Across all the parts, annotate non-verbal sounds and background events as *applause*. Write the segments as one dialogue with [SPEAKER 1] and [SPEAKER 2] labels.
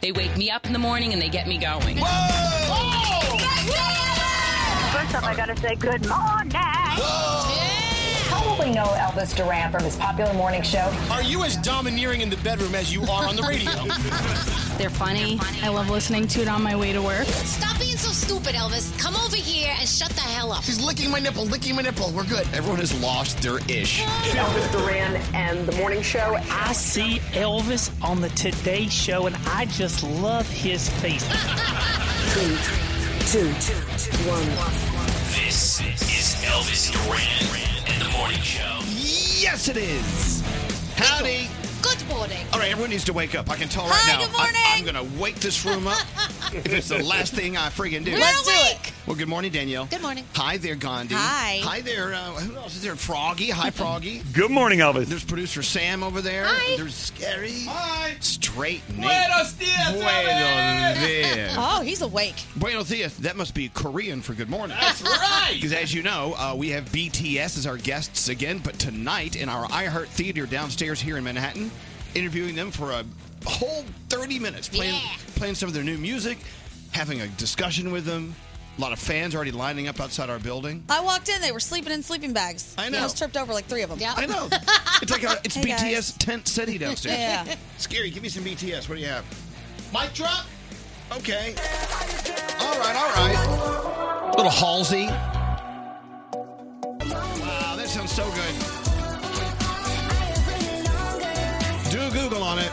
[SPEAKER 1] They wake me up in the morning and they get me going.
[SPEAKER 2] First off, I gotta say good morning.
[SPEAKER 3] Probably know Elvis Duran from his popular morning show.
[SPEAKER 4] Are you as domineering in the bedroom as you are on the radio?
[SPEAKER 5] They're funny.
[SPEAKER 6] I love listening to it on my way to work.
[SPEAKER 5] Stop being so stupid, Elvis. Come over here and shut the hell up.
[SPEAKER 7] She's licking my nipple, licking my nipple. We're good.
[SPEAKER 4] Everyone has lost their ish.
[SPEAKER 8] Elvis Duran and the morning show.
[SPEAKER 9] I see Elvis on the Today Show, and I just love his face.
[SPEAKER 8] Three, two, one.
[SPEAKER 10] This is Elvis Duran and the Morning Show.
[SPEAKER 7] Yes, it is. Howdy.
[SPEAKER 5] Good morning. *laughs*
[SPEAKER 7] All right, everyone needs to wake up. I can tell right
[SPEAKER 5] Hi,
[SPEAKER 7] now.
[SPEAKER 5] good morning.
[SPEAKER 7] I, am going to wake this
[SPEAKER 5] *laughs*
[SPEAKER 7] room up. if it's the last thing I friggin' do.
[SPEAKER 5] We're Let's do awake.
[SPEAKER 7] Well, good morning, Danielle. Good
[SPEAKER 5] morning.
[SPEAKER 7] Hi there, Gandhi.
[SPEAKER 5] Hi.
[SPEAKER 7] Hi there. Uh, who else is there? Froggy. Hi, Froggy.
[SPEAKER 11] Good morning, Elvis.
[SPEAKER 7] There's producer Sam over there.
[SPEAKER 5] Hi.
[SPEAKER 7] There's *laughs* Scary. Hi. Straight Nate.
[SPEAKER 12] Buenos dias,
[SPEAKER 7] Buenos dias.
[SPEAKER 5] *laughs*
[SPEAKER 13] Oh, he's awake.
[SPEAKER 7] Buenos dias. That must be Korean for good morning. That's right. Because as you know, uh, we have BTS as our guests again, but tonight in our iHeart Theater downstairs here in Manhattan, interviewing them for a whole 30 minutes, playing, playing some of their new music, having a discussion with them. A lot of fans already lining up outside our building.
[SPEAKER 13] I walked in; they were sleeping in sleeping bags.
[SPEAKER 7] I know.
[SPEAKER 13] I was tripped over like three of them. Yeah, *laughs*
[SPEAKER 7] I know. It's like a, it's
[SPEAKER 13] Hey,
[SPEAKER 7] BTS
[SPEAKER 13] guys.
[SPEAKER 7] tent city downstairs.
[SPEAKER 13] Yeah.
[SPEAKER 7] Scary, give me some BTS. What do you have? *laughs* Mic drop. Okay. All right, all right. Little Halsey. Wow, that sounds so good. Do a Google on it.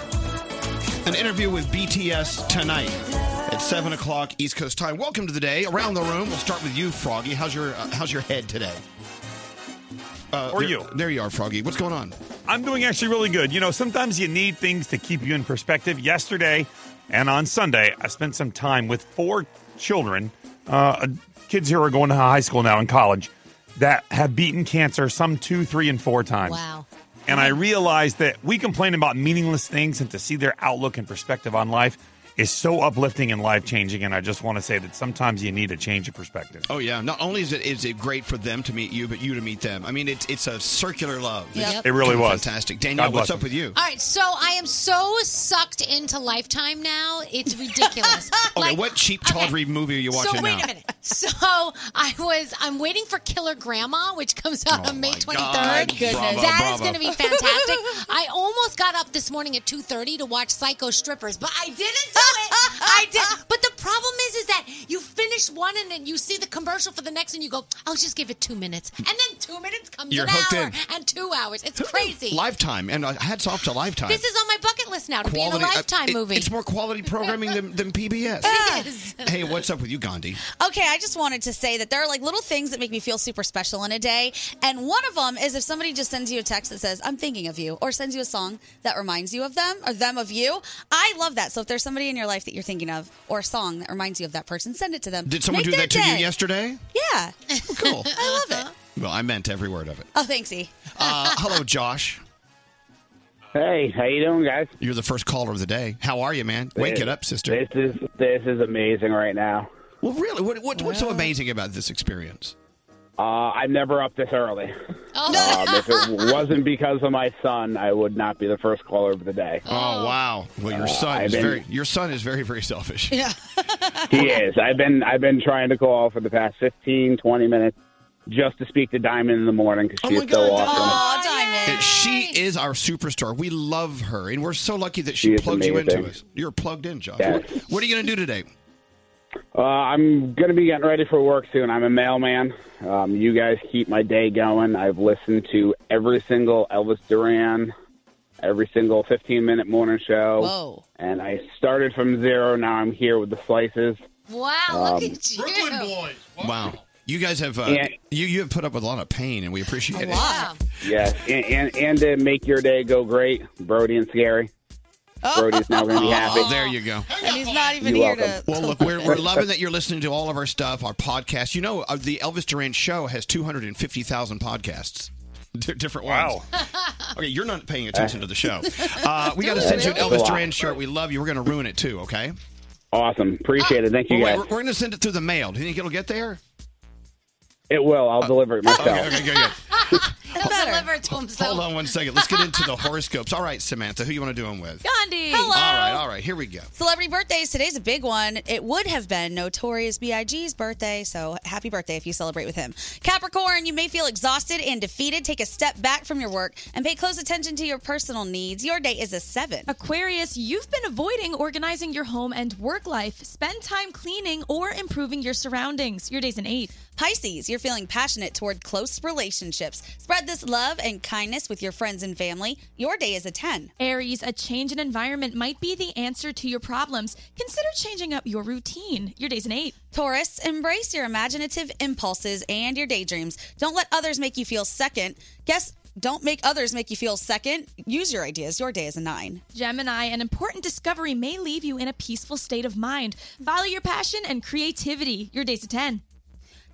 [SPEAKER 7] An interview with BTS tonight at seven o'clock East Coast time. Welcome to the day. Around the room, we'll start with you, Froggy. How's your uh, How's your head today? Uh,
[SPEAKER 11] Or
[SPEAKER 7] there-
[SPEAKER 11] you.
[SPEAKER 7] There you are, Froggy. What's going on?
[SPEAKER 11] I'm doing actually really good. You know, sometimes you need things to keep you in perspective. Yesterday and on Sunday, I spent some time with four children, uh, kids who are going to high school now and college, that have beaten cancer some two, three, and four times.
[SPEAKER 7] *laughs*
[SPEAKER 5] Wow.
[SPEAKER 11] And I realized that we complain about meaningless things, and to see their outlook and perspective on life is so uplifting and life changing. And I just want to say that sometimes you need a change of perspective.
[SPEAKER 7] Oh yeah. Not only is it is it great for them to meet you, but you to meet them. I mean, it's it's a circular love.
[SPEAKER 5] Yep.
[SPEAKER 11] It really was.
[SPEAKER 7] fantastic.
[SPEAKER 11] God
[SPEAKER 7] Danielle, what's
[SPEAKER 11] bless
[SPEAKER 7] up with you?
[SPEAKER 5] All right, so I am so sucked into Lifetime now. It's
[SPEAKER 7] *laughs*
[SPEAKER 5] ridiculous.
[SPEAKER 7] Okay, what cheap tawdry movie are you watching
[SPEAKER 5] so
[SPEAKER 7] now?
[SPEAKER 5] wait a minute. So I was I'm waiting for Killer Grandma, which comes out on May 23rd.
[SPEAKER 7] Oh God. Goodness. Bravo,
[SPEAKER 5] That is
[SPEAKER 7] bravo.
[SPEAKER 5] going to be fantastic. I almost got up this morning at 2:30 to watch Psycho Strippers, but I didn't do it. I did. But the problem is is that you finish one and then you see the commercial for the next and you go, "I'll just give it 2 minutes." And then 2 minutes comes
[SPEAKER 7] You're
[SPEAKER 5] an
[SPEAKER 7] hooked
[SPEAKER 5] hour
[SPEAKER 7] in.
[SPEAKER 5] and 2 hours. It's crazy.
[SPEAKER 7] Lifetime, and uh, hats off to Lifetime.
[SPEAKER 5] This is on my bucket list now to be in a
[SPEAKER 7] uh,
[SPEAKER 5] lifetime
[SPEAKER 7] it-
[SPEAKER 5] movie. *laughs*
[SPEAKER 7] It's more quality programming than, than PBS.
[SPEAKER 5] It is.
[SPEAKER 7] Hey, what's up with you, Gandhi?
[SPEAKER 13] Okay, I just wanted to say that there are like little things that make me feel super special in a day. And one of them is if somebody just sends you a text that says, I'm thinking of you, or sends you a song that reminds you of them or them of you. I love that. So if there's somebody in your life that you're thinking of or a song that reminds you of that person, send it to them.
[SPEAKER 7] Did someone
[SPEAKER 13] Um, Make
[SPEAKER 7] do
[SPEAKER 13] their
[SPEAKER 7] that to you
[SPEAKER 13] day.
[SPEAKER 7] yesterday?
[SPEAKER 13] Yeah.
[SPEAKER 7] cool.
[SPEAKER 13] I love it.
[SPEAKER 7] Well, I meant every word of it.
[SPEAKER 13] Oh, thanks, E.
[SPEAKER 7] Uh, hello, Josh.
[SPEAKER 14] Hey, how you doing, guys?
[SPEAKER 7] You're the first caller of the day. How are you, man? Wake it up, sister.
[SPEAKER 14] This is this is amazing right now.
[SPEAKER 7] Well, really, what, what, what's so amazing about this experience?
[SPEAKER 14] Uh, I'm never up this early. Um, if it wasn't because of my son, I would not be the first caller of the day. Uh,
[SPEAKER 7] Oh wow! Well, your son
[SPEAKER 14] I've
[SPEAKER 7] is
[SPEAKER 14] been-
[SPEAKER 7] very your son is very very selfish.
[SPEAKER 14] He is. I've been I've been trying to call for the past 15, 20 minutes just to speak to Diamond in the morning because she's so awesome.
[SPEAKER 7] And She is our superstar. We love her, and we're so lucky that she,
[SPEAKER 14] She is
[SPEAKER 7] plugged you into
[SPEAKER 14] amazing.
[SPEAKER 7] us. You're plugged in, Josh.
[SPEAKER 14] Yes.
[SPEAKER 7] What, what are you going to do today?
[SPEAKER 14] Uh, I'm gonna be getting ready for work soon. I'm a mailman. Um, you guys keep my day going. I've listened to every single Elvis Duran, every single 15 minute morning show.
[SPEAKER 13] Whoa.
[SPEAKER 14] And I started from zero. Now I'm here with the slices.
[SPEAKER 5] Wow,
[SPEAKER 14] Um,
[SPEAKER 5] look at you. Brooklyn boys.
[SPEAKER 7] Wow. You guys have uh,
[SPEAKER 14] Yeah.
[SPEAKER 7] you you have put up with a lot of pain, and we appreciate it.
[SPEAKER 14] Yes, and, and and to make your day go great, Brody and Scary. Brody's now
[SPEAKER 7] *laughs*
[SPEAKER 14] going to be happy.
[SPEAKER 7] Oh, there you go.
[SPEAKER 13] And he's not even
[SPEAKER 14] You're
[SPEAKER 13] here
[SPEAKER 14] welcome.
[SPEAKER 13] to.
[SPEAKER 7] Well, look, we're, we're loving that you're listening to all of our stuff, our podcast. You know, uh, the Elvis Duran Show has 250,000 podcasts. *laughs* Di- different ones. Wow.
[SPEAKER 5] *laughs*
[SPEAKER 7] okay, you're not paying attention to the show. Uh,
[SPEAKER 14] *laughs*
[SPEAKER 7] we got to send you an
[SPEAKER 14] Really?
[SPEAKER 7] Elvis Duran shirt. We love you. We're going to ruin it too, okay?
[SPEAKER 14] Awesome, appreciate it. Thank
[SPEAKER 7] Well,
[SPEAKER 14] you
[SPEAKER 7] wait,
[SPEAKER 14] guys.
[SPEAKER 7] we're going to send it through the mail. Do you think it'll get there? Uh,
[SPEAKER 14] It will. I'll deliver it myself.
[SPEAKER 7] Okay, okay, good, good.
[SPEAKER 5] *laughs* He'll deliver it to himself.
[SPEAKER 7] Hold on one second. Let's get into the horoscopes. All right, Samantha, who you want to do them with?
[SPEAKER 13] Gandhi. Hello.
[SPEAKER 7] All right, all right. Here we go.
[SPEAKER 13] Celebrity birthdays. Today's a big one. It would have been Notorious B.I.G.'s birthday, so happy birthday if you celebrate with him. Capricorn, you may feel exhausted and defeated. Take a step back from your work and pay close attention to your personal needs. Your day is a seven.
[SPEAKER 12] Aquarius, you've been avoiding organizing your home and work life. Spend time cleaning or improving your surroundings. Your day's an eight.
[SPEAKER 13] Pisces, you're feeling passionate toward close relationships. Spread this love and kindness with your friends and family. Your day is a 10.
[SPEAKER 12] Aries, a change in environment might be the answer to your problems. Consider changing up your routine. Your day's an eight.
[SPEAKER 13] Taurus, embrace your imaginative impulses and your daydreams. Don't let others make you feel second. Guess don't make others make you feel second. Use your ideas. Your day is a nine.
[SPEAKER 12] Gemini, an important discovery may leave you in a peaceful state of mind. Follow your passion and creativity. Your day's a 10.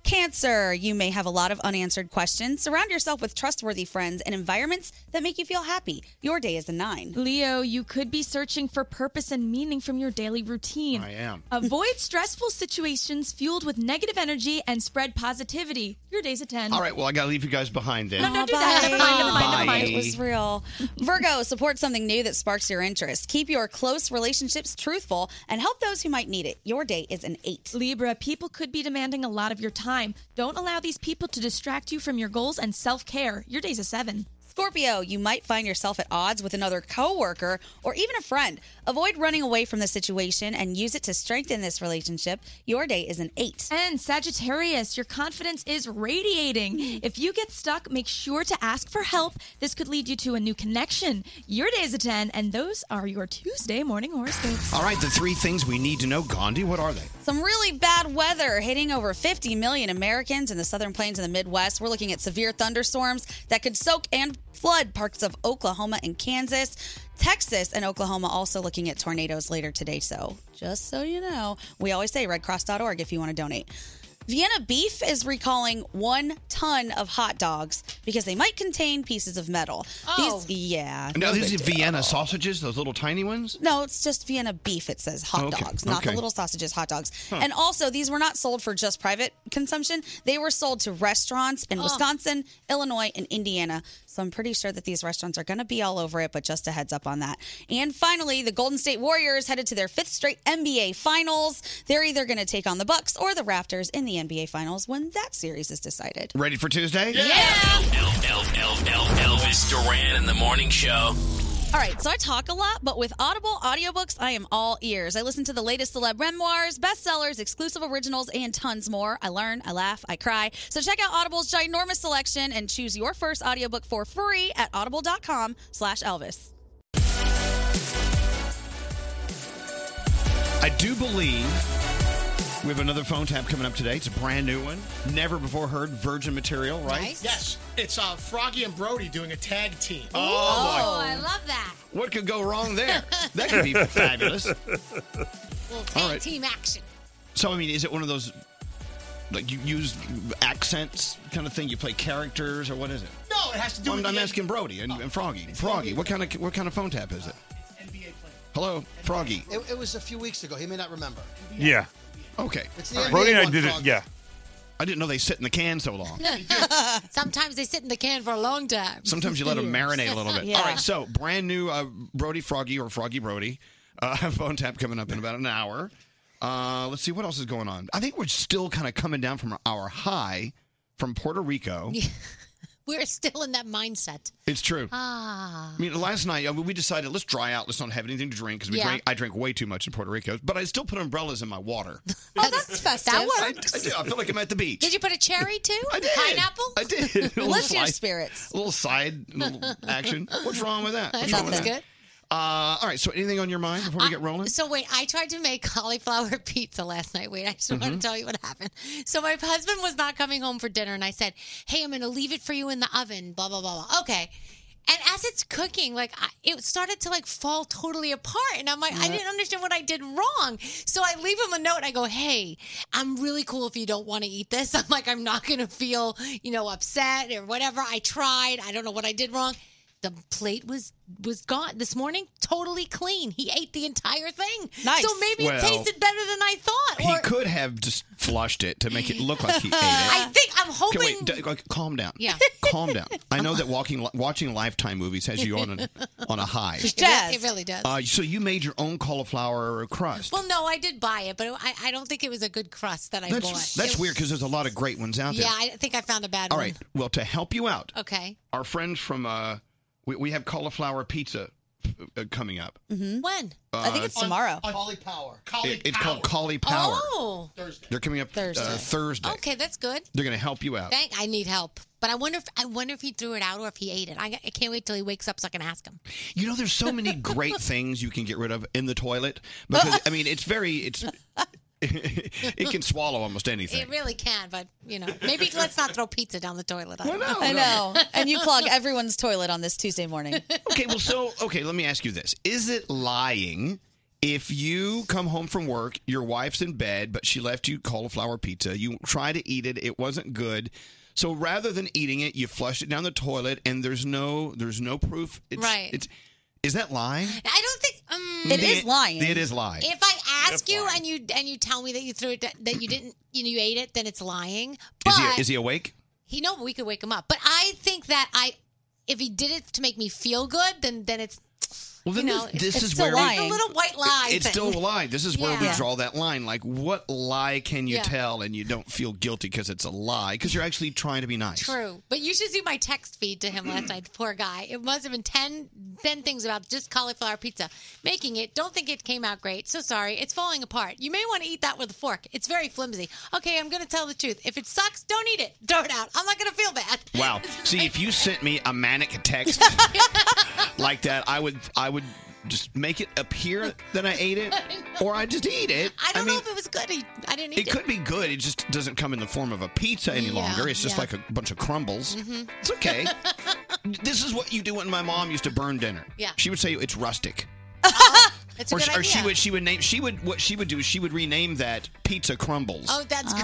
[SPEAKER 13] Cancer, you may have a lot of unanswered questions. Surround yourself with trustworthy friends and environments that make you feel happy. Your day is a nine.
[SPEAKER 12] Leo, you could be searching for purpose and meaning from your daily routine.
[SPEAKER 7] I am. *laughs*
[SPEAKER 12] Avoid stressful situations fueled with negative energy and spread positivity. Your day's a 10.
[SPEAKER 7] All right, well, I got to leave you guys behind then.
[SPEAKER 12] No, no, do that. Never mind, never mind, never mind.
[SPEAKER 13] It was real. Virgo, support something new that sparks your interest. Keep your close relationships truthful and help those who might need it. Your day is an eight.
[SPEAKER 12] Libra, people could be demanding a lot of your time. Don't allow these people to distract you from your goals and self care. Your day's a seven.
[SPEAKER 13] Scorpio, you might find yourself at odds with another coworker or even a friend. Avoid running away from the situation and use it to strengthen this relationship. Your day is an eight.
[SPEAKER 12] And Sagittarius, your confidence is radiating. If you get stuck, make sure to ask for help. This could lead you to a new connection. Your day is a 10, and those are your Tuesday morning horoscopes.
[SPEAKER 7] All right, the three things we need to know, Gandhi, what are they?
[SPEAKER 13] Some really bad weather hitting over 50 million Americans in the southern plains and the Midwest. We're looking at severe thunderstorms that could soak and flood parts of Oklahoma and Kansas. Texas and Oklahoma also looking at tornadoes later today. So, just so you know, we always say redcross.org if you want to donate. Vienna Beef is recalling one ton of hot dogs because they might contain pieces of metal.
[SPEAKER 7] Oh.
[SPEAKER 13] These, yeah.
[SPEAKER 7] Now,
[SPEAKER 13] no
[SPEAKER 7] these are
[SPEAKER 13] big deal.
[SPEAKER 7] Vienna sausages, those little tiny ones?
[SPEAKER 13] No, it's just Vienna beef. It says hot
[SPEAKER 7] Okay,
[SPEAKER 13] dogs, not
[SPEAKER 7] okay.
[SPEAKER 13] the little sausages, hot dogs.
[SPEAKER 7] Huh.
[SPEAKER 13] And also, these were not sold for just private consumption. They were sold to restaurants in
[SPEAKER 15] Oh.
[SPEAKER 13] Wisconsin, Illinois, and Indiana. So I'm pretty sure that these restaurants are going to be all over it, but just a heads up on that. And finally, the Golden State Warriors headed to their fifth straight NBA Finals. They're either going to take on the Bucks or the Raptors in the NBA Finals when that series is decided.
[SPEAKER 7] Ready for Tuesday?
[SPEAKER 10] Elf, Elf, Elf, Elf, Elvis Duran in the morning show.
[SPEAKER 13] All right, so I talk a lot, but with Audible audiobooks, I am all ears. I listen to the latest celeb memoirs, bestsellers, exclusive originals, and tons more. I learn, I laugh, I cry. So check out Audible's ginormous selection and choose your first audiobook for free at audible.com slash Elvis.
[SPEAKER 7] I do believe we have another phone tap coming up today. It's a brand new one, never before heard virgin material, right?
[SPEAKER 16] Yes. It's uh, Froggy and Brody doing a tag team.
[SPEAKER 7] Oh, Oh, boy.
[SPEAKER 5] I love that.
[SPEAKER 7] What could go wrong there? That could be fabulous.
[SPEAKER 5] Little
[SPEAKER 7] All
[SPEAKER 5] tag
[SPEAKER 7] right.
[SPEAKER 5] team action.
[SPEAKER 7] So, I mean, is it one of those, like, you use accents kind of thing? You play characters, or what is it?
[SPEAKER 16] No, it has to do
[SPEAKER 7] I'm,
[SPEAKER 16] with
[SPEAKER 7] I'm
[SPEAKER 16] the
[SPEAKER 7] asking Brody and, and Froggy. Froggy, what kind of what kind of phone tap is it? Hello, Froggy.
[SPEAKER 16] It, it was a few weeks ago. He may not remember.
[SPEAKER 7] Yeah. Okay.
[SPEAKER 16] It's the NBA
[SPEAKER 7] Brody and I
[SPEAKER 16] one,
[SPEAKER 7] did it.
[SPEAKER 16] Froggy.
[SPEAKER 7] Yeah. I didn't know they sit in the can so long.
[SPEAKER 5] Sometimes they sit in the can for a long time.
[SPEAKER 7] Sometimes you let them marinate a little bit.
[SPEAKER 5] Yeah.
[SPEAKER 7] All right, so brand new uh, Brody Froggy or Froggy Brody uh, *laughs* phone tap coming up in about an hour. Uh, let's see what else is going on. I think we're still kind of coming down from our high from Puerto Rico.
[SPEAKER 5] *laughs* We're still in that mindset.
[SPEAKER 7] It's true.
[SPEAKER 5] Ah.
[SPEAKER 7] I mean, last night I mean, we decided let's dry out. Let's not have anything to drink because we
[SPEAKER 5] Yeah.
[SPEAKER 7] drank. I drank way too much in Puerto Rico, but I still put umbrellas in
[SPEAKER 5] *laughs*
[SPEAKER 7] my water.
[SPEAKER 13] Oh, that's festive.
[SPEAKER 5] That
[SPEAKER 7] I, I,
[SPEAKER 5] worked.
[SPEAKER 7] do. I feel like I'm at the beach.
[SPEAKER 5] Did you put a cherry too? I
[SPEAKER 7] did.
[SPEAKER 5] Pineapple? *laughs*
[SPEAKER 7] I did. *laughs* A little
[SPEAKER 13] Lift your
[SPEAKER 7] slice-
[SPEAKER 13] spirits.
[SPEAKER 7] A little side little action. What's wrong
[SPEAKER 5] *laughs*
[SPEAKER 7] with that? What's
[SPEAKER 5] That
[SPEAKER 7] wrong with
[SPEAKER 5] sounds
[SPEAKER 7] that? Uh, all right. So, anything on your mind before we get rolling?
[SPEAKER 5] So wait, I tried to make *laughs* cauliflower pizza last night. Wait, I just want
[SPEAKER 7] Mhm.
[SPEAKER 5] to tell you what happened. So my husband was not coming home for dinner, and I said, "Hey, I'm going to leave it for you in the oven." Blah blah blah. blah. Okay. And as it's cooking, like I, it started to like fall totally apart, and I'm like, I
[SPEAKER 17] Yeah.
[SPEAKER 5] didn't understand what I did wrong. So I leave him a note. I go, "Hey, I'm really cool if you don't want to eat this. *laughs* I'm like, I'm not going to feel, you know, upset or whatever. I tried. I don't know what I did wrong." The plate was was gone this morning, totally clean. He ate the entire thing.
[SPEAKER 7] Nice.
[SPEAKER 5] So maybe
[SPEAKER 7] Well,
[SPEAKER 5] it tasted better than I thought.
[SPEAKER 7] He could have just flushed it to make it look like
[SPEAKER 5] *laughs*
[SPEAKER 7] he ate it.
[SPEAKER 5] I think I'm
[SPEAKER 7] Okay,
[SPEAKER 5] hoping.
[SPEAKER 7] wait, d- like, calm down.
[SPEAKER 5] Yeah.
[SPEAKER 7] *laughs* calm down. I know that walking, watching Lifetime movies has
[SPEAKER 5] *laughs*
[SPEAKER 7] you on a, on a high.
[SPEAKER 5] It, re- it really does.
[SPEAKER 7] Uh, so you made your own cauliflower crust.
[SPEAKER 5] well, no, I did buy it, but I, I don't think it was a good crust that I
[SPEAKER 7] that's
[SPEAKER 5] bought.
[SPEAKER 7] that's
[SPEAKER 5] It-
[SPEAKER 7] weird because there's a lot of great ones out there.
[SPEAKER 5] Yeah, I think I found a bad
[SPEAKER 7] All
[SPEAKER 5] one.
[SPEAKER 7] right. Well, to help you out,
[SPEAKER 5] Okay.
[SPEAKER 7] our friends from uh, we, we have cauliflower pizza uh, coming up.
[SPEAKER 5] When?
[SPEAKER 7] I think Uh, it's tomorrow.
[SPEAKER 16] On, Collie Power.
[SPEAKER 7] It- it's called Cauli Power.
[SPEAKER 5] Oh.
[SPEAKER 7] They're coming up Thursday. Uh, Thursday.
[SPEAKER 5] Okay, that's good.
[SPEAKER 7] They're going to help you out.
[SPEAKER 5] Thank. I need help, but I wonder if I wonder if he threw it out or if he ate it. I, I can't wait till he wakes up so I can ask him.
[SPEAKER 7] You know,
[SPEAKER 5] *laughs*
[SPEAKER 7] there's so many great things you can get rid of in the toilet because I mean, it's
[SPEAKER 5] *laughs*
[SPEAKER 7] very it's *laughs* it can swallow almost anything.
[SPEAKER 5] It really can, but you know, maybe *laughs* let's not throw pizza down the toilet. I don't know.
[SPEAKER 13] I know. and you
[SPEAKER 5] *laughs*
[SPEAKER 13] clog everyone's toilet on this Tuesday morning.
[SPEAKER 7] Okay, well, so okay, let me ask you this: Is it lying if you come home from work, your wife's in bed, but she left you cauliflower pizza? You try to eat it; it wasn't good. So rather than eating it, you flushed it down the toilet, and there's no there's no proof. It's,
[SPEAKER 5] Right. Uh,
[SPEAKER 7] It's, is that lying?
[SPEAKER 5] I don't think um,
[SPEAKER 7] It is lying. it is lying.
[SPEAKER 5] If I ask
[SPEAKER 7] It is
[SPEAKER 5] you and you and you tell me that you threw it da- that you didn't you know you ate it, then it's lying.
[SPEAKER 7] Is he is he awake?
[SPEAKER 5] He know we could wake him up, but I think that I if he did it to make me feel good, then then it's
[SPEAKER 7] Well, then
[SPEAKER 5] you know
[SPEAKER 7] this, this
[SPEAKER 5] it's
[SPEAKER 7] is
[SPEAKER 5] still
[SPEAKER 7] where
[SPEAKER 5] lying.
[SPEAKER 7] we
[SPEAKER 5] It's a little white lie.
[SPEAKER 7] It's
[SPEAKER 5] thing.
[SPEAKER 7] still a lie. This is where
[SPEAKER 5] Yeah.
[SPEAKER 7] we draw that line. Like, what lie can you
[SPEAKER 5] Yeah.
[SPEAKER 7] tell, and you don't feel guilty because it's a lie because you're actually trying to be nice.
[SPEAKER 5] True. But you should see my text feed to him
[SPEAKER 7] *clears throat*
[SPEAKER 5] last night. Poor guy. It must have been 10, 10 things about just cauliflower pizza. Making it. Don't think it came out great. So sorry. It's falling apart. You may want to eat that with a fork. It's very flimsy. Okay, I'm going to tell the truth. If it sucks, don't eat it. Throw it out. I'm not going to feel bad.
[SPEAKER 7] Wow. See, if you sent me a manic
[SPEAKER 5] *laughs*
[SPEAKER 7] text like that, I would I would just make it appear that I
[SPEAKER 5] *laughs*
[SPEAKER 7] ate it, or I just eat it.
[SPEAKER 5] I don't
[SPEAKER 7] mean,
[SPEAKER 5] know if it was good. I- I didn't eat
[SPEAKER 7] it
[SPEAKER 5] it.
[SPEAKER 7] could be good. It just doesn't come in the form of a pizza any
[SPEAKER 5] Yeah,
[SPEAKER 7] longer. It's just
[SPEAKER 5] yeah.
[SPEAKER 7] like a bunch of crumbles.
[SPEAKER 5] Mhm.
[SPEAKER 7] It's okay. this is what you do when my mom used to burn dinner.
[SPEAKER 5] Mm-hmm. Yeah.
[SPEAKER 7] She would say it's rustic.
[SPEAKER 5] It's a
[SPEAKER 7] Or,
[SPEAKER 5] good
[SPEAKER 7] she- or she
[SPEAKER 5] idea.
[SPEAKER 7] would she would name she would what she would do is she would rename that pizza crumbles
[SPEAKER 5] Oh, that's good.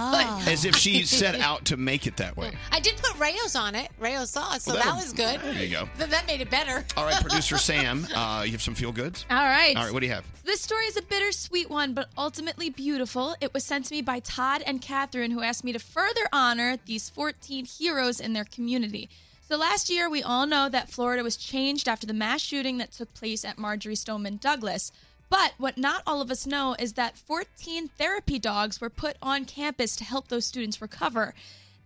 [SPEAKER 7] as
[SPEAKER 5] *laughs*
[SPEAKER 7] if she set out to make it that way.
[SPEAKER 5] I did put Rayos on it, Rayos sauce, so
[SPEAKER 7] Well,
[SPEAKER 5] that
[SPEAKER 7] that'll-
[SPEAKER 5] was good.
[SPEAKER 7] There you go.
[SPEAKER 5] Th- That made it better.
[SPEAKER 7] All right, producer Sam, uh, you have some feel goods.
[SPEAKER 12] All right.
[SPEAKER 7] All right, what do you have?
[SPEAKER 12] This story is a bittersweet one, but ultimately beautiful. It was sent to me by Todd and Catherine, who asked me to further honor these 14 heroes in their community. So last year, we all know that Florida was changed after the mass shooting that took place at Marjorie Stoneman Douglas. But what not all of us know is that 14 therapy dogs were put on campus to help those students recover.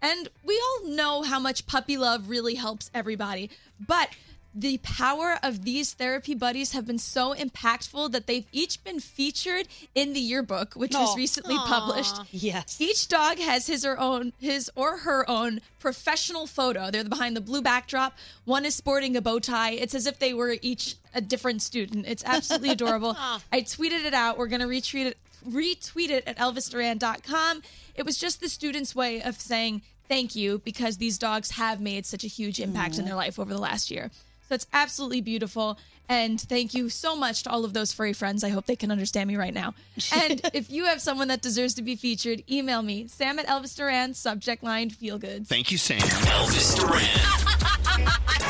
[SPEAKER 12] And we all know how much puppy love really helps everybody, but the power of these therapy buddies have been so impactful that they've each been featured in the yearbook, which
[SPEAKER 13] Aw.
[SPEAKER 12] was recently
[SPEAKER 13] Aw.
[SPEAKER 12] published. Yes. Each dog has his or own his or her own professional photo. They're behind the blue backdrop. One is sporting a bow tie. It's as if they were each a different student. It's absolutely adorable.
[SPEAKER 5] Aw.
[SPEAKER 12] I tweeted it out. We're gonna retweet it retweet it at elvisduran.com. It was just the students' way of saying thank you because these dogs have made such a huge impact in their life over the last year. So it's absolutely beautiful. And thank you so much to all of those furry friends. I hope they can understand me right now. And if you have someone that deserves to be featured, email me, sam at Elvis Duran, subject line feel good.
[SPEAKER 7] Thank you, Sam.
[SPEAKER 10] Elvis Duran.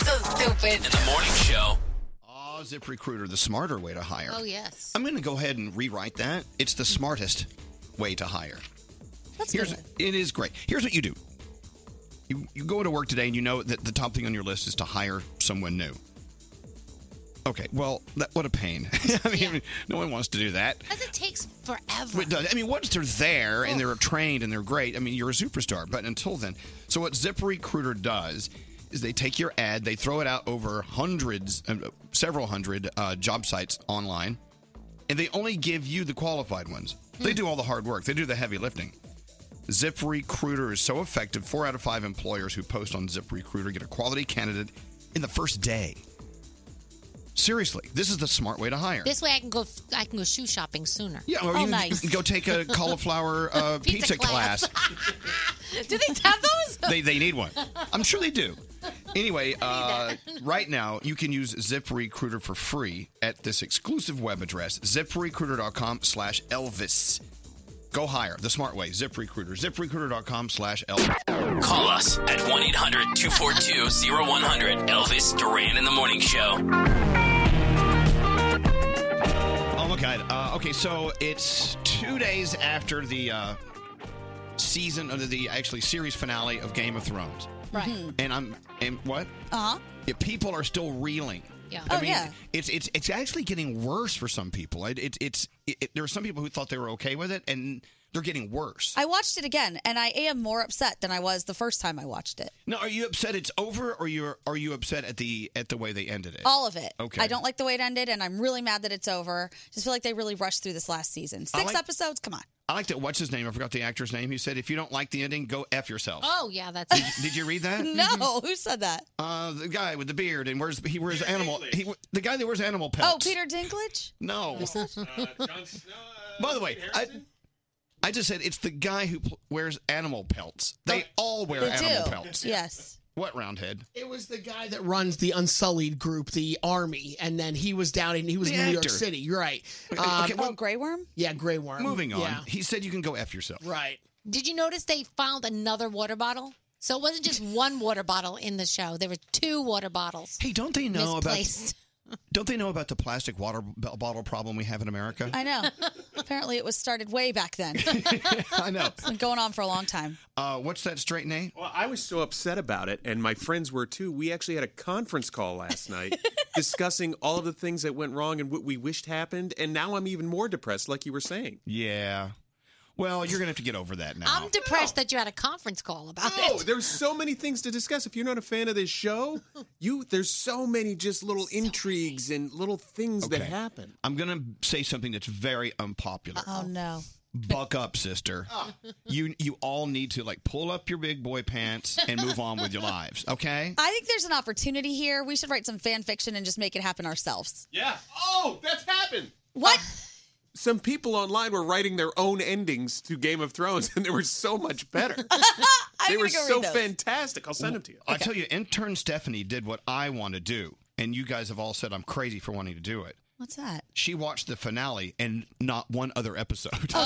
[SPEAKER 5] so stupid.
[SPEAKER 10] In the morning show.
[SPEAKER 7] Aw, ZipRecruiter, the smarter way to hire.
[SPEAKER 5] *laughs* Oh, yes.
[SPEAKER 7] I'm going to go ahead and rewrite that. It's the smartest way to hire. That's Here's, It is great. Here's what you do. You, you go to work today and you know that the top thing on your list is to hire someone new. Okay, well, that, what a pain. *laughs* I mean, no one wants to do
[SPEAKER 5] *laughs*
[SPEAKER 7] that.
[SPEAKER 5] Because it takes forever.
[SPEAKER 7] It does. I mean, once they're there and they're trained and they're great, I mean, you're a superstar. But until then, so what ZipRecruiter does is they take your ad, they throw it out over hundreds, uh, several hundred uh, job sites online, and they only give you the qualified ones. They do all the hard work, they do the heavy lifting. ZipRecruiter is so effective. Four out of five employers who post on ZipRecruiter get a quality candidate in the first day. Seriously, this is the smart way to hire.
[SPEAKER 5] This way I can go I can go shoe shopping sooner. Oh,
[SPEAKER 7] Yeah, or you can *laughs* go take a cauliflower uh,
[SPEAKER 5] Pizza
[SPEAKER 7] pizza,
[SPEAKER 5] class.
[SPEAKER 7] class.
[SPEAKER 5] *laughs* Do they have those?
[SPEAKER 7] *laughs* they, they
[SPEAKER 5] *laughs*
[SPEAKER 7] need one. I'm sure they do. Anyway, uh, right now you can use ZipRecruiter for free at this exclusive web address, ziprecruiter.com slash Elvis. Go higher. The smart way. ZipRecruiter. ZipRecruiter.com slash Elvis.
[SPEAKER 10] Call us at 1 800 242 0100. Elvis Duran in the Morning Show.
[SPEAKER 7] Oh my God! Uh, okay, so it's two days after the uh, season, under the actually series finale of Game of Thrones,
[SPEAKER 13] Right.
[SPEAKER 7] and I'm and what?
[SPEAKER 13] Uh huh.
[SPEAKER 7] Yeah, people are still reeling.
[SPEAKER 13] Yeah.
[SPEAKER 7] I
[SPEAKER 13] Oh,
[SPEAKER 7] mean,
[SPEAKER 13] yeah.
[SPEAKER 7] It's it's it's actually getting worse for some people. It, it it's it, it- there are some people who thought they were okay with it, and they're getting worse.
[SPEAKER 13] I watched it again, and I am more upset than I was the first time I watched it.
[SPEAKER 7] Now, are you upset it's over, or you are you upset at the at the way they ended it?
[SPEAKER 13] All of it.
[SPEAKER 7] Okay.
[SPEAKER 13] I don't like the way it ended, and I'm really mad that it's over. Just feel like they really rushed through this last season.
[SPEAKER 7] I
[SPEAKER 13] Six
[SPEAKER 7] like-
[SPEAKER 13] episodes? Come on.
[SPEAKER 7] I liked it. What's his name? I forgot the actor's name. He said, "If you don't like the ending, go f yourself."
[SPEAKER 5] Oh yeah, that's *laughs*
[SPEAKER 13] *laughs*
[SPEAKER 7] Did, did you read that?
[SPEAKER 5] Mm-hmm.
[SPEAKER 13] No, who said that?
[SPEAKER 7] Uh, the guy with the beard and wears he wears animal he the guy that wears animal pelts.
[SPEAKER 13] Oh, Peter Dinklage?
[SPEAKER 7] No. By the way, I, I just said it's the guy who pl- wears animal pelts. They
[SPEAKER 13] Oh,
[SPEAKER 7] all wear
[SPEAKER 16] They
[SPEAKER 7] animal
[SPEAKER 16] do.
[SPEAKER 7] pelts.
[SPEAKER 13] Yes.
[SPEAKER 7] What roundhead?
[SPEAKER 16] It was the guy that runs the Unsullied group, the Army, and then he was down in he was
[SPEAKER 7] The
[SPEAKER 16] in New York
[SPEAKER 7] actor.
[SPEAKER 16] City. You're right. Um,
[SPEAKER 7] Okay, okay, well- Oh,
[SPEAKER 13] Grey Worm.
[SPEAKER 16] Yeah, Grey Worm.
[SPEAKER 7] Moving on.
[SPEAKER 16] Yeah.
[SPEAKER 7] He said you can go f yourself.
[SPEAKER 16] Right.
[SPEAKER 5] Did you notice they found another water bottle? So it wasn't just one water bottle in the show. There were two water bottles.
[SPEAKER 7] Hey, don't they know
[SPEAKER 5] misplaced.
[SPEAKER 7] about *laughs* Don't they know about the plastic water b- bottle problem we have in America?
[SPEAKER 13] *laughs* I know. Apparently, it was started way back
[SPEAKER 5] *laughs*
[SPEAKER 13] then. It's
[SPEAKER 7] I know.
[SPEAKER 13] been going on for a long time.
[SPEAKER 7] Uh, what's that straight name?
[SPEAKER 15] Well, I was so upset about it, and my friends were too. We actually had a conference call
[SPEAKER 7] *laughs*
[SPEAKER 15] last night discussing all of the things that went wrong and what we wished happened, and now I'm even more depressed, like you were saying.
[SPEAKER 7] Yeah. Well, you're gonna have to get over that now.
[SPEAKER 5] I'm depressed that you had a conference call about
[SPEAKER 15] No,
[SPEAKER 5] it.
[SPEAKER 15] there's so many things to discuss. If you're not a fan of this show, you there's so many just little intrigues and little things that
[SPEAKER 7] Okay.
[SPEAKER 15] happen.
[SPEAKER 7] I'm gonna say something that's very unpopular.
[SPEAKER 13] Oh no. Ah.
[SPEAKER 7] Buck
[SPEAKER 13] *laughs*
[SPEAKER 7] up, sister. You you all need to like pull up your big boy pants and move on with your lives. Okay.
[SPEAKER 13] I think there's an opportunity here. We should write some fan fiction and just make it happen ourselves.
[SPEAKER 15] Yeah. Oh, that's happened.
[SPEAKER 13] What?
[SPEAKER 15] *laughs* Some people online were writing their own endings to Game of Thrones, *laughs* and they were so
[SPEAKER 7] *laughs*
[SPEAKER 15] much better. they
[SPEAKER 7] go
[SPEAKER 15] were
[SPEAKER 7] read
[SPEAKER 15] so
[SPEAKER 7] those.
[SPEAKER 15] fantastic. I'll send them to you.
[SPEAKER 7] I tell you, intern Stephanie did what I want to do, and you guys have all said I'm crazy for wanting to do it.
[SPEAKER 13] What's that?
[SPEAKER 7] She watched the finale and not one other episode. *laughs*
[SPEAKER 13] Oh,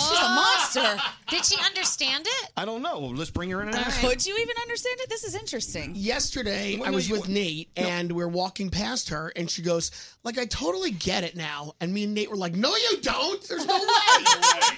[SPEAKER 13] she's a monster.
[SPEAKER 5] *laughs* Did she understand
[SPEAKER 13] *laughs*
[SPEAKER 5] it?
[SPEAKER 7] I don't know. Let's bring her in and ask. her.
[SPEAKER 13] Uh, Could you even understand it? This is interesting.
[SPEAKER 16] Yesterday,
[SPEAKER 7] Well,
[SPEAKER 16] I
[SPEAKER 7] no,
[SPEAKER 16] was
[SPEAKER 7] you-
[SPEAKER 16] with Nate,
[SPEAKER 7] no.
[SPEAKER 16] and we are walking past her, and she goes, "Like I totally get it now." And me and Nate were like, "No, you don't. There's
[SPEAKER 15] *laughs*
[SPEAKER 16] no way.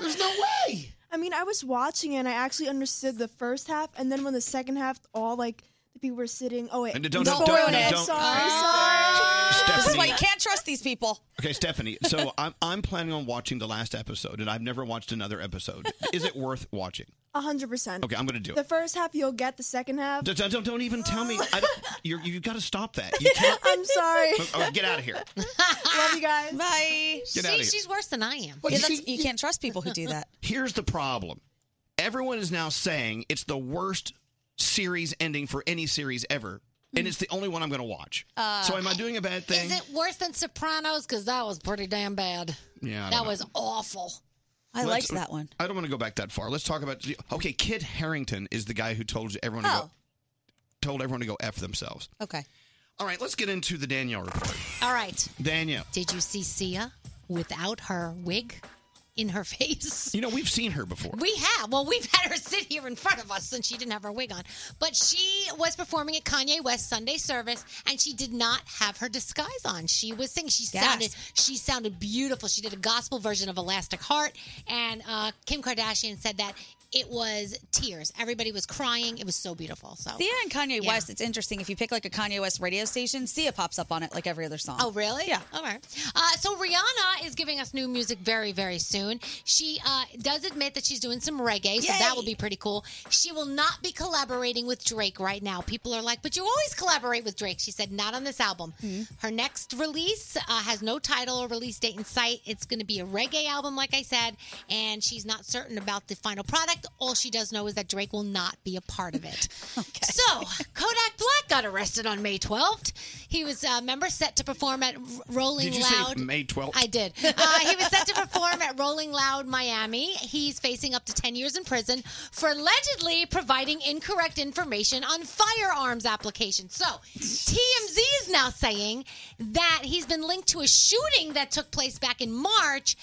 [SPEAKER 16] There's no way."
[SPEAKER 17] I mean, I was watching it and I actually understood the first half, and then when the second half, all like the people were sitting. Oh wait,
[SPEAKER 7] And don't-
[SPEAKER 17] Sorry,
[SPEAKER 7] don't- don't- no, don't. Oh.
[SPEAKER 17] sorry,
[SPEAKER 7] Stephanie.
[SPEAKER 17] sorry.
[SPEAKER 13] This is why you can't trust these people.
[SPEAKER 7] Okay, Stephanie. So *laughs* I'm I'm planning on watching the last episode, and I've never watched another episode. Is it worth watching?
[SPEAKER 17] A hundred percent.
[SPEAKER 7] Okay, I'm gonna do
[SPEAKER 17] The
[SPEAKER 7] it.
[SPEAKER 17] first half you'll get, the second half.
[SPEAKER 7] Don't, don't, don't even tell me. I don't, you're, you've got to stop that. *laughs* You can't.
[SPEAKER 17] I'm sorry.
[SPEAKER 7] Oh, get out of here.
[SPEAKER 17] Love you guys.
[SPEAKER 13] Bye.
[SPEAKER 7] Get outta here. she's
[SPEAKER 5] worse than I am.
[SPEAKER 7] But
[SPEAKER 13] yeah,
[SPEAKER 7] she-
[SPEAKER 13] that's, you can't trust people who do
[SPEAKER 7] *laughs*
[SPEAKER 13] that.
[SPEAKER 7] Here's the problem. Everyone is now saying it's the worst series ending for any series ever, and it's the only one I'm going to watch.
[SPEAKER 5] Uh,
[SPEAKER 7] so am I doing a bad thing?
[SPEAKER 5] Is it worse than Sopranos? Because that was pretty damn bad.
[SPEAKER 7] Yeah, I don't
[SPEAKER 5] that
[SPEAKER 7] know.
[SPEAKER 5] was awful.
[SPEAKER 7] Let's- I don't want to go back that far. Let's talk about. Okay, Kit Harrington is the guy who told everyone to
[SPEAKER 5] Oh.
[SPEAKER 7] go, told everyone to go f themselves.
[SPEAKER 13] Okay.
[SPEAKER 7] All right, let's get into the Danielle report.
[SPEAKER 5] All right.
[SPEAKER 7] Danielle,
[SPEAKER 5] Did you see Sia without her wig in her *laughs* face?
[SPEAKER 7] you know we've seen her before.
[SPEAKER 5] We have. Well, we've had her *laughs* sit here in front of us since she didn't have her wig on. But she was performing at Kanye West Sunday service and she did not have her disguise on. She was singing. She
[SPEAKER 13] Gasp.
[SPEAKER 5] sounded she sounded beautiful. She did a gospel version of Elastic Heart and uh, Kim Kardashian said that it was tears. Everybody was crying. It was so beautiful. So
[SPEAKER 13] Sia and Kanye
[SPEAKER 5] Yeah.
[SPEAKER 13] West, it's interesting. If you pick like a Kanye West radio station, Sia pops up on it like every other song.
[SPEAKER 5] Oh, really? Yeah. All right. Uh, so Rihanna is giving us new music very, very soon. She uh, does admit that she's doing some reggae, so that will be pretty cool. She will not be collaborating with Drake right now. People are like, but you always collaborate with Drake. She said, not on this album. Her next release uh, has no title or release date in sight. It's going to be a reggae album, like I said, and she's not certain about the final product. Kodak. All she does know is that Drake will not be a part of it. So Kodak Black got arrested on May 12th. He was a member set to perform at R- Rolling
[SPEAKER 7] Did you
[SPEAKER 5] Loud.
[SPEAKER 7] say May 12th?
[SPEAKER 5] I did. Uh, he was set to perform at Rolling Loud Miami. He's facing up to 10 years in prison for allegedly providing incorrect information on firearms applications. So, TMZ is now saying that he's been linked to a shooting that took place back in March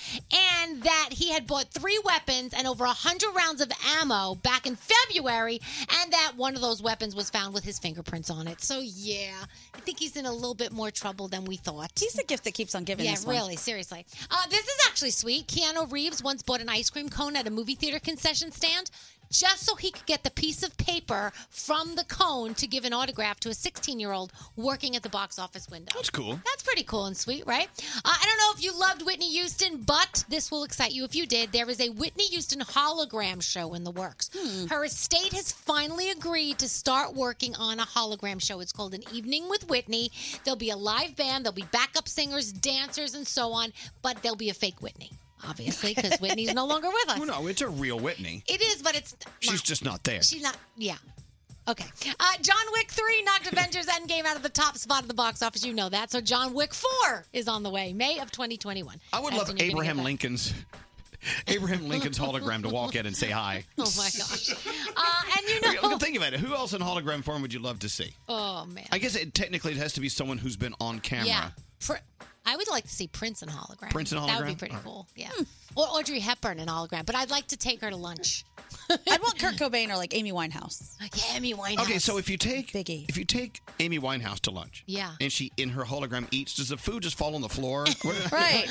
[SPEAKER 5] and that he had bought three weapons and over 100 rounds of ammo back in February and that one of those weapons was found with his fingerprints on it. So, yeah, I think he's in a little bit more trouble than we thought. He's the
[SPEAKER 13] gift that keeps on giving.
[SPEAKER 5] Yeah,
[SPEAKER 13] this one.
[SPEAKER 5] really, seriously. Uh, this is actually sweet. Keanu Reeves once bought an ice cream cone at a movie theater concession stand just so he could get the piece of paper from the cone to give an autograph to a 16 year old working at the box office window. That's
[SPEAKER 7] cool.
[SPEAKER 5] That's pretty cool and sweet, right? Uh, I don't know if you loved Whitney Houston, but this will excite you if you did. There is a Whitney Houston hologram show in the works. Her estate has finally agreed to start working on a hologram show. It's called An Evening with Whitney. There'll be a live band, there'll be backup singers, dancers, and so on, but there'll be a fake Whitney, obviously, *laughs* because Whitney's no longer with us.
[SPEAKER 7] Well, no, it's a real Whitney.
[SPEAKER 5] It is, but it's
[SPEAKER 7] She's just not there.
[SPEAKER 5] She's not. Yeah. Okay. Uh, John Wick 3 knocked Avengers Endgame out of the top spot of the box office. You know that. So John Wick 4 is on the way, May of 2021.
[SPEAKER 7] I would
[SPEAKER 5] That's
[SPEAKER 7] love
[SPEAKER 5] when you're gonna
[SPEAKER 7] Abraham
[SPEAKER 5] get that.
[SPEAKER 7] Lincoln's *laughs* Abraham Lincoln's hologram to walk in and say
[SPEAKER 5] *laughs*
[SPEAKER 7] hi.
[SPEAKER 5] Oh, my gosh. *laughs* Uh, and you know.
[SPEAKER 7] Okay, Think about it. Who else in hologram form would you love to see?
[SPEAKER 5] Oh, man.
[SPEAKER 7] I guess it, technically it has to be someone who's been on camera.
[SPEAKER 5] Yeah. Pr- I would like to see Prince in hologram.
[SPEAKER 7] Prince in
[SPEAKER 5] That would be
[SPEAKER 7] hologram?
[SPEAKER 5] pretty
[SPEAKER 7] All right.
[SPEAKER 5] cool. Yeah. Or Audrey Hepburn in hologram, but I'd like to take her to lunch.
[SPEAKER 13] *laughs* I'd want Kurt Cobain or like Amy Winehouse.
[SPEAKER 5] Uh, Yeah, Amy Winehouse.
[SPEAKER 7] Okay, so if you take if you take Amy Winehouse to lunch, *laughs*
[SPEAKER 5] Yeah.
[SPEAKER 7] and she in her hologram eats, does the food just fall on
[SPEAKER 5] *laughs*
[SPEAKER 7] the floor? What- *laughs*
[SPEAKER 5] Right.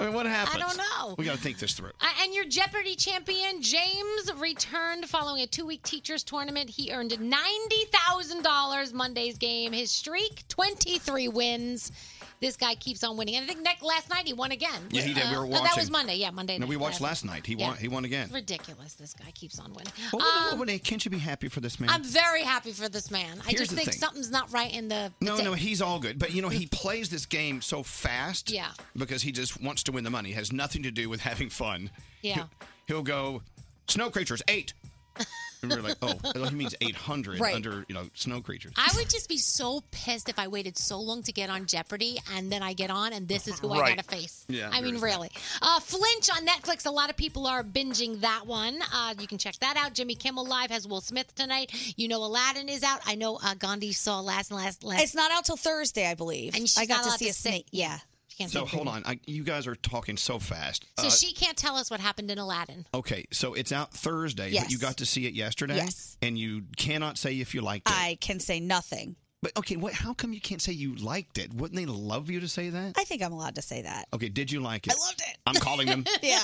[SPEAKER 7] I mean, what happens?
[SPEAKER 5] don't know.
[SPEAKER 7] We got to think this through.
[SPEAKER 5] Uh, and your Jeopardy champion, James, returned following a two week teachers tournament. He earned $90,000 Monday's game. His streak, 23 wins. This guy keeps on winning. And I think next, last night he won again.
[SPEAKER 7] Yeah, he did. We were
[SPEAKER 5] oh, that
[SPEAKER 7] watching.
[SPEAKER 5] was Monday. Yeah, Monday.
[SPEAKER 7] No,
[SPEAKER 5] night,
[SPEAKER 7] we watched last night. He won.
[SPEAKER 5] Yeah.
[SPEAKER 7] He won again.
[SPEAKER 5] Ridiculous. This guy keeps on winning.
[SPEAKER 7] What would-
[SPEAKER 5] Um,
[SPEAKER 7] what would- can't you be happy for this man?
[SPEAKER 5] I'm very happy for this man. I
[SPEAKER 7] Here's
[SPEAKER 5] just
[SPEAKER 7] the
[SPEAKER 5] think
[SPEAKER 7] thing.
[SPEAKER 5] something's not right in the.
[SPEAKER 7] no,
[SPEAKER 5] the
[SPEAKER 7] no, he's all good. But you know, he plays this game so fast
[SPEAKER 5] Yeah.
[SPEAKER 7] because he just wants to win the money. It has nothing to do with having fun.
[SPEAKER 5] Yeah.
[SPEAKER 7] He'll go, snow creatures eight, and we're like, oh, he means eight hundred
[SPEAKER 5] Right.
[SPEAKER 7] under you know snow creatures.
[SPEAKER 5] I would just be so pissed if I waited so long to get on Jeopardy and then I get on and this is who I
[SPEAKER 7] Right.
[SPEAKER 5] gotta face.
[SPEAKER 7] Yeah,
[SPEAKER 5] I
[SPEAKER 7] there
[SPEAKER 5] mean,
[SPEAKER 7] is
[SPEAKER 5] really. Uh, Flinch on Netflix. A lot of people are binging that one. Uh, you can check that out. Jimmy Kimmel Live has Will Smith tonight. You know, Aladdin is out. I know uh, Gandhi saw last last last.
[SPEAKER 13] It's not out till Thursday, I believe.
[SPEAKER 5] And she's
[SPEAKER 13] I got
[SPEAKER 5] not
[SPEAKER 13] to
[SPEAKER 5] allowed
[SPEAKER 13] see
[SPEAKER 5] to
[SPEAKER 13] a
[SPEAKER 5] sit.
[SPEAKER 13] snake. Yeah.
[SPEAKER 5] can't
[SPEAKER 7] so
[SPEAKER 5] say
[SPEAKER 7] hold on, I, you guys are talking so fast.
[SPEAKER 5] So
[SPEAKER 7] Uh,
[SPEAKER 5] she can't tell us what happened in Aladdin.
[SPEAKER 7] Okay, so it's out Thursday,
[SPEAKER 13] Yes.
[SPEAKER 7] but you got to see it yesterday.
[SPEAKER 13] Yes.
[SPEAKER 7] And you cannot say if you liked it.
[SPEAKER 13] I can say nothing.
[SPEAKER 7] But okay, what, how come you can't say you liked it? Wouldn't they love you to say that?
[SPEAKER 13] I think I'm allowed to say that.
[SPEAKER 7] Okay, did you like it? I loved it. I'm calling them.
[SPEAKER 13] *laughs* yeah.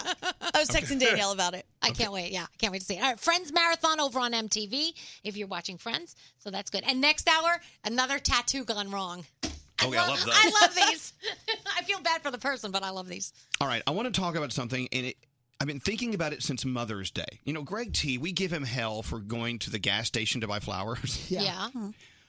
[SPEAKER 13] I was
[SPEAKER 7] Okay.
[SPEAKER 13] texting Danielle about it.
[SPEAKER 5] I can't wait. Yeah, I can't wait to see it. All right, Friends Marathon over on MTV if you're watching Friends. So that's good. And next hour, another tattoo gone wrong.
[SPEAKER 7] okay, I love those.
[SPEAKER 5] *laughs* I love these. *laughs* I feel bad for the person, but I love these.
[SPEAKER 7] All right, I want to talk about something, and it, I've been thinking about it since Mother's Day. You know, Greg T, we give him hell for going to the gas station to buy flowers.
[SPEAKER 13] *laughs*
[SPEAKER 5] Yeah.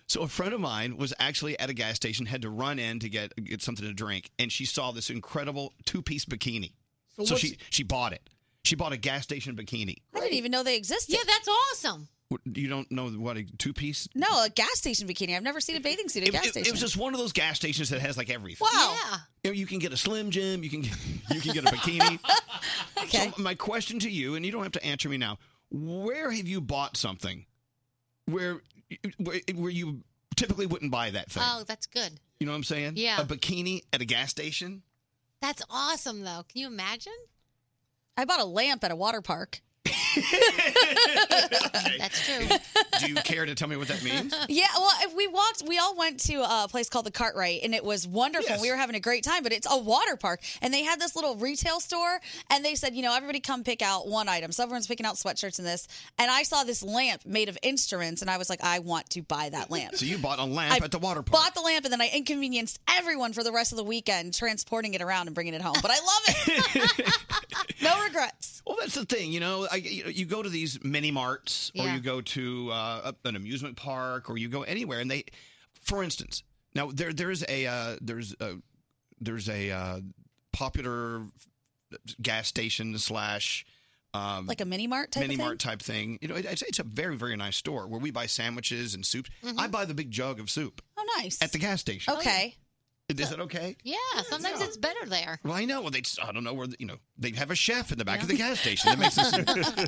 [SPEAKER 7] So a friend of mine was actually at a gas station, had to run in to get get something to drink, and she saw this incredible two piece bikini.
[SPEAKER 13] So
[SPEAKER 7] So,
[SPEAKER 13] what's-
[SPEAKER 7] she she bought it. She bought a gas station bikini.
[SPEAKER 13] I didn't even know they existed.
[SPEAKER 5] Yeah, that's awesome.
[SPEAKER 7] What- You don't know what a two piece.
[SPEAKER 13] No, a gas station bikini. I've never seen a bathing suit at a
[SPEAKER 7] It,
[SPEAKER 13] gas
[SPEAKER 7] it-
[SPEAKER 13] station.
[SPEAKER 7] it was just one of those gas stations that has like everything.
[SPEAKER 13] *laughs* wow.
[SPEAKER 7] *laughs* You, know, you can get a slim jim. You can get, you can get a
[SPEAKER 5] *laughs*
[SPEAKER 7] bikini. okay. So my question to you, and you don't have to answer me now. Where have you bought something where where, where you typically wouldn't buy that thing?
[SPEAKER 5] Oh, that's good.
[SPEAKER 7] You know what I'm saying?
[SPEAKER 5] Yeah.
[SPEAKER 7] A bikini at a gas station.
[SPEAKER 5] That's awesome, though. Can you imagine?
[SPEAKER 13] I bought a lamp at a water park.
[SPEAKER 5] That's true.
[SPEAKER 7] Do you care to tell me what that means?
[SPEAKER 13] Yeah, well, if we walked, we all went to a place called the Cartwright, and it was wonderful.
[SPEAKER 7] Yes.
[SPEAKER 13] We were having a great time, but it's a water park, and they had this little retail store, and they said, you know, everybody come pick out one item. So everyone's picking out sweatshirts and this, and I saw this lamp made of instruments, and I was like, I want to buy that *laughs*
[SPEAKER 7] *laughs*
[SPEAKER 13] lamp.
[SPEAKER 7] So you bought a lamp
[SPEAKER 13] I
[SPEAKER 7] at the water park.
[SPEAKER 13] Bought the lamp, and then I inconvenienced everyone for the rest of the weekend transporting it around and bringing it home. But I love it. no regrets.
[SPEAKER 7] Well, that's the thing, you know. I, you, know, you go to these mini marts, or
[SPEAKER 13] Yeah.
[SPEAKER 7] you go to uh, an amusement park, or you go anywhere, and they, for instance, now there there's a uh, there's a there's a uh, popular gas station slash um,
[SPEAKER 13] Like a mini mart type of
[SPEAKER 7] mini mart
[SPEAKER 13] thing?
[SPEAKER 7] type thing. You know, it, it's, it's a very very nice store where we buy sandwiches and soups.
[SPEAKER 13] Mhm.
[SPEAKER 7] I buy the big jug of soup
[SPEAKER 13] Oh, nice.
[SPEAKER 7] at the gas station.
[SPEAKER 13] Okay.
[SPEAKER 7] Is that okay?
[SPEAKER 5] Oh, Yeah, sometimes it's better there.
[SPEAKER 7] Well, I know. Well, they I don't know where you know they have a chef in the back of the gas station that makes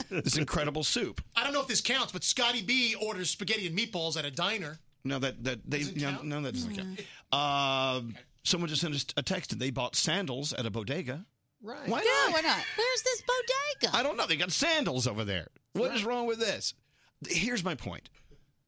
[SPEAKER 13] *laughs*
[SPEAKER 7] this, this incredible soup.
[SPEAKER 18] I don't know if this counts, but Scotty B orders spaghetti and meatballs at a diner.
[SPEAKER 7] No, that that they you know, no that doesn't count.
[SPEAKER 5] Mm-hmm.
[SPEAKER 7] Um, someone just sent us a text. and They bought sandals at a bodega.
[SPEAKER 16] Right.
[SPEAKER 7] Why
[SPEAKER 5] yeah,
[SPEAKER 7] not?
[SPEAKER 5] why not? Where's this bodega?
[SPEAKER 7] I don't know. They got sandals over there. What is wrong with this? Here's my point.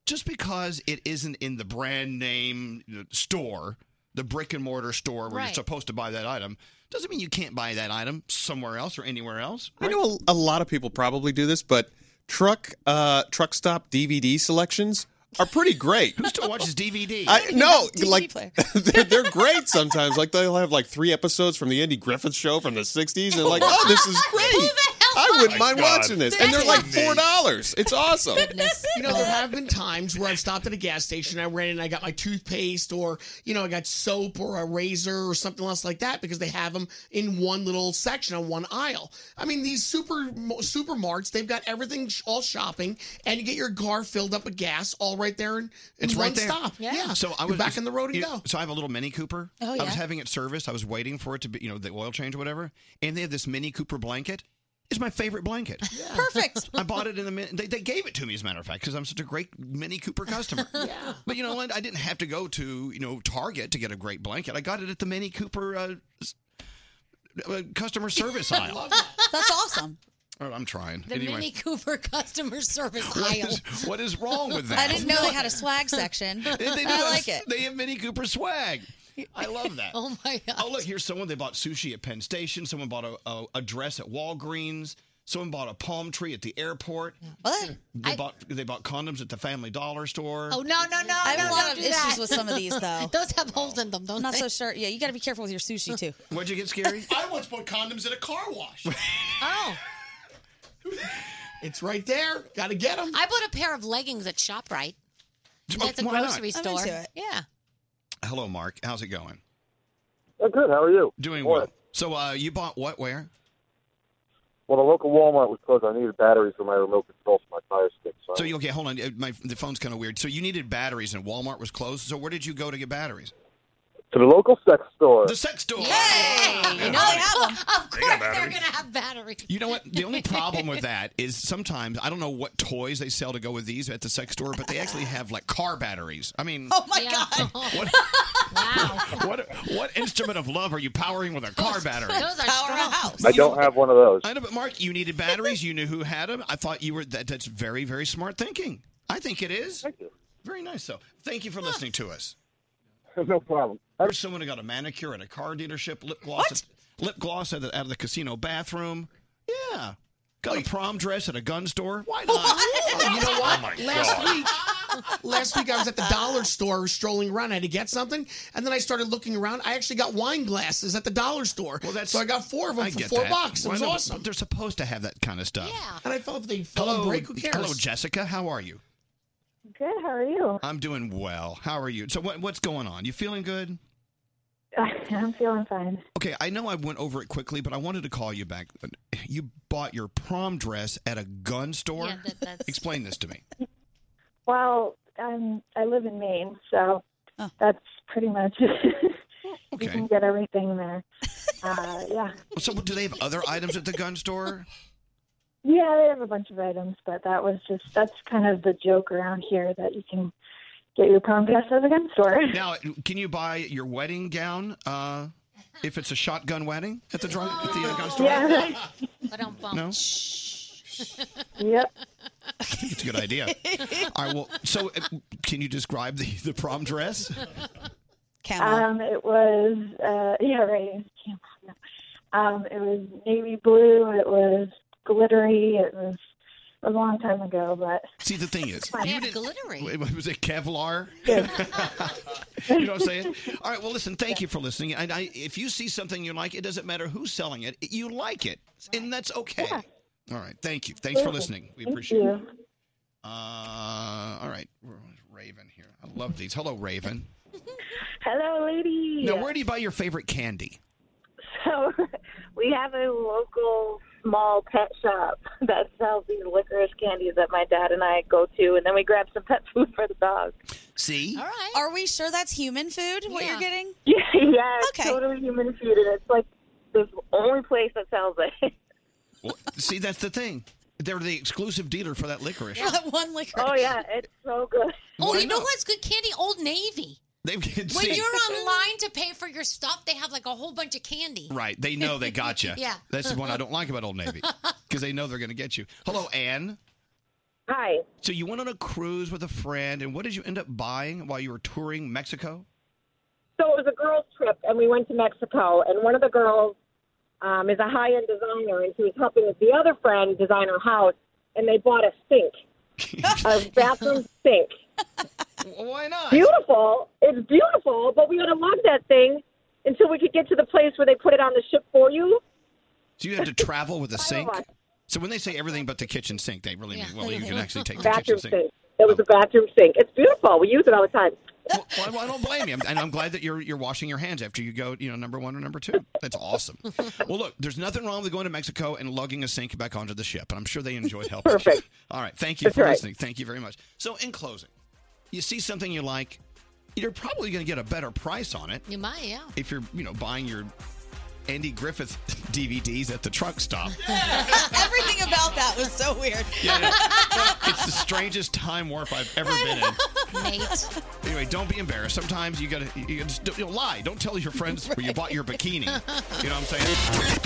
[SPEAKER 7] Just because it isn't in the brand name you know, store, the brick and mortar store where you're
[SPEAKER 19] Right.
[SPEAKER 7] supposed to buy that item, doesn't mean you can't buy that item somewhere else or anywhere else.
[SPEAKER 15] I know a, a lot of people probably do this, but truck uh, truck stop DVD selections are pretty great. *laughs*
[SPEAKER 5] *laughs*
[SPEAKER 7] Who still watches DVD?
[SPEAKER 15] I no like they're, they're great sometimes. Like they'll have like three episodes from the Andy Griffith Show from the '60s, and like, oh, this *laughs* is great. I wouldn't
[SPEAKER 16] My
[SPEAKER 15] mind
[SPEAKER 16] God.
[SPEAKER 15] watching this, and they're like four dollars. It's awesome.
[SPEAKER 16] You know, there have been times where I've stopped at a gas station, I ran in, I got my toothpaste, or you know, I got soap or a razor or something else like that because they have them in one little section on one aisle. I mean, these super supermarts, they've got everything, sh- all shopping, and you get your car filled up with gas, all right there in, in
[SPEAKER 7] It's
[SPEAKER 16] one
[SPEAKER 7] right there.
[SPEAKER 16] stop.
[SPEAKER 7] So I
[SPEAKER 16] You're
[SPEAKER 7] was
[SPEAKER 16] back in the road and
[SPEAKER 7] you-
[SPEAKER 16] go.
[SPEAKER 7] So I have a little Mini Cooper.
[SPEAKER 16] Oh,
[SPEAKER 7] I was
[SPEAKER 16] yeah.
[SPEAKER 7] having it serviced. I was waiting for it to be, you know, the oil change or whatever. And they have this Mini Cooper blanket. It's my favorite blanket.
[SPEAKER 13] *laughs* Perfect.
[SPEAKER 7] I bought it in the min- they, they gave it to me as a matter of fact because I'm such a great Mini
[SPEAKER 13] *laughs*
[SPEAKER 7] Cooper customer. yeah. But you know what? I didn't have to go to you know Target to get a great blanket. I got it at the Mini Cooper uh, s- uh,
[SPEAKER 13] *laughs*
[SPEAKER 7] customer service aisle.
[SPEAKER 13] That's awesome.
[SPEAKER 7] All right, I'm trying.
[SPEAKER 5] The
[SPEAKER 7] anyway,
[SPEAKER 5] Mini Cooper customer service
[SPEAKER 7] *laughs* what
[SPEAKER 5] aisle.
[SPEAKER 7] is, what is wrong with
[SPEAKER 13] *laughs*
[SPEAKER 7] that?
[SPEAKER 13] I didn't know they had a swag section.
[SPEAKER 7] *laughs* They,
[SPEAKER 13] *laughs*
[SPEAKER 7] they do
[SPEAKER 13] I
[SPEAKER 7] have-
[SPEAKER 13] like it.
[SPEAKER 7] They have Mini Cooper swag. I love that.
[SPEAKER 5] oh my god.
[SPEAKER 7] Oh look, here's someone. They bought sushi at Penn Station. Someone bought a, a, a dress at Walgreens. Someone bought a palm tree at the airport.
[SPEAKER 13] What?
[SPEAKER 7] They bought they bought condoms at the Family Dollar store.
[SPEAKER 5] Oh no no no!
[SPEAKER 13] I have
[SPEAKER 5] no,
[SPEAKER 13] a lot
[SPEAKER 5] don't
[SPEAKER 13] of
[SPEAKER 5] do
[SPEAKER 13] issues
[SPEAKER 5] that.
[SPEAKER 13] with some of these, though.
[SPEAKER 5] *laughs* Those have holes in them, don't
[SPEAKER 13] Not
[SPEAKER 5] they?
[SPEAKER 13] so sure. Yeah, you got to be careful with your sushi too.
[SPEAKER 7] What'd you get, Scary?
[SPEAKER 18] *laughs* I once bought condoms at a car wash.
[SPEAKER 5] oh.
[SPEAKER 16] It's right there. Got to get them.
[SPEAKER 5] I bought a pair of leggings at Shoprite. That's a
[SPEAKER 7] why not?
[SPEAKER 5] grocery
[SPEAKER 7] I'm
[SPEAKER 5] store.
[SPEAKER 7] into it.
[SPEAKER 5] Yeah.
[SPEAKER 7] Hello, Mark. How's it going?
[SPEAKER 20] Oh, good. How are you?
[SPEAKER 7] Doing well. So uh, you bought what? Where?
[SPEAKER 20] Well, the local Walmart was closed. I needed batteries for my remote control for my tire stick. So,
[SPEAKER 7] So you okay? Hold on. Uh, My the phone's kind of weird. So you needed batteries, and Walmart was closed. So where did you go to get batteries?
[SPEAKER 20] to the local sex
[SPEAKER 14] *laughs*
[SPEAKER 20] store.
[SPEAKER 7] The sex store.
[SPEAKER 5] you know they have them. *laughs* Of course they are gonna have batteries.
[SPEAKER 7] You know what? The only problem with that is sometimes I don't know what toys they sell to go with these at the sex store, but they actually have like car batteries.
[SPEAKER 5] *laughs*
[SPEAKER 7] I mean,
[SPEAKER 13] Oh my god!
[SPEAKER 7] what what instrument of love are you powering with a car battery?
[SPEAKER 5] Those are strong.
[SPEAKER 20] I don't have one of those.
[SPEAKER 7] I know, but Mark, you needed batteries. You knew who had them. I thought you were that. That's very, very smart thinking. I think it is. Thank you. Very nice, though. Thank you for listening to us.
[SPEAKER 20] no problem.
[SPEAKER 7] There's someone who got a manicure at a car dealership, lip gloss, lip gloss out of, the, out of the casino bathroom. Yeah, got a prom dress at a gun store. Why
[SPEAKER 16] *laughs*
[SPEAKER 7] not?
[SPEAKER 16] you know what?
[SPEAKER 7] Oh my
[SPEAKER 16] last
[SPEAKER 7] God.
[SPEAKER 16] week, last week I was at the dollar store strolling around. I had to get something, and then I started looking around. I actually got wine glasses at the dollar store. Well, that's so I got four of them
[SPEAKER 7] I
[SPEAKER 16] for
[SPEAKER 7] get
[SPEAKER 16] four
[SPEAKER 7] that.
[SPEAKER 16] bucks. It
[SPEAKER 7] Why
[SPEAKER 16] was
[SPEAKER 7] not? But
[SPEAKER 16] awesome.
[SPEAKER 7] They're supposed to have that kind of stuff.
[SPEAKER 16] And I felt if they fell on
[SPEAKER 7] Hello,
[SPEAKER 16] break, who cares?
[SPEAKER 7] hello, Jessica. How are you?
[SPEAKER 21] Good. How are you?
[SPEAKER 7] I'm doing well. How are you? So what, what's going on? You feeling good?
[SPEAKER 21] *laughs* I'm feeling fine.
[SPEAKER 7] Okay, I know I went over it quickly, but I wanted to call you back. You bought your prom dress at a gun store.
[SPEAKER 21] Yeah, that-
[SPEAKER 7] *laughs*
[SPEAKER 21] that's-
[SPEAKER 7] Explain this to me.
[SPEAKER 21] Well, um, I live in Maine, so that's pretty much. *laughs* You can get everything there. Uh, yeah,
[SPEAKER 7] So, do they have other items at the
[SPEAKER 21] *laughs*
[SPEAKER 7] gun store?
[SPEAKER 21] yeah. They have a bunch of items, but that was just that's kind of the joke around here that you can get your prom dress at a gun store.
[SPEAKER 7] Now, can you buy your wedding gown uh, if it's a shotgun wedding at the drum, at the uh, gun store?
[SPEAKER 21] Yeah, right.
[SPEAKER 5] I don't bump.
[SPEAKER 7] No.
[SPEAKER 21] *laughs* Yep.
[SPEAKER 7] I think it's a
[SPEAKER 5] *laughs*
[SPEAKER 7] good idea. All right. Well, so uh, can you describe the, the prom dress?
[SPEAKER 21] Um, it was uh, yeah, right. Camel, no. Um, it was navy blue. It was glittery. It was a long time ago, but
[SPEAKER 7] See, the thing is,
[SPEAKER 21] They
[SPEAKER 7] you
[SPEAKER 21] have
[SPEAKER 7] didn't-
[SPEAKER 21] glittery.
[SPEAKER 7] W- Was it Kevlar? *laughs* you know what I'm saying? All right. Well, listen. Thank you for listening. And I, if you see something you like, it doesn't matter who's selling it. You like it, and that's okay. All right. Thank you. Thanks for
[SPEAKER 22] Absolutely.
[SPEAKER 7] listening. We
[SPEAKER 22] Thank
[SPEAKER 7] appreciate it.
[SPEAKER 22] you.
[SPEAKER 7] Uh, all right. Where was Raven here. I love these. Hello, Raven.
[SPEAKER 22] Hello,
[SPEAKER 21] *laughs*
[SPEAKER 22] lady.
[SPEAKER 7] Now, where do you buy your favorite candy?
[SPEAKER 22] So we have a local
[SPEAKER 21] small pet shop that sells these licorice candies that my dad and I go to, and then we grab some pet food for the dog.
[SPEAKER 7] See?
[SPEAKER 13] Are we sure that's human food? What you're getting?
[SPEAKER 21] *laughs*
[SPEAKER 13] *laughs*
[SPEAKER 21] Yeah, yeah it's totally human food, and it's like the only place that sells it. *laughs*
[SPEAKER 7] Well, see, that's the thing. They're the exclusive dealer for
[SPEAKER 5] *laughs*
[SPEAKER 7] that licorice.
[SPEAKER 13] one licorice.
[SPEAKER 21] Oh yeah, it's so good.
[SPEAKER 5] Oh,
[SPEAKER 7] Why
[SPEAKER 5] you know
[SPEAKER 7] not?
[SPEAKER 5] what's good candy? Old
[SPEAKER 7] *laughs*
[SPEAKER 5] Navy.
[SPEAKER 7] They can
[SPEAKER 5] When
[SPEAKER 7] see.
[SPEAKER 5] you're *laughs* online to pay for your stuff, they have like a whole bunch of candy.
[SPEAKER 7] Right. They know they got you.
[SPEAKER 5] Yeah.
[SPEAKER 7] That's the one I don't like about Old Navy because they know they're going to get you. Hello, Anne.
[SPEAKER 21] Hi.
[SPEAKER 7] So you went on a cruise with a friend, and what did you end up buying while you were touring Mexico?
[SPEAKER 21] So it was a girls' trip, and we went to Mexico. And one of the girls um, is a high-end designer, and she was helping the other friend design her house. And they bought a sink,
[SPEAKER 7] *laughs*
[SPEAKER 21] a bathroom sink.
[SPEAKER 7] Why not?
[SPEAKER 21] Beautiful. It's beautiful, but we would have loved that thing until we could get to the place where they put it on the ship for you. *laughs*
[SPEAKER 7] So you had to travel with a sink. So when they say everything but the kitchen sink, they really mean well, you can actually take the kitchen
[SPEAKER 21] Bathroom
[SPEAKER 7] sink.
[SPEAKER 21] sink. It was a bathroom sink. It's beautiful. We use it all the time.
[SPEAKER 7] Well, I- well, I don't blame you, I'm- and I'm glad that you're you're washing your hands after you go, you know, number one or number two. That's awesome. Well, look, there's nothing wrong with going to Mexico and lugging a sink back onto the ship, and I'm sure they enjoyed helping. you.
[SPEAKER 19] Perfect.
[SPEAKER 7] All right, thank you
[SPEAKER 19] That's
[SPEAKER 7] for
[SPEAKER 19] right.
[SPEAKER 7] listening. Thank you very much. So, in closing, you see something you like, you're probably going to get a better price on it
[SPEAKER 5] *laughs* You might, yeah.
[SPEAKER 7] if you're, you know, buying your Andy Griffith DVDs at the truck stop.
[SPEAKER 13] Everything about that was so weird.
[SPEAKER 7] Yeah, it's the strangest time warp I've ever been in.
[SPEAKER 5] Nate.
[SPEAKER 7] Anyway, don't be embarrassed. Sometimes you gotta, you gotta just, you know, lie. Don't tell your friends where you bought your bikini. You know what I'm saying?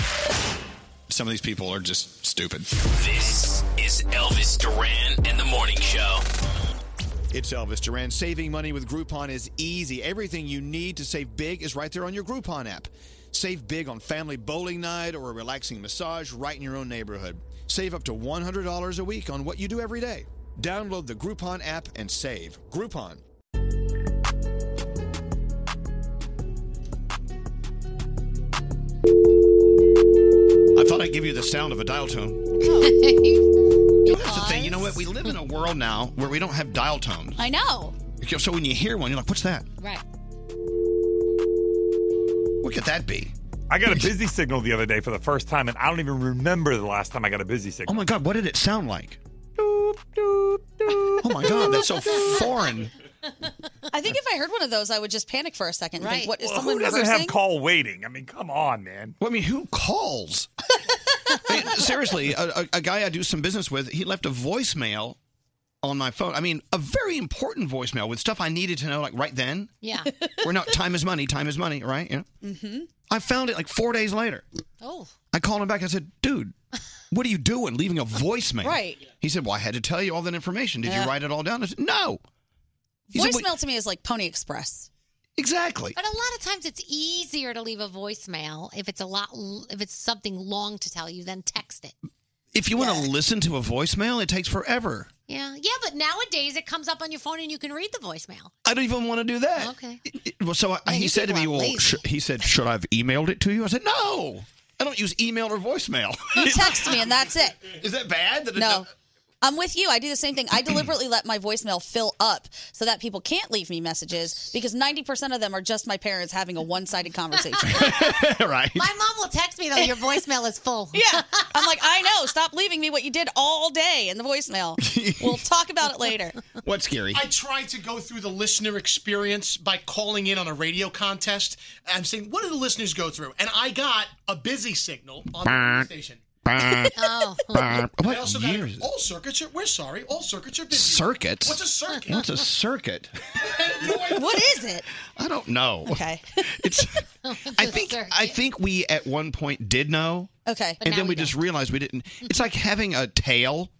[SPEAKER 7] Some of these people are just stupid.
[SPEAKER 10] This is Elvis Duran and the Morning Show.
[SPEAKER 7] It's Elvis Duran. Saving money with Groupon is easy. Everything you need to save big is right there on your Groupon app. Save big on family bowling night or a relaxing massage right in your own neighborhood. Save up to $100 a week on what you do every day. Download the Groupon app and save. Groupon. I thought I'd give you the sound of a dial tone. That's the thing. You know what? We live in a world now where we don't have dial tones.
[SPEAKER 13] *laughs* I know.
[SPEAKER 7] So when you hear one, you're like, what's that?
[SPEAKER 13] Right.
[SPEAKER 7] What could that be?
[SPEAKER 11] I got a busy signal the other day for the first time, and I don't even remember the last time I got a busy
[SPEAKER 7] Oh
[SPEAKER 11] signal.
[SPEAKER 7] my God, what did it sound like? Oh my God, that's so foreign.
[SPEAKER 13] I think if I heard one of those, I would just panic for a second. Right. Think, what is
[SPEAKER 11] Well,
[SPEAKER 13] someone
[SPEAKER 11] who doesn't
[SPEAKER 13] rehearsing?
[SPEAKER 11] have call waiting? I mean, come on, man.
[SPEAKER 7] Well, I mean, who calls?
[SPEAKER 11] *laughs*
[SPEAKER 7] I mean, seriously, a, a, a guy I do some business with, he left a voicemail on my phone. I mean, a very important voicemail with stuff I needed to know, like right then.
[SPEAKER 5] *laughs*
[SPEAKER 7] *laughs*
[SPEAKER 5] Yeah.
[SPEAKER 7] We're not time is money, time is money, right? You know?
[SPEAKER 5] Mm-hmm.
[SPEAKER 7] I found it like four days later.
[SPEAKER 5] Oh.
[SPEAKER 7] I called him back. I said, dude, what are you doing leaving a voicemail?
[SPEAKER 13] Right.
[SPEAKER 7] He said, well, I had to tell you all that information. Did
[SPEAKER 13] Yeah.
[SPEAKER 7] you write it all down? I said, no. He said,
[SPEAKER 13] Voicemail
[SPEAKER 7] "Well,
[SPEAKER 13] to me is like Pony Express.
[SPEAKER 7] Exactly.
[SPEAKER 5] But a lot of times it's easier to leave a voicemail if it's a lot l- if it's something long to tell you than text it.
[SPEAKER 7] If you want to listen to a voicemail, it takes forever.
[SPEAKER 5] Yeah. Yeah, but nowadays it comes up on your phone and you can read the voicemail.
[SPEAKER 7] I don't even want to do that.
[SPEAKER 5] Okay.
[SPEAKER 7] Well, so I, he said to me, well, sh- he said, should I have emailed it to you? I said, no. I don't use email or voicemail. *laughs*
[SPEAKER 13] You text me and that's it.
[SPEAKER 7] Is that bad? That it
[SPEAKER 13] No.
[SPEAKER 7] don't-
[SPEAKER 13] I'm with you. I do the same thing. I deliberately let my voicemail fill up so that people can't leave me messages because 90% of them are just my parents having a one sided conversation.
[SPEAKER 7] *laughs* right.
[SPEAKER 5] My mom will *laughs* text me though, your voicemail is full.
[SPEAKER 13] *laughs* Yeah. I'm like, I know. Stop leaving me what you did all day in the
[SPEAKER 7] *laughs*
[SPEAKER 13] voicemail. We'll talk about it later.
[SPEAKER 7] What's scary?
[SPEAKER 18] I tried to go through the listener experience by calling in on a radio contest. I'm saying, what do the listeners go through? And I got a busy signal on the radio station.
[SPEAKER 5] oh.
[SPEAKER 18] I also got
[SPEAKER 7] What year is it?
[SPEAKER 18] all circuits are. We're sorry, all circuits are busy.
[SPEAKER 7] Circuits?
[SPEAKER 18] What's a circuit?
[SPEAKER 7] What's
[SPEAKER 18] *laughs*
[SPEAKER 7] a circuit? *laughs*
[SPEAKER 13] what is it?
[SPEAKER 7] I don't know.
[SPEAKER 13] Okay.
[SPEAKER 7] *laughs*
[SPEAKER 5] *laughs*
[SPEAKER 7] It's. I think. I think we at one point did know.
[SPEAKER 13] Okay.
[SPEAKER 7] and then we, just realized we didn't. It's like having a tail.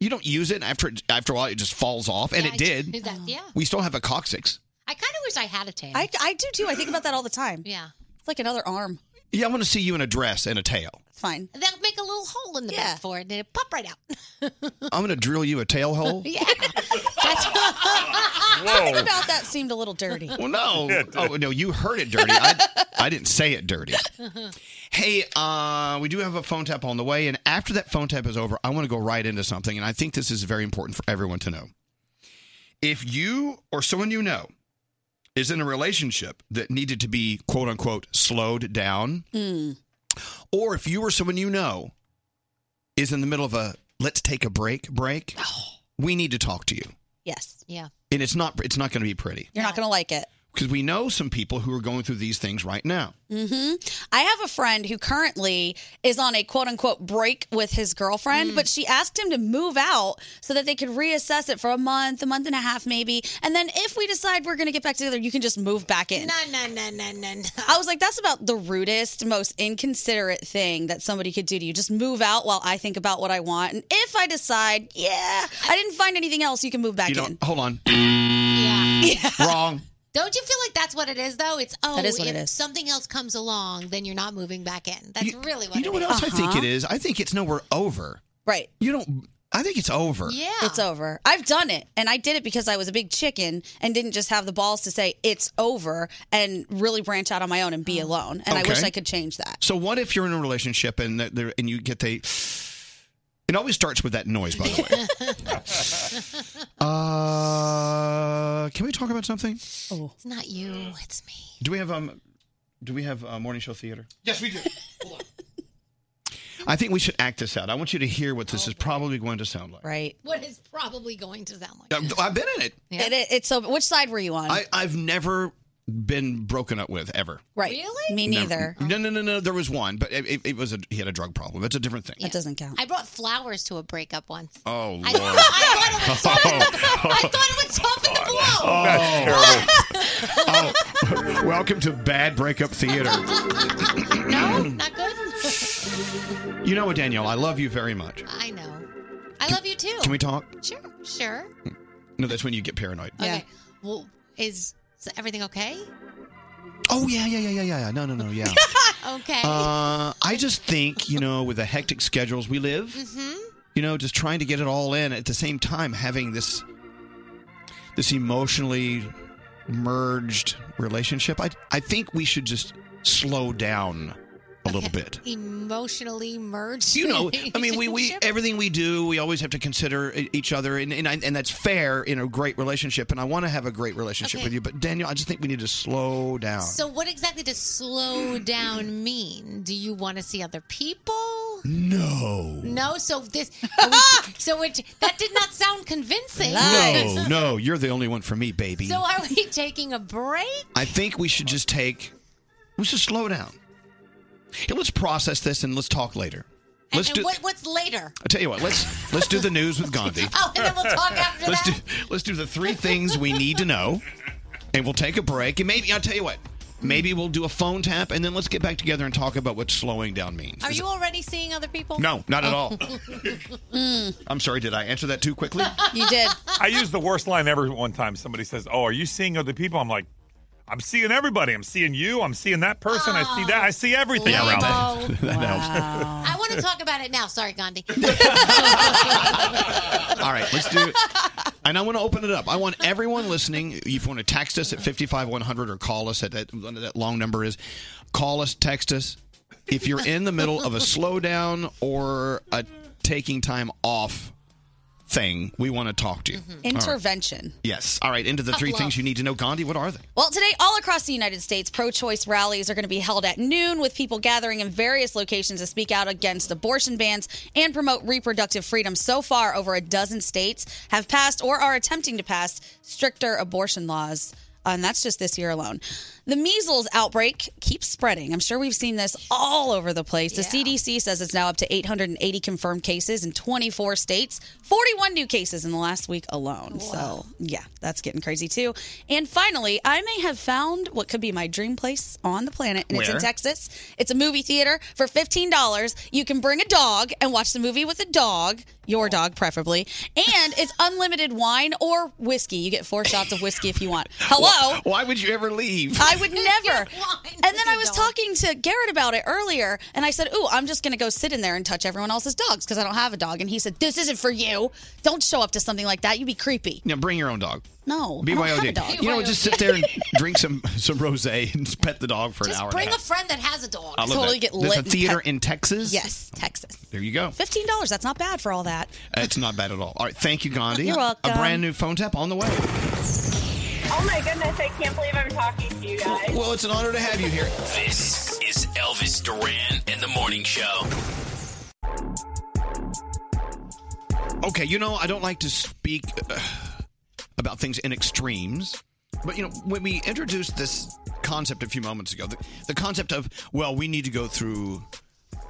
[SPEAKER 7] You don't use it and after it- after a while. It just falls off, and
[SPEAKER 5] Yeah,
[SPEAKER 7] it
[SPEAKER 5] I do
[SPEAKER 7] did.
[SPEAKER 5] that, yeah.
[SPEAKER 7] We still have a coccyx.
[SPEAKER 5] I kind of wish I had a tail.
[SPEAKER 13] Oh. I, I do too. I think about that all the time.
[SPEAKER 5] Yeah.
[SPEAKER 13] It's like another arm.
[SPEAKER 7] Yeah, I want to see you in a dress and a tail.
[SPEAKER 13] Fine.
[SPEAKER 5] They'll make a little hole in the back for it and it'll pop right out.
[SPEAKER 7] I'm going to drill you a tail hole.
[SPEAKER 5] yeah. That's
[SPEAKER 13] *laughs* Something about that seemed a little dirty.
[SPEAKER 5] *laughs*
[SPEAKER 13] *laughs*
[SPEAKER 7] Well, no. Oh no, you heard it dirty. I, I didn't say it dirty. Hey, uh, we do have a phone tap on the way, and after that phone tap is over, I want to go right into something, and I think this is very important for everyone to know. If you or someone you know is in a relationship that needed to be quote unquote slowed down, or if you or someone you know is in the middle of a let's take a break break, we need to talk to you.
[SPEAKER 13] Yes.
[SPEAKER 5] Yeah.
[SPEAKER 7] And it's not it's not going to be pretty
[SPEAKER 13] You're not going to like it.
[SPEAKER 7] because we know some people who are going through these things right now.
[SPEAKER 13] hmm I have a friend who currently is on a quote unquote break with his girlfriend,
[SPEAKER 5] Mm.
[SPEAKER 13] but she asked him to move out so that they could reassess it for a month, a month and a half, maybe. And then if we decide we're going to get back together, you can just move back in.
[SPEAKER 5] No, no, no, no, no.
[SPEAKER 13] I was like, that's about the rudest, most inconsiderate thing that somebody could do to you. Just move out while I think about what I want. And if I decide, yeah, I didn't find anything else, you can move back
[SPEAKER 7] you don't
[SPEAKER 13] in.
[SPEAKER 7] hold on. *laughs* Wrong.
[SPEAKER 5] Don't you feel like that's what it is, though? It's oh,
[SPEAKER 13] That is what
[SPEAKER 5] if
[SPEAKER 13] it is.
[SPEAKER 5] something else comes along, then you're not moving back in. That's really what Uh-huh.
[SPEAKER 7] You know what else I think it is? I think it's no, we're over.
[SPEAKER 13] Uh-huh. Right.
[SPEAKER 7] You don't. I think it's over.
[SPEAKER 13] It's over. I've done it. And I did it because I was a big chicken and didn't just have the balls to say it's over and really branch out on my own and be alone. And I wish
[SPEAKER 7] Oh. Okay.
[SPEAKER 13] I could change that.
[SPEAKER 7] So what if you're in a relationship and that there and you get the it always starts with that noise, by the
[SPEAKER 13] *laughs*
[SPEAKER 7] way. uh, can we talk about something?
[SPEAKER 13] Oh.
[SPEAKER 5] It's not you. It's me.
[SPEAKER 7] Do we have um, do we have uh, morning show theater?
[SPEAKER 18] Yes, we do.
[SPEAKER 7] I think we should act this out. I want you to hear what this is probably going to sound like.
[SPEAKER 13] Right.
[SPEAKER 5] *laughs* What is probably going to sound like?
[SPEAKER 7] I've, I've been in it.
[SPEAKER 13] It, it- it's so. Which side were you on?
[SPEAKER 7] I, I've never been broken up with ever.
[SPEAKER 13] right. Really? Me neither.
[SPEAKER 7] Never. No, no, no, no. There was one, but it, it, it was a he had a drug problem. That's a different thing.
[SPEAKER 13] That doesn't count.
[SPEAKER 5] I brought flowers to a breakup once.
[SPEAKER 7] Oh lord. *laughs*
[SPEAKER 5] Oh,
[SPEAKER 7] Oh, that's
[SPEAKER 13] *laughs*
[SPEAKER 7] terrible. oh, welcome to bad breakup theater. *laughs*
[SPEAKER 5] no, not good.
[SPEAKER 7] You know what, Danielle? I love you very much.
[SPEAKER 5] *laughs* I know. I love you too.
[SPEAKER 7] Can we talk?
[SPEAKER 5] Sure, sure.
[SPEAKER 7] No, that's when you get paranoid.
[SPEAKER 5] Okay. Well, is, is everything okay?
[SPEAKER 7] Oh yeah, yeah, yeah, yeah, yeah. yeah. No, no,
[SPEAKER 13] *laughs*
[SPEAKER 7] no, yeah.
[SPEAKER 5] okay.
[SPEAKER 7] Ah. Uh, I just think you know, with the hectic schedules we live,
[SPEAKER 5] mm-hmm.
[SPEAKER 7] you know, just trying to get it all in at the same time, having this this emotionally merged relationship. I I think we should just slow down a little bit.
[SPEAKER 5] Emotionally merged.
[SPEAKER 7] You know, I mean, we,
[SPEAKER 5] *laughs*
[SPEAKER 7] we everything we do, we always have to consider e- each other, and and, I, and that's fair in a great relationship. And I want to have a great relationship
[SPEAKER 5] Okay.
[SPEAKER 7] with you, but Daniel, I just think we need to slow down.
[SPEAKER 5] So, what exactly does slow down mean? Do you want to see other people?
[SPEAKER 7] no.
[SPEAKER 5] No. So this. are
[SPEAKER 7] *laughs*
[SPEAKER 5] we- so it, that did not sound convincing.
[SPEAKER 7] No, no, you're the only one for me, baby.
[SPEAKER 5] So are we taking a break?
[SPEAKER 7] I think we should just take, we should slow down. Hey, let's process this and let's talk later.
[SPEAKER 5] And,
[SPEAKER 7] Let's
[SPEAKER 5] and
[SPEAKER 7] do.
[SPEAKER 5] what, what's later?
[SPEAKER 7] I tell you what. Let's let's do the news with Gandhi.
[SPEAKER 5] Oh, and then
[SPEAKER 7] *laughs*
[SPEAKER 5] we'll talk after
[SPEAKER 7] let's
[SPEAKER 5] that.
[SPEAKER 7] do let's do the three things we need to know, and we'll take a break. And maybe I'll tell you what. Maybe we'll do a phone tap, and then let's get back together and talk about what slowing down means.
[SPEAKER 5] Are you already seeing other people?
[SPEAKER 7] No, not at
[SPEAKER 5] *laughs*
[SPEAKER 7] all.
[SPEAKER 5] Mm.
[SPEAKER 7] I'm sorry, did I answer that too quickly?
[SPEAKER 5] You did.
[SPEAKER 11] *laughs* I used the worst line ever one time. Somebody says, "Oh, are you seeing other people?" I'm like, "I'm seeing everybody. I'm seeing you. I'm seeing that person. I see that. I see everything around." *laughs*
[SPEAKER 5] Lebo.
[SPEAKER 11] me."
[SPEAKER 7] That
[SPEAKER 5] I want to talk about it now. Sorry, Gandhi.
[SPEAKER 7] helps. All right, let's do it. And I want to open it up. I want everyone listening. If you want to text us at 55100 or call us at that, whatever that long number is, call us, text us. If you're in the middle of a slowdown or a taking time off thing, we want to talk to
[SPEAKER 13] Mm-hmm.
[SPEAKER 7] you. All right.
[SPEAKER 13] Intervention.
[SPEAKER 7] Yes. All right, into the
[SPEAKER 13] Oh,
[SPEAKER 7] three
[SPEAKER 13] wow.
[SPEAKER 7] things you need to know. Gandhi, what are they?
[SPEAKER 13] Well, today, all across the United States, pro choice rallies are going to be held at noon with people gathering in various locations to speak out against abortion bans and promote reproductive freedom. So far, over a dozen states have passed or are attempting to pass stricter abortion laws. Uh, And that's just this year alone. The measles outbreak keeps spreading. I'm sure we've seen this all over the place. The CDC says it's now up to 880 confirmed cases in 24 states, 41 new cases in the last week alone. So, yeah, that's getting crazy too. And finally, I may have found what could be my dream place on the planet, and it's in
[SPEAKER 19] Where?
[SPEAKER 13] Texas. It's a movie theater for $15. You can bring a dog and watch the movie with a dog, your dog preferably. And it's unlimited wine or whiskey. You get four shots of whiskey if you want. Hello.
[SPEAKER 7] Why would you ever leave?
[SPEAKER 13] I would never. And then I was talking to Garrett about it earlier, and I said, "Ooh, I'm just going to go sit in there and touch everyone else's dogs because I don't have a dog." And he said, "This isn't for you. Don't show up to something like that. You'd be creepy."
[SPEAKER 7] Now bring your own dog.
[SPEAKER 13] No, I don't have a
[SPEAKER 7] BYOD.
[SPEAKER 13] dog.
[SPEAKER 7] You know, just sit
[SPEAKER 13] *laughs*
[SPEAKER 7] there and drink some some rosé and pet the dog for an
[SPEAKER 5] Just
[SPEAKER 7] hour.
[SPEAKER 5] bring
[SPEAKER 7] and
[SPEAKER 5] a
[SPEAKER 7] a half.
[SPEAKER 5] friend that has a dog.
[SPEAKER 7] I love
[SPEAKER 13] totally
[SPEAKER 7] that.
[SPEAKER 13] get
[SPEAKER 7] There's
[SPEAKER 13] lit
[SPEAKER 7] a
[SPEAKER 13] and
[SPEAKER 7] theater
[SPEAKER 13] pet-
[SPEAKER 7] in Texas.
[SPEAKER 13] Yes, Texas.
[SPEAKER 7] There you go.
[SPEAKER 13] Fifteen dollars. That's not bad for all that.
[SPEAKER 7] It's not bad at all. All right, thank you, Gandhi.
[SPEAKER 13] You're welcome.
[SPEAKER 7] A brand new phone tap on the way.
[SPEAKER 19] Oh my goodness, I can't believe I'm talking to you guys.
[SPEAKER 7] Well, it's an honor to have you here.
[SPEAKER 10] This is Elvis Duran and the Morning Show.
[SPEAKER 7] Okay, you know, I don't like to speak uh, about things in extremes, but you know, when we introduced this concept a few moments ago, the, the concept of, well, we need to go through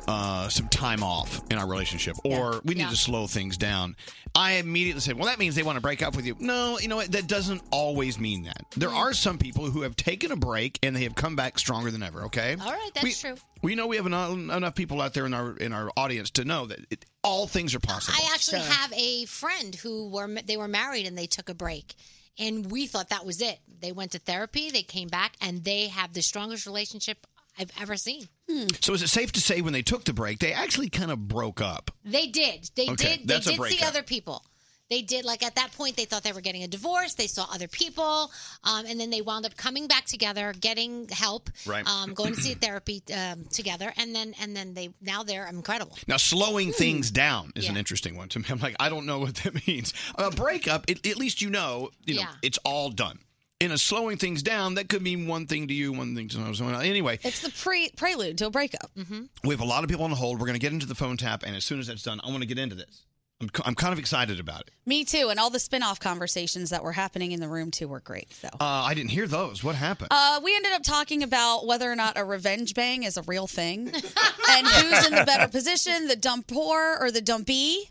[SPEAKER 7] uh, some time off in our relationship or we need
[SPEAKER 23] Yeah.
[SPEAKER 7] to slow things down, I immediately said, well, that means they want to break up with you. No, you know what? That doesn't always mean that. There
[SPEAKER 5] Mm.
[SPEAKER 7] are some people who have taken a break and they have come back stronger than ever, okay?
[SPEAKER 5] All right, that's true.
[SPEAKER 7] We know we have enough, enough people out there in our in our audience to know that it, all things are possible.
[SPEAKER 5] I actually have a friend who were they were married and they took a break, and we thought that was it. They went to therapy, they came back, and they have the strongest relationship I've ever seen.
[SPEAKER 13] Hmm.
[SPEAKER 7] So is it safe to say when they took the break, they actually kind of broke up?
[SPEAKER 5] They did. They
[SPEAKER 7] Okay,
[SPEAKER 5] did. They
[SPEAKER 7] that's
[SPEAKER 5] did see
[SPEAKER 7] a breakup.
[SPEAKER 5] other people. They did. Like at that point, they thought they were getting a divorce. They saw other people, um, and then they wound up coming back together, getting help,
[SPEAKER 7] Right.
[SPEAKER 5] um, going
[SPEAKER 7] *clears throat*
[SPEAKER 5] to see therapy um, together, and then and then they now they're incredible.
[SPEAKER 7] Now,
[SPEAKER 13] Hmm.
[SPEAKER 7] slowing things down is an
[SPEAKER 5] Yeah.
[SPEAKER 7] interesting one to me. *laughs* I'm like, I don't know what that *laughs* means. A breakup, it, at least you know, you know,
[SPEAKER 5] Yeah.
[SPEAKER 7] it's all done. In a slowing things down, that could mean one thing to you, one thing to someone else. Anyway,
[SPEAKER 13] It's the pre prelude to a breakup.
[SPEAKER 5] Mm-hmm.
[SPEAKER 7] we have a lot of people on hold. We're going to get into the phone tap, and as soon as that's done, I want to get into this. I'm, I'm kind of excited about it.
[SPEAKER 13] Me too, and all the spin off conversations that were happening in the room too were great. So.
[SPEAKER 7] Uh, I didn't hear those. What happened?
[SPEAKER 13] Uh, we ended up talking about whether or not a revenge bang is a
[SPEAKER 5] *laughs*
[SPEAKER 13] real thing, and who's in the better position, the dumb poor or the dumpy.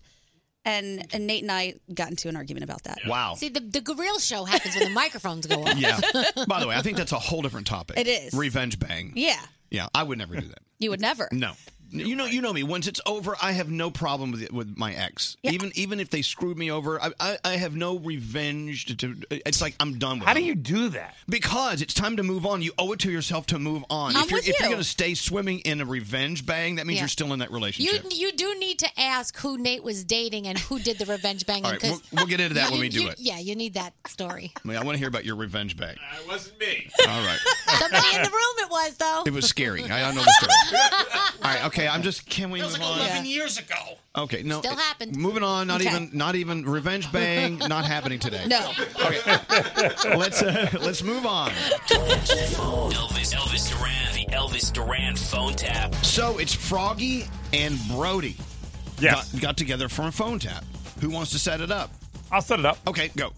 [SPEAKER 13] And and Nate and I got into an argument about that.
[SPEAKER 7] Wow.
[SPEAKER 5] See, the the real show happens
[SPEAKER 7] *laughs*
[SPEAKER 5] when the microphones go off.
[SPEAKER 13] *laughs*
[SPEAKER 7] yeah. By the way, I think that's a whole different topic.
[SPEAKER 13] It is.
[SPEAKER 7] Revenge bang.
[SPEAKER 13] Yeah,
[SPEAKER 7] Yeah, I would never do that.
[SPEAKER 13] you would never.
[SPEAKER 7] No. You know, you know me. Once it's over, I have no problem with it, with my ex. Even even if they screwed me over, I, I, I have no revenge. To, to- it's like I'm done with. How do you
[SPEAKER 24] do that?
[SPEAKER 7] Because it's time to move on. You owe it to yourself to move on.
[SPEAKER 5] I'm
[SPEAKER 7] if you're,
[SPEAKER 5] with
[SPEAKER 7] if you're
[SPEAKER 5] you.
[SPEAKER 7] going to stay swimming in a revenge bang, that means
[SPEAKER 5] Yeah.
[SPEAKER 7] you're still in that
[SPEAKER 5] You
[SPEAKER 7] relationship.
[SPEAKER 5] you do need to ask who Nate was dating and who did the revenge banging.
[SPEAKER 7] All right,
[SPEAKER 5] 'cause
[SPEAKER 7] we'll, we'll get into that
[SPEAKER 5] you-
[SPEAKER 7] when we do
[SPEAKER 5] you-
[SPEAKER 7] it.
[SPEAKER 5] Yeah, you need that story.
[SPEAKER 7] I, mean, I want to hear about your
[SPEAKER 5] *laughs*
[SPEAKER 7] revenge bang.
[SPEAKER 24] It wasn't me.
[SPEAKER 7] All right.
[SPEAKER 5] Somebody
[SPEAKER 7] *laughs*
[SPEAKER 5] in the room it was though.
[SPEAKER 7] It was scary. I don't know
[SPEAKER 5] *laughs*
[SPEAKER 7] the story. All right. Okay. I'm just. Can we
[SPEAKER 19] That was
[SPEAKER 7] move
[SPEAKER 19] like
[SPEAKER 7] on?
[SPEAKER 19] 11 years ago.
[SPEAKER 7] Okay, no.
[SPEAKER 19] Still
[SPEAKER 7] it-
[SPEAKER 19] happened.
[SPEAKER 7] Moving on. Not
[SPEAKER 19] Okay.
[SPEAKER 7] even. Not even revenge bang. Not happening
[SPEAKER 5] *laughs*
[SPEAKER 7] today.
[SPEAKER 13] No.
[SPEAKER 7] Okay. *laughs* let's uh, let's move on.
[SPEAKER 10] Elvis, Elvis Duran, the Elvis Duran phone tap.
[SPEAKER 7] So it's Froggy and Brody. Yes. Got, got together for a phone tap. Who wants to set it up?
[SPEAKER 24] I'll set it up.
[SPEAKER 7] Okay, go.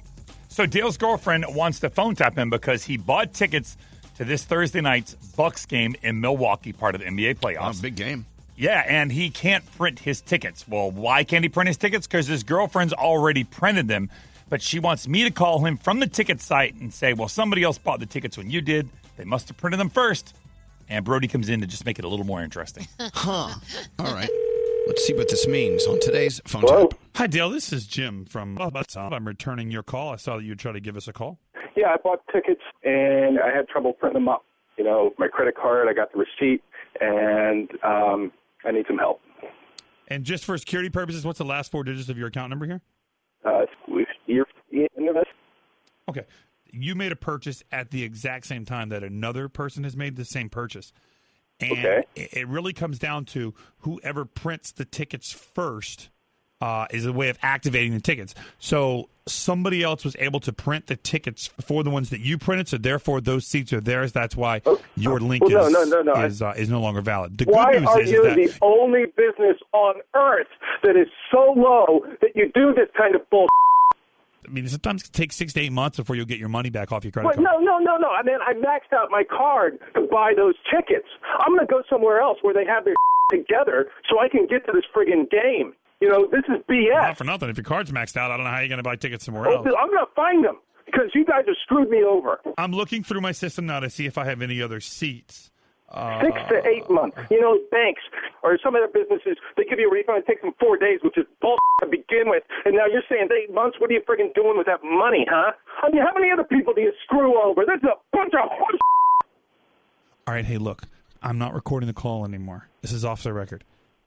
[SPEAKER 24] So Dale's girlfriend wants to phone tap him because he bought tickets to this Thursday night's Bucks game in Milwaukee, part of the NBA playoffs.
[SPEAKER 7] big game.
[SPEAKER 24] Yeah, and he can't print his tickets. Well, why can't he print his tickets? Because his girlfriend's already printed them, but she wants me to call him from the ticket site and say, "Well, somebody else bought the tickets when you did. They must have printed them first. And Brody comes in to just make it a little more interesting.
[SPEAKER 7] Huh. All right. Let's see what this means on today's phone tap.
[SPEAKER 24] Hi, Dale. This is Jim from. I'm returning your call. I saw that you tried to give us a call.
[SPEAKER 1] Yeah, I bought tickets and I had trouble printing them up. You know, my credit card, I got the receipt, and um, I need some help.
[SPEAKER 22] And just for security purposes, what's the last four digits of your account number here?
[SPEAKER 1] Uh, we've- you're into this?
[SPEAKER 22] Okay. You made a purchase at the exact same time that another person has made the same purchase. And
[SPEAKER 1] Okay.
[SPEAKER 22] it it really comes down to whoever prints the tickets first uh, is a way of activating the tickets. So somebody else was able to print the tickets for the ones that you printed, so therefore those seats are theirs. That's why your link
[SPEAKER 1] Oh, Well, no,
[SPEAKER 22] is,
[SPEAKER 1] no, no, no.
[SPEAKER 22] Is, uh, is no longer valid. The
[SPEAKER 1] Why
[SPEAKER 22] good news
[SPEAKER 1] are
[SPEAKER 22] is, is
[SPEAKER 1] you
[SPEAKER 22] that
[SPEAKER 1] the only business on earth that is so low that you do this kind of bull?
[SPEAKER 22] I mean, sometimes it takes six to eight months before you'll get your money back off your credit
[SPEAKER 1] Wait,
[SPEAKER 22] card.
[SPEAKER 1] no, no, no, no. I mean, I maxed out my card to buy those tickets. I'm going to go somewhere else where they have their *laughs* together so I can get to this friggin' game. You know, this is BS.
[SPEAKER 22] Not for nothing. If your card's maxed out, I don't know how you're going to buy tickets somewhere
[SPEAKER 1] I'm
[SPEAKER 22] else.
[SPEAKER 1] going to find them because you guys have screwed me over.
[SPEAKER 22] I'm looking through my system now to see if I have any other seats. Uh,
[SPEAKER 1] Six to eight months. You know, banks or some other businesses, they give you a refund. It takes them four days, which is bull *laughs* to begin with. And now you're saying eight months? What are you friggin' doing with that money, huh? I mean, how many other people do you screw over? This is a bunch of horse *laughs*
[SPEAKER 22] All right, hey, look, I'm not recording the call anymore. This is off the record.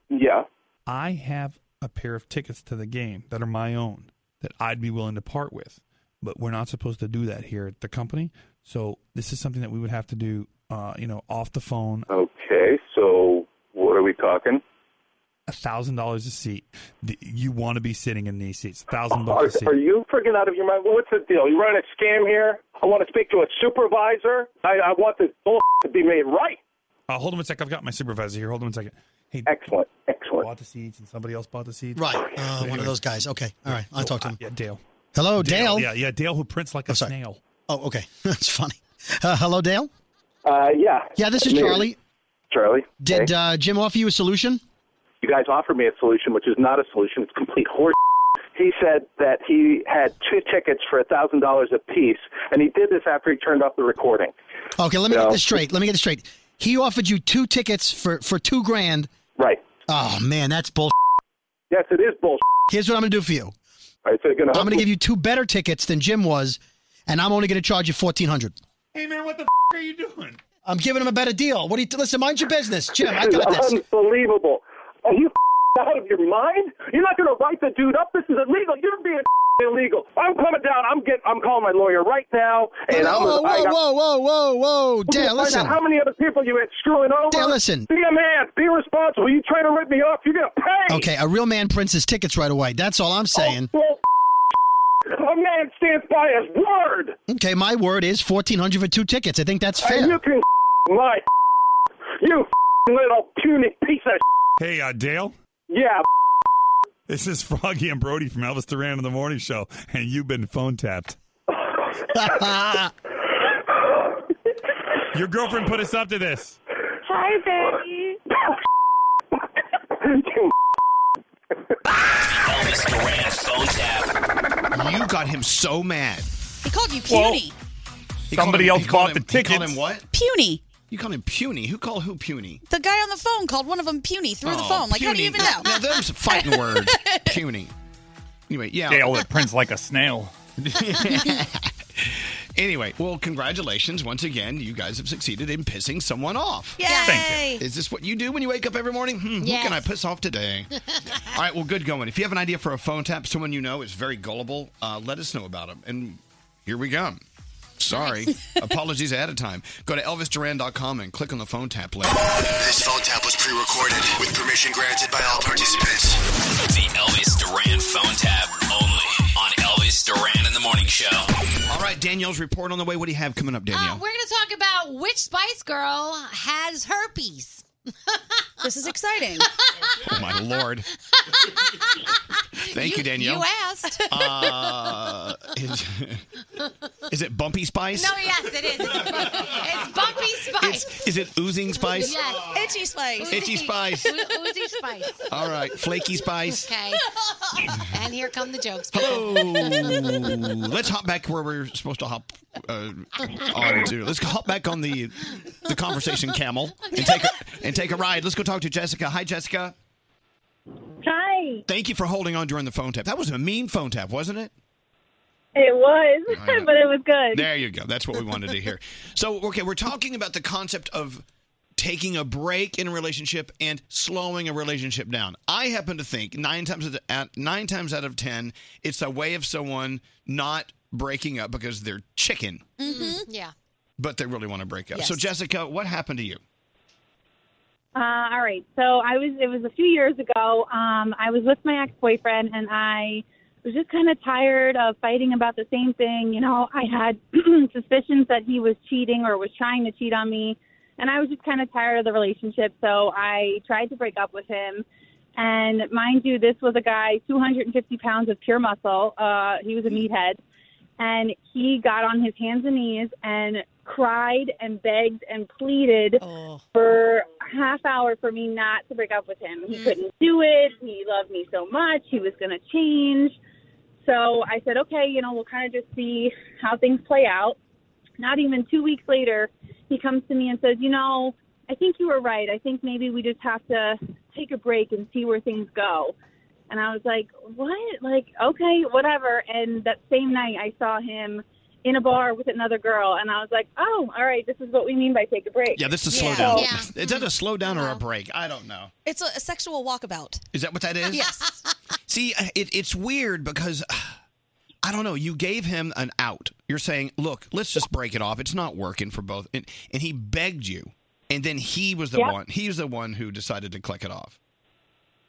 [SPEAKER 1] Yeah.
[SPEAKER 22] I have a pair of tickets to the game that are my own that I'd be willing to part with, but we're not supposed to do that here at the company. So this is something that we would have to do, uh, you know, off the phone.
[SPEAKER 1] Okay, so what are we talking?
[SPEAKER 22] A thousand dollars a seat. Th- You want to be sitting in these seats. Thousand
[SPEAKER 1] Are,
[SPEAKER 22] bucks a seat.
[SPEAKER 1] are you freaking out of your mind? What's the deal? You running a scam here? I want to speak to a supervisor. I, I want this bull *laughs* to be made right.
[SPEAKER 22] Uh, hold on a sec. I've got my supervisor here. Hold on a second. Hey,
[SPEAKER 1] excellent, excellent. doing.
[SPEAKER 22] bought the seats and somebody else bought the seats.
[SPEAKER 2] Right. Uh, one of those guys. Okay. All right. I'll talk to him.
[SPEAKER 22] uh, Yeah, Dale.
[SPEAKER 2] Hello, Dale.
[SPEAKER 22] Yeah, yeah, Dale who prints like a snail.
[SPEAKER 2] Oh, okay. *laughs* That's funny. Uh, hello, Dale.
[SPEAKER 1] Uh, yeah.
[SPEAKER 2] Yeah, this is
[SPEAKER 1] Me.
[SPEAKER 2] Charlie.
[SPEAKER 1] Charlie.
[SPEAKER 2] Did
[SPEAKER 1] hey.
[SPEAKER 2] uh, Jim offer you a solution?
[SPEAKER 1] you guys offered me a solution, which is not a solution. It's complete horse. He said that he had two tickets for a thousand dollars apiece, and he did this after he turned off the recording.
[SPEAKER 2] Okay, let me
[SPEAKER 1] No.
[SPEAKER 2] get this straight. Let me get this straight. He offered you two tickets for for two grand.
[SPEAKER 1] Right.
[SPEAKER 2] Oh man, that's bull.
[SPEAKER 1] *laughs* Yes, it is bull. *laughs*
[SPEAKER 2] Here's what I'm gonna do for you.
[SPEAKER 1] All right, so you're gonna
[SPEAKER 2] I'm gonna give you two better tickets than Jim was, and I'm only gonna charge you fourteen hundred.
[SPEAKER 22] Hey man, what the f- are you doing?
[SPEAKER 2] I'm giving him a better deal. What do you t- listen? Mind your business, Jim. I got
[SPEAKER 1] This
[SPEAKER 2] this.
[SPEAKER 1] is unbelievable. Are you out of your mind? You're not going to write the dude up. This is illegal. You're being illegal. I'm coming down. I'm getting. I'm calling my lawyer right now. And I'm.
[SPEAKER 2] whoa,
[SPEAKER 1] gonna- I
[SPEAKER 2] whoa,
[SPEAKER 1] got-
[SPEAKER 2] whoa, whoa, whoa, whoa,
[SPEAKER 1] I'm gonna
[SPEAKER 2] Dale,
[SPEAKER 1] find
[SPEAKER 2] listen.
[SPEAKER 1] out How many other people you had screwing over?
[SPEAKER 2] Dale, listen.
[SPEAKER 1] Be a man. Be responsible. You try to rip me off.
[SPEAKER 2] *laughs*
[SPEAKER 1] You're going to pay.
[SPEAKER 2] Okay, a real man prints his tickets right away. That's all I'm saying.
[SPEAKER 1] Oh, *laughs* A man stands by his word.
[SPEAKER 2] Okay, my word is fourteen hundred for two tickets. I think that's
[SPEAKER 1] And
[SPEAKER 2] fair.
[SPEAKER 1] you can *laughs* lie. You little puny piece of.
[SPEAKER 22] Hey, uh, Dale.
[SPEAKER 1] Yeah.
[SPEAKER 22] This is Froggy and Brody from Elvis Duran in the Morning Show, and you've been phone tapped. Your girlfriend put us up to this.
[SPEAKER 1] Hi, baby.
[SPEAKER 10] Elvis Duran phone tap.
[SPEAKER 7] You got him so mad.
[SPEAKER 13] He called you
[SPEAKER 7] Well-
[SPEAKER 13] puny.
[SPEAKER 7] He
[SPEAKER 25] Somebody
[SPEAKER 7] called
[SPEAKER 25] else
[SPEAKER 7] him, he called
[SPEAKER 25] bought the
[SPEAKER 7] him- he called
[SPEAKER 25] tickets.
[SPEAKER 7] him what?
[SPEAKER 13] Puny.
[SPEAKER 7] You called him puny. Who called who puny?
[SPEAKER 13] The guy on the phone called one of them puny through the
[SPEAKER 7] Oh,
[SPEAKER 13] phone. Like, how do you even
[SPEAKER 7] puny.
[SPEAKER 13] know?
[SPEAKER 7] Now, those are
[SPEAKER 13] *laughs*
[SPEAKER 7] fighting words. puny. Anyway, yeah.
[SPEAKER 25] Dale that prints like a snail.
[SPEAKER 7] *laughs* Anyway, well, congratulations once again. You guys have succeeded in pissing someone off.
[SPEAKER 13] Yay! Thank
[SPEAKER 7] you. Is this what you do when you wake up every morning? Hmm,
[SPEAKER 13] Yes.
[SPEAKER 7] Who can I piss
[SPEAKER 13] *laughs*
[SPEAKER 7] off today? All right, well, good going. If you have an idea for a phone tap, someone you know is very gullible, uh, let us know about them. And here we go. Sorry.
[SPEAKER 13] *laughs*
[SPEAKER 7] Apologies ahead of time. Go to elvisduran.com and click on the phone tap link.
[SPEAKER 26] This phone tap was pre-recorded with permission granted by all participants.
[SPEAKER 10] The Elvis Duran phone tap only on Elvis Duran in the Morning Show.
[SPEAKER 7] All right, Danielle's report on the way. What do you have coming up, Danielle?
[SPEAKER 5] We're going to talk about which Spice Girl has herpes.
[SPEAKER 13] this is exciting.
[SPEAKER 5] *laughs*
[SPEAKER 7] Oh, my Lord. *laughs* Thank you, Danielle.
[SPEAKER 5] You asked.
[SPEAKER 7] *laughs*
[SPEAKER 5] *laughs*
[SPEAKER 7] Uh, is, *laughs* is it Bumpy Spice?
[SPEAKER 5] No, yes, it is. It's bumpy, it's bumpy spice.
[SPEAKER 7] It's, is it Oozing Spice?
[SPEAKER 5] Yes.
[SPEAKER 13] Itchy spice.
[SPEAKER 7] Itchy Spice.
[SPEAKER 5] Oozy spice.
[SPEAKER 7] All right, Flaky Spice.
[SPEAKER 5] Okay. And here come the jokes.
[SPEAKER 7] Hello. Let's hop back where we're supposed to hop uh, on to. Let's hop back on the the conversation camel and take a, and take a ride. Let's go talk to Jessica. Hi, Jessica.
[SPEAKER 27] Hi.
[SPEAKER 7] Thank you for holding on during the phone tap. That was a mean phone tap, wasn't it?
[SPEAKER 27] It was,
[SPEAKER 21] *laughs*
[SPEAKER 7] I know.
[SPEAKER 27] but it was good.
[SPEAKER 7] There you go. That's what we wanted
[SPEAKER 27] *laughs*
[SPEAKER 7] to hear. So, okay, we're talking about the concept of taking a break in a relationship and slowing a relationship down. I happen to think nine times out of, nine times out of ten, it's a way of someone not breaking up because they're chicken,
[SPEAKER 5] Mm-hmm. Yeah.
[SPEAKER 7] but they really want to break up. So,
[SPEAKER 27] Yes.
[SPEAKER 7] Jessica, what happened to you?
[SPEAKER 27] Uh, all right. So I was. It was a few years ago. Um, I was with my ex-boyfriend, and I was just kind of tired of fighting about the same thing. You know, I had *clears throat* suspicions that he was cheating or was trying to cheat on me, and I was just kind of tired of the relationship. So I tried to break up with him. And mind you, this was a guy 250 pounds of pure muscle. Uh, he was a meathead. and he got on his hands and knees and cried and begged and pleaded for a half hour for me not to break up with him. He couldn't do it. He loved me so much. He was going to change. So I said, okay, you know, we'll kind of just see how things play out. Not even two weeks later, he comes to me and says, you know, I think you were right. I think maybe we just have to take a break and see where things go. And I was like, what? Like, okay, whatever. And that same night, I saw him in a bar with another girl, and I was like, oh, all right, this is what we mean by take a break.
[SPEAKER 7] Yeah, this is slow
[SPEAKER 13] Yeah.
[SPEAKER 7] down.
[SPEAKER 13] Yeah.
[SPEAKER 7] Is that a slow down
[SPEAKER 27] Uh-huh.
[SPEAKER 7] or a break? I don't know.
[SPEAKER 13] It's a, a sexual walkabout.
[SPEAKER 7] Is that what that is?
[SPEAKER 13] Yes.
[SPEAKER 7] *laughs* See, uh, it, it's weird because *sighs* I don't know. You gave him an out. You're saying, "Look, let's just break it off. It's not working for both." And, and he begged you, and then he was the
[SPEAKER 27] Yep.
[SPEAKER 7] one. He was the one who decided to click it off.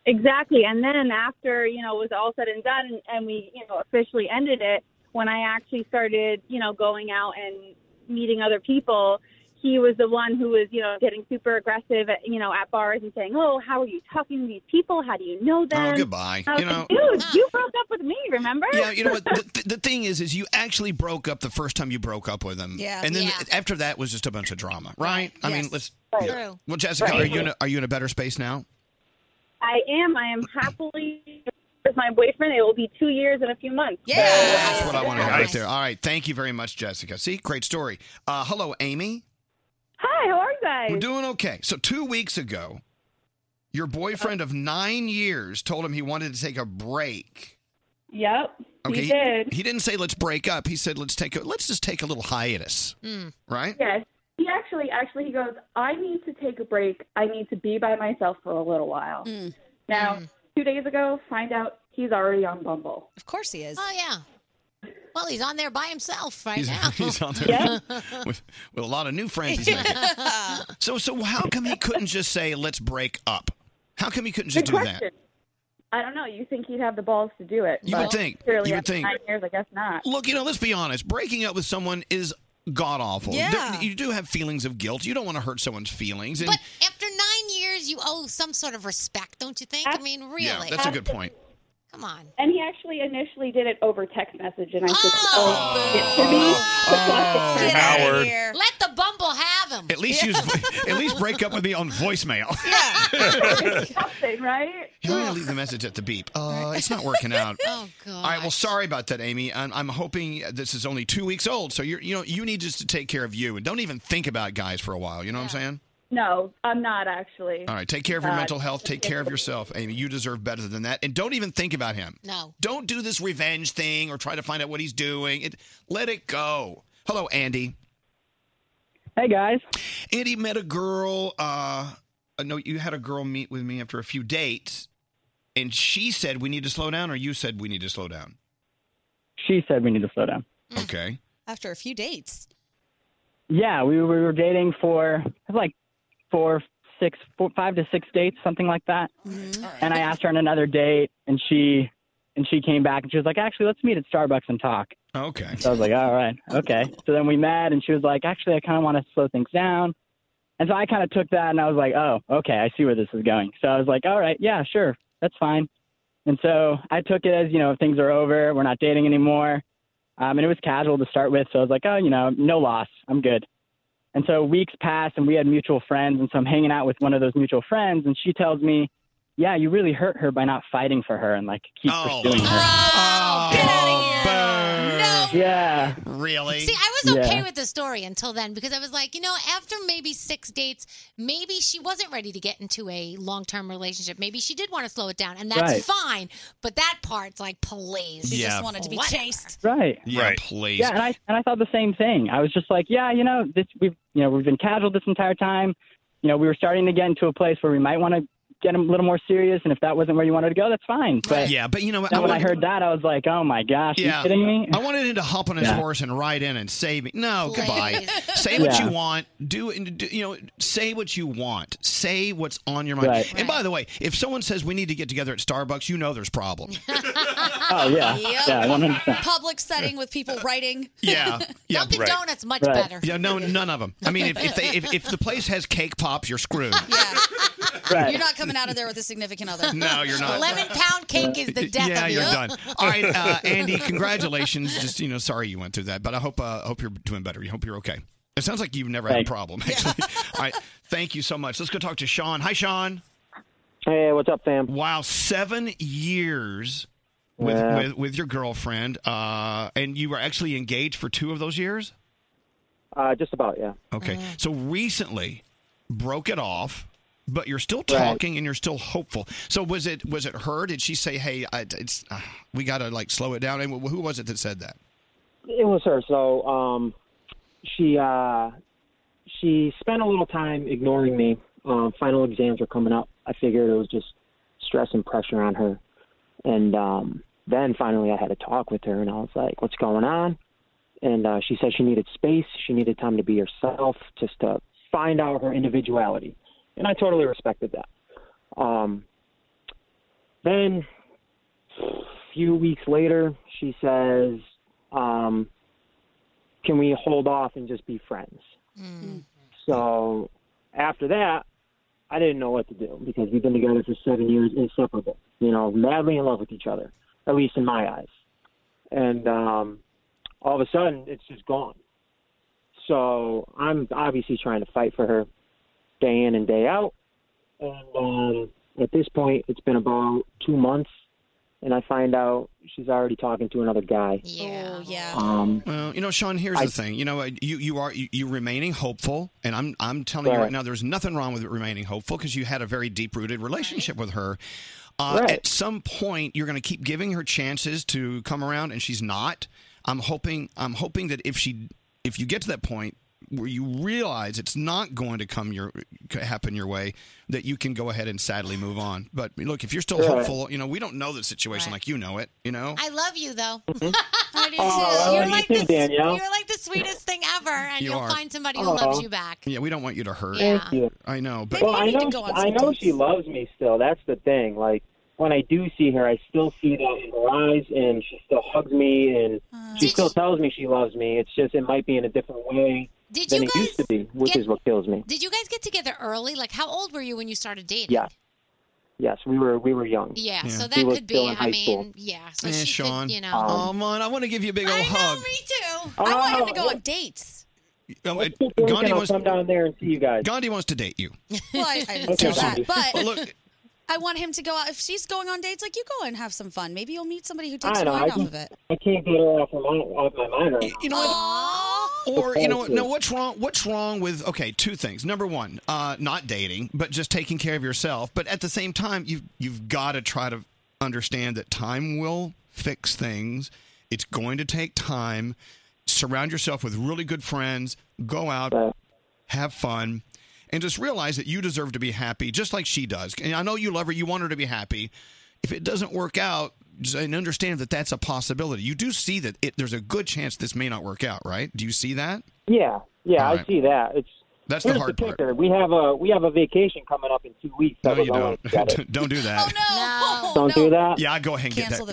[SPEAKER 27] Exactly. And then after, you know, it was all said and done and, and we, you know, officially ended it, when I actually started, you know, going out and meeting other people, he was the one who was, you know, getting super aggressive, at, you know, at bars and saying, "Oh, how are you talking to these people? How do you know them?"
[SPEAKER 7] Oh, goodbye.
[SPEAKER 27] I was
[SPEAKER 7] You
[SPEAKER 27] like,
[SPEAKER 7] know-
[SPEAKER 27] dude, you broke up with me, remember?
[SPEAKER 7] Yeah, you know what? The, th- the thing is, is you actually broke up the first time you broke up with him.
[SPEAKER 27] Yeah.
[SPEAKER 7] And then
[SPEAKER 27] Yeah.
[SPEAKER 7] after that was just a bunch of drama, right? I mean,
[SPEAKER 27] Yes.
[SPEAKER 7] let's.
[SPEAKER 27] Right.
[SPEAKER 7] yeah.
[SPEAKER 27] True.
[SPEAKER 7] Well, Jessica,
[SPEAKER 27] Right.
[SPEAKER 7] are you in a, are you in a better space now?
[SPEAKER 27] I am. I am happily with my boyfriend. It will be two years in a few months. Yeah.
[SPEAKER 7] That's what I want to hear right there. All right, thank you very much, Jessica. See, great story. Uh, hello, Amy.
[SPEAKER 27] Hi, how are you guys?
[SPEAKER 7] We're doing okay. So two weeks ago, your boyfriend of nine years told him he wanted to take a break.
[SPEAKER 27] Yep.
[SPEAKER 7] Okay,
[SPEAKER 27] He did.
[SPEAKER 7] He, didn't say let's break up. He said let's take a, let's just take a little hiatus, right?
[SPEAKER 27] Yes. He actually, actually, he goes, I need to take a break. I need to be by myself for a little while. Now, two days ago, find out he's already on Bumble.
[SPEAKER 13] Of course he is.
[SPEAKER 5] Oh yeah. Well, he's on there by himself right
[SPEAKER 7] He's, *laughs*
[SPEAKER 5] now.
[SPEAKER 7] he's on there with, with a lot of new friends.
[SPEAKER 27] *laughs*
[SPEAKER 7] He's making. So so how come he couldn't just say let's break up? How come he couldn't just
[SPEAKER 27] Good
[SPEAKER 7] do
[SPEAKER 27] question.
[SPEAKER 7] that?
[SPEAKER 27] I don't know. You think he'd have the balls to do it?
[SPEAKER 7] You would
[SPEAKER 27] but
[SPEAKER 7] think.
[SPEAKER 27] Clearly,
[SPEAKER 7] You would
[SPEAKER 27] after
[SPEAKER 7] think.
[SPEAKER 27] Nine years, I guess not.
[SPEAKER 7] Look, you know, let's be honest. Breaking up with someone is god awful.
[SPEAKER 27] Yeah.
[SPEAKER 7] you do have feelings of guilt. You don't want to hurt someone's feelings. And
[SPEAKER 5] But after nine years, you owe some sort of respect, don't you think? I mean, really.
[SPEAKER 7] yeah, that's a good point.
[SPEAKER 5] Come on.
[SPEAKER 27] And he actually initially did it over text message, and I said, "Oh, get to me."
[SPEAKER 7] Get outta Oh, Howard. here.
[SPEAKER 5] Let the Bumble have him.
[SPEAKER 7] At least use, *laughs* at least break up with me on *laughs* voicemail.
[SPEAKER 27] Something, right?
[SPEAKER 7] He'll only leave the message at the beep. Uh, it's not working *laughs* out.
[SPEAKER 5] Oh, God.
[SPEAKER 7] All right. Well, sorry about that, Amy. I'm, I'm hoping this is only two weeks old, so you're, you know, you need just to take care of you and don't even think about guys for a while. You know what I'm saying?
[SPEAKER 27] No, I'm not actually.
[SPEAKER 7] All right. Take care of your
[SPEAKER 27] Uh,
[SPEAKER 7] mental health. Take care of yourself, Amy. You deserve better than that. And don't even think about him.
[SPEAKER 27] No.
[SPEAKER 7] Don't do this revenge thing or try to find out what he's doing. It, let it go. Hello, Andy.
[SPEAKER 3] Hey guys.
[SPEAKER 7] Andy met a girl. Uh, uh, no, you had a girl meet with me after a few dates, and she said we need to slow down, or you said we need to slow down.
[SPEAKER 3] She said we need to slow down.
[SPEAKER 7] Okay.
[SPEAKER 13] After a few dates.
[SPEAKER 3] Yeah, we, we were dating for like four, six, four, five to six dates, something like that. And I asked her on another date, and she and she came back and she was like, "Actually, let's meet at Starbucks and talk."
[SPEAKER 7] Okay.
[SPEAKER 3] So I was like, "All right, okay." So then we met, and she was like, "Actually, I kind of want to slow things down." And so I kind of took that, and I was like, "Oh, okay, I see where this is going." So I was like, "All right, yeah, sure, that's fine." And so I took it as you know, things are over, we're not dating anymore. Um, and it was casual to start with, so I was like, "Oh, you know, no loss, I'm good." And so weeks pass, and we had mutual friends, and so I'm hanging out with one of those mutual friends, and she tells me, "Yeah, you really hurt her by not fighting for her and like keep
[SPEAKER 7] Oh.
[SPEAKER 3] pursuing her." Yeah.
[SPEAKER 7] Really?
[SPEAKER 5] See, I was okay
[SPEAKER 3] Yeah.
[SPEAKER 5] with the story until then because I was like, you know, after maybe six dates, maybe she wasn't ready to get into a long term relationship. Maybe she did want to slow it down, and that's
[SPEAKER 3] Right.
[SPEAKER 5] fine. But that part's like, please.
[SPEAKER 3] She just Yeah.
[SPEAKER 5] wanted to be chased.
[SPEAKER 3] Right.
[SPEAKER 7] Yeah, please.
[SPEAKER 3] Yeah, and I and I thought the same thing. I was just like, yeah, you know, this we've you know we've been casual this entire time. You know, we were starting to get into a place where we might want to get a little more serious, and if that wasn't where you wanted to go, that's fine. But
[SPEAKER 7] Yeah, but you know what?
[SPEAKER 3] then
[SPEAKER 7] I
[SPEAKER 3] when I
[SPEAKER 7] wanted-
[SPEAKER 3] heard that, I was like, oh my gosh, are you kidding me?
[SPEAKER 7] I wanted him to hop on his
[SPEAKER 3] Yeah.
[SPEAKER 7] horse and ride in and say, me. No, goodbye. say what
[SPEAKER 3] Yeah.
[SPEAKER 7] you want. Do, do you know? Say what you want. Say what's on your mind.
[SPEAKER 3] Right.
[SPEAKER 7] And by the way, if someone says we need to get together at Starbucks, you know there's problems.
[SPEAKER 3] Oh yeah,
[SPEAKER 13] Yep.
[SPEAKER 3] yeah, one hundred percent.
[SPEAKER 13] Public setting with people writing. *laughs*
[SPEAKER 7] Yeah, yeah.
[SPEAKER 13] Dunkin'
[SPEAKER 7] right.
[SPEAKER 13] Donuts much Right. better.
[SPEAKER 7] Yeah, no, none of them. I mean, if, if they if, if the place has cake pops, you're screwed.
[SPEAKER 13] *laughs* Yeah.
[SPEAKER 7] Right.
[SPEAKER 13] You're not coming out of there with a significant other.
[SPEAKER 7] No, you're not.
[SPEAKER 13] Lemon pound cake is the death
[SPEAKER 7] yeah,
[SPEAKER 13] of you.
[SPEAKER 7] you're done.
[SPEAKER 13] *laughs*
[SPEAKER 7] All right, uh, Andy, congratulations. Just you know, sorry you went through that, but I hope uh, hope you're doing better. I hope you're okay. It sounds like you've never had a problem. Actually, *laughs* all right. Thank you so much. Let's go talk to Sean. Hi, Sean.
[SPEAKER 4] Hey, what's up, fam?
[SPEAKER 7] Wow, seven years with
[SPEAKER 4] Yeah.
[SPEAKER 7] with, with your girlfriend, uh, and you were actually engaged for two of those years.
[SPEAKER 4] Uh, just about, yeah.
[SPEAKER 7] Okay, so recently broke it off, but you're still
[SPEAKER 4] Right.
[SPEAKER 7] talking and you're still hopeful. So was it was it her? Did she say, "Hey, I, it's uh, we got to like slow it down"? And wh- who was it that said that?
[SPEAKER 4] It was her. So um, she uh, she spent a little time ignoring me. Um, final exams were coming up. I figured it was just stress and pressure on her. And um, then finally, I had a talk with her, and I was like, "What's going on?" And uh, she said she needed space. She needed time to be herself, just to find out her individuality. And I totally respected that. Um, then few weeks later, she says, um, "Can we hold off and just be friends?" So after that, I didn't know what to do because we've been together for seven years, inseparable. You know, madly in love with each other, at least in my eyes. And um, all of a sudden, it's just gone. So I'm obviously trying to fight for her, day in and day out. And um, at this point, it's been about two months, and I find out she's already talking to another guy.
[SPEAKER 7] Oh,
[SPEAKER 13] Yeah. yeah.
[SPEAKER 4] Um,
[SPEAKER 7] well, you know, Sean. Here's
[SPEAKER 4] I-
[SPEAKER 7] the thing. You know, uh, you you are you, you remaining hopeful, and I'm I'm telling you
[SPEAKER 4] Right.
[SPEAKER 7] right now, there's nothing wrong with remaining hopeful because you had a very deep rooted relationship with her. Uh, At some point, you're going to keep giving her chances to come around, and she's not. I'm hoping I'm hoping that if she if you get to that point where you realize it's not going to come your happen your way, that you can go ahead and sadly move on. But look, if you're still
[SPEAKER 4] Right.
[SPEAKER 7] hopeful, you know, we don't know the situation like you know it. You know,
[SPEAKER 5] I love you though. *laughs* I do
[SPEAKER 7] Oh, I love
[SPEAKER 5] you're
[SPEAKER 7] you
[SPEAKER 5] like
[SPEAKER 7] too,
[SPEAKER 5] the
[SPEAKER 7] Danielle. Oh.
[SPEAKER 5] you're like the sweetest thing ever, and
[SPEAKER 7] You
[SPEAKER 5] you will
[SPEAKER 7] are.
[SPEAKER 5] find somebody
[SPEAKER 4] Oh.
[SPEAKER 5] who loves you back.
[SPEAKER 7] Yeah, we don't want you to hurt.
[SPEAKER 4] Thank you.
[SPEAKER 7] I know, but
[SPEAKER 4] well, I know, I know she loves me still. That's the thing. Like when I do see her, I still see that in her eyes, and she still hugs me, and
[SPEAKER 5] Uh-huh.
[SPEAKER 4] she still tells me she loves me. It's just it might be in a different way
[SPEAKER 5] Did
[SPEAKER 4] than
[SPEAKER 5] you
[SPEAKER 4] it used to be, which
[SPEAKER 5] get-
[SPEAKER 4] is what kills me.
[SPEAKER 5] Did you guys get together early? Like, how old were you when you started dating?
[SPEAKER 4] Yes, yes, we were we were young.
[SPEAKER 5] Yeah, so
[SPEAKER 4] we
[SPEAKER 5] that
[SPEAKER 4] were
[SPEAKER 5] could
[SPEAKER 4] still
[SPEAKER 5] be. I
[SPEAKER 4] in high
[SPEAKER 5] mean,
[SPEAKER 4] school. Um,
[SPEAKER 5] yeah. So
[SPEAKER 7] Eh,
[SPEAKER 5] she
[SPEAKER 7] Sean.
[SPEAKER 5] could, you know.
[SPEAKER 7] Oh, man, I want to give you a big old hug.
[SPEAKER 5] me too.
[SPEAKER 13] I want him to
[SPEAKER 5] Oh,
[SPEAKER 13] go on dates.
[SPEAKER 7] Oh, it-
[SPEAKER 4] Lincoln,
[SPEAKER 7] Gandhi
[SPEAKER 4] I'll
[SPEAKER 7] wants
[SPEAKER 4] come down there and see you guys.
[SPEAKER 7] Gandhi wants to date you.
[SPEAKER 13] Well, I,
[SPEAKER 4] *laughs*
[SPEAKER 13] I didn't
[SPEAKER 7] Okay,
[SPEAKER 13] say that,
[SPEAKER 7] Sandy.
[SPEAKER 13] but
[SPEAKER 7] Well, look-
[SPEAKER 13] I want him to go out. If she's going on dates, like you go and have some fun. Maybe you'll meet somebody who takes
[SPEAKER 4] I
[SPEAKER 13] your
[SPEAKER 4] know. I
[SPEAKER 13] mind off
[SPEAKER 4] can't,
[SPEAKER 13] of it.
[SPEAKER 4] I can't get her off of my off my mind right now.
[SPEAKER 7] You know Or you know what? No, what's wrong? What's wrong with? Okay, two things. Number one, uh, not dating, but just taking care of yourself. But at the same time, you've you've got to try to understand that time will fix things. It's going to take time. Surround yourself with really good friends. Go out, have fun, and just realize that you deserve to be happy, just like she does. And I know you love her. You want her to be happy. If it doesn't work out. just- And understand that that's a possibility. You do see that it, there's a good chance this may not work out, right? Do you see that?
[SPEAKER 4] Yeah, yeah,
[SPEAKER 7] All
[SPEAKER 4] I
[SPEAKER 7] right.
[SPEAKER 4] see that. It's
[SPEAKER 7] That's the
[SPEAKER 4] here's
[SPEAKER 7] hard
[SPEAKER 4] the
[SPEAKER 7] part.
[SPEAKER 4] kicker. We have a we have a vacation coming up in two weeks.
[SPEAKER 7] No,
[SPEAKER 4] that we're
[SPEAKER 7] you
[SPEAKER 4] going
[SPEAKER 7] don't.
[SPEAKER 4] together.
[SPEAKER 7] *laughs* don't do that.
[SPEAKER 13] No.
[SPEAKER 4] Don't do that.
[SPEAKER 7] Yeah, I go ahead and get that. I-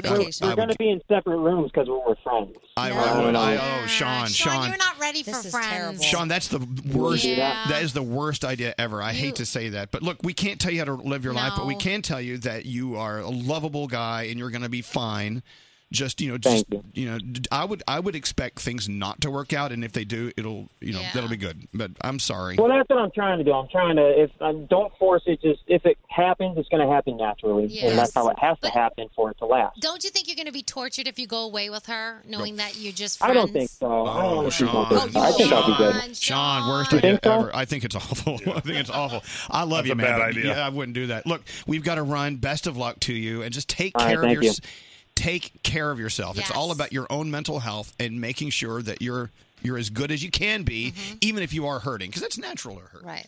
[SPEAKER 4] We're,
[SPEAKER 7] I,
[SPEAKER 4] going to be in separate rooms because we're friends.
[SPEAKER 7] I, I would. I, oh, Sean, Sean,
[SPEAKER 5] You're not ready for friends.
[SPEAKER 7] Sean, that's the worst.
[SPEAKER 5] Yeah.
[SPEAKER 7] That is the worst idea ever. I hate to say that, but look, we can't tell you how to live your life, but we
[SPEAKER 5] No.
[SPEAKER 7] can tell you that you are a lovable guy and you're going to be fine. Just you know, just you. know, d- I would I would expect things not to work out, and if they do, it'll you know that'll be good. But I'm sorry.
[SPEAKER 4] Well, that's what I'm trying to do. I'm trying to if um, don't force it. Just if it happens, it's going to happen naturally, and
[SPEAKER 5] Yes.
[SPEAKER 4] that's how it has to happen for it to last.
[SPEAKER 5] Don't you think you're going to be tortured if you go away with her, knowing that you're just friends? Oh,
[SPEAKER 4] I don't think so. I don't want to keep
[SPEAKER 13] Oh,
[SPEAKER 4] on
[SPEAKER 7] Oh, Sean,
[SPEAKER 4] doing that. I think I'll be Oh, good.
[SPEAKER 7] Sean, Sean, worst idea ever. I think it's awful. *laughs* I think it's awful. I love
[SPEAKER 11] That's
[SPEAKER 7] you,
[SPEAKER 11] a
[SPEAKER 7] man.
[SPEAKER 11] bad
[SPEAKER 7] but
[SPEAKER 11] idea.
[SPEAKER 7] Yeah, I wouldn't do that. Look, we've got to run. Best of luck to you, and just take
[SPEAKER 11] All right,
[SPEAKER 7] care
[SPEAKER 11] thank
[SPEAKER 7] of
[SPEAKER 11] you.
[SPEAKER 7] your. Take care of yourself. It's all about your own mental health and making sure that you're you're as good as you can be,
[SPEAKER 13] Mm-hmm.
[SPEAKER 7] even if you are hurting, because that's natural to hurt.
[SPEAKER 13] Right.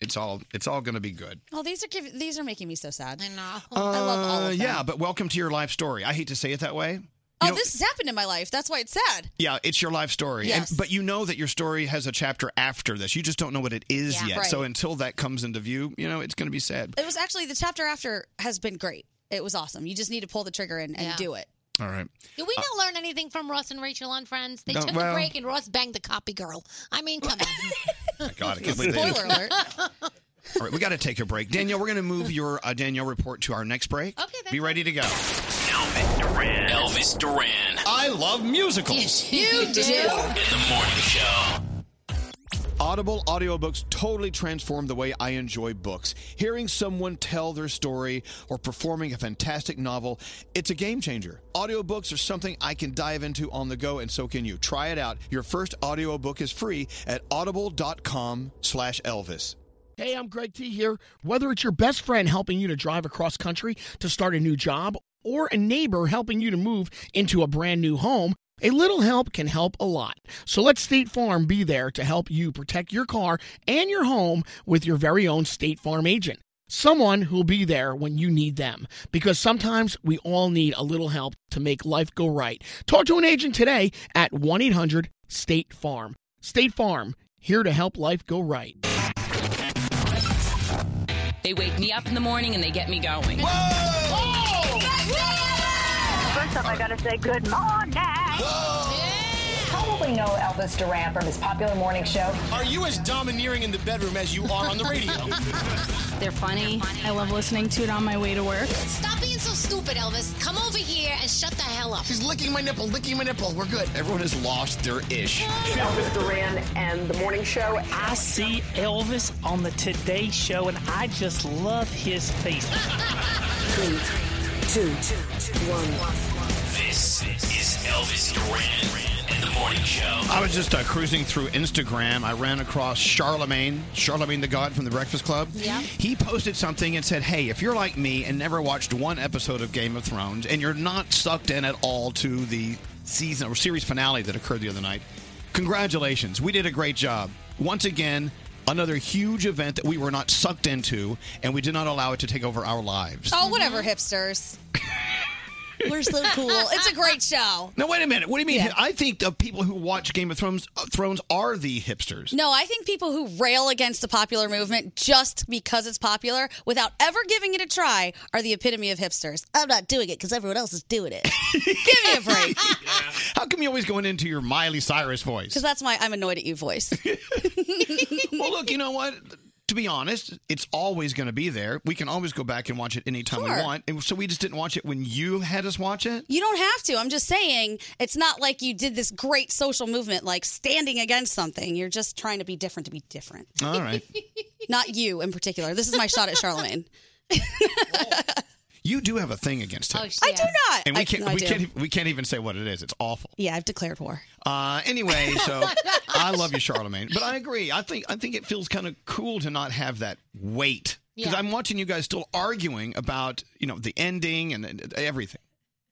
[SPEAKER 7] It's all it's all going to be good.
[SPEAKER 13] Well, these are giv these are making me so sad. I
[SPEAKER 5] know.
[SPEAKER 13] Oh, I love all
[SPEAKER 7] Uh,
[SPEAKER 13] of them.
[SPEAKER 7] Yeah, but welcome to your life story. I hate to say it that way.
[SPEAKER 13] Oh, this has happened in my life. That's why it's sad.
[SPEAKER 7] Yeah, it's your life story.
[SPEAKER 13] Yes.
[SPEAKER 7] And, but you know that your story has a chapter after this. You just don't know what it is
[SPEAKER 13] Yeah.
[SPEAKER 7] yet.
[SPEAKER 13] Right.
[SPEAKER 7] So until that comes into view, you know, it's going to be sad.
[SPEAKER 13] It was actually the chapter after has been great. It was awesome. You just need to pull the trigger and, and do it.
[SPEAKER 7] All right.
[SPEAKER 5] Did we not learn anything from Ross and Rachel on Friends? They
[SPEAKER 7] Uh, No,
[SPEAKER 5] took
[SPEAKER 7] well-
[SPEAKER 5] a break and Ross banged the copy girl. I mean, come
[SPEAKER 7] *laughs*
[SPEAKER 5] on.
[SPEAKER 7] God, I can't believe they did
[SPEAKER 5] Spoiler
[SPEAKER 7] it.
[SPEAKER 5] alert.
[SPEAKER 7] *laughs* All right, we got to take a break. Danielle, we're going to move your uh, Danielle report to our next break. Okay, Be ready to go.
[SPEAKER 10] Elvis Duran. Elvis Duran.
[SPEAKER 7] I love musicals.
[SPEAKER 10] you do. In the morning show.
[SPEAKER 7] Audible audiobooks totally transformed the way I enjoy books. Hearing someone tell their story or performing a fantastic novel, it's a game changer. Audiobooks are something I can dive into on the go and so can you. Try it out. Your first audiobook is free at audible.com slash Elvis.
[SPEAKER 16] Hey, I'm Greg T here. Whether it's your best friend helping you to drive across country to start a new job or a neighbor helping you to move into a brand new home, a little help can help a lot. So let State Farm be there to help you protect your car and your home with your very own State Farm agent. Someone who'll be there when you need them. Because sometimes we all need a little help to make life go right. Talk to an agent today at 1 800 State Farm. State Farm, here to help life go right.
[SPEAKER 6] They wake me up in the morning and they get me going.
[SPEAKER 19] First off, I gotta say good morning. Whoa.
[SPEAKER 8] probably know Elvis Duran from his popular morning
[SPEAKER 7] *laughs*
[SPEAKER 8] show.
[SPEAKER 18] Are you as domineering in the bedroom as you are on the radio?
[SPEAKER 7] *laughs*
[SPEAKER 8] They're funny. I love listening to it on my way to work.
[SPEAKER 5] Stop being so stupid, Elvis. Come over here and shut the hell up.
[SPEAKER 16] She's licking my nipple, licking my nipple. We're good.
[SPEAKER 7] Everyone has lost their ish.
[SPEAKER 9] Elvis Duran and the morning show. I see Elvis on the Today Show, and I just love his face. Three, two, one.
[SPEAKER 10] This is Elvis Duran and the Morning Show.
[SPEAKER 7] I was just uh, cruising through Instagram. I ran across Charlemagne, Charlemagne the God from the Breakfast Club.
[SPEAKER 10] Yeah.
[SPEAKER 7] He posted something and said, "Hey, if you're like me and never watched one episode of Game of Thrones and you're not sucked in at all to the season or series finale that occurred the other night, congratulations. We did a great job. Once again, another huge event that we were not sucked into and we did not allow it to take over our lives."
[SPEAKER 13] Oh, whatever,
[SPEAKER 7] *laughs*
[SPEAKER 13] hipsters. We're so cool. It's a great show.
[SPEAKER 7] Now wait a minute. What do you mean? I think the people who watch Game of Thrones uh, Thrones are the hipsters.
[SPEAKER 13] No, I think people who rail against the popular movement just because it's popular without ever giving it a try are the epitome of hipsters. I'm not doing it because everyone else is doing
[SPEAKER 7] *laughs*
[SPEAKER 13] it.
[SPEAKER 7] How come you always going into your Miley Cyrus
[SPEAKER 13] *laughs*
[SPEAKER 7] voice?
[SPEAKER 13] Because that's my I'm annoyed at you voice.
[SPEAKER 7] well, look, you know what? To be honest, it's always going to be there. We can always go back and watch it anytime
[SPEAKER 13] Sure.
[SPEAKER 7] we want. And so we just didn't watch it when you had us watch it.
[SPEAKER 13] You don't have to. I'm just saying it's not like you did this great social movement like standing against something. You're just trying to be different to be
[SPEAKER 7] *laughs*
[SPEAKER 13] different. *laughs*
[SPEAKER 7] All right.
[SPEAKER 13] Not you in particular. This is my shot at
[SPEAKER 7] *laughs*
[SPEAKER 13] Charlemagne.
[SPEAKER 7] You do have a thing against it.
[SPEAKER 13] I do not.
[SPEAKER 7] and we
[SPEAKER 13] I-
[SPEAKER 7] can't
[SPEAKER 13] no, Oh, I
[SPEAKER 7] we
[SPEAKER 13] do.
[SPEAKER 7] can't e- we can't even say what it is. It's awful.
[SPEAKER 13] Yeah, I've declared war.
[SPEAKER 7] Uh,
[SPEAKER 13] *laughs*
[SPEAKER 7] anyway, so I love you, Charlemagne, but I agree. I think I think it feels kind of cool to not have that weight because
[SPEAKER 13] Yeah.
[SPEAKER 7] I'm watching you guys still arguing about you know the ending and, and everything.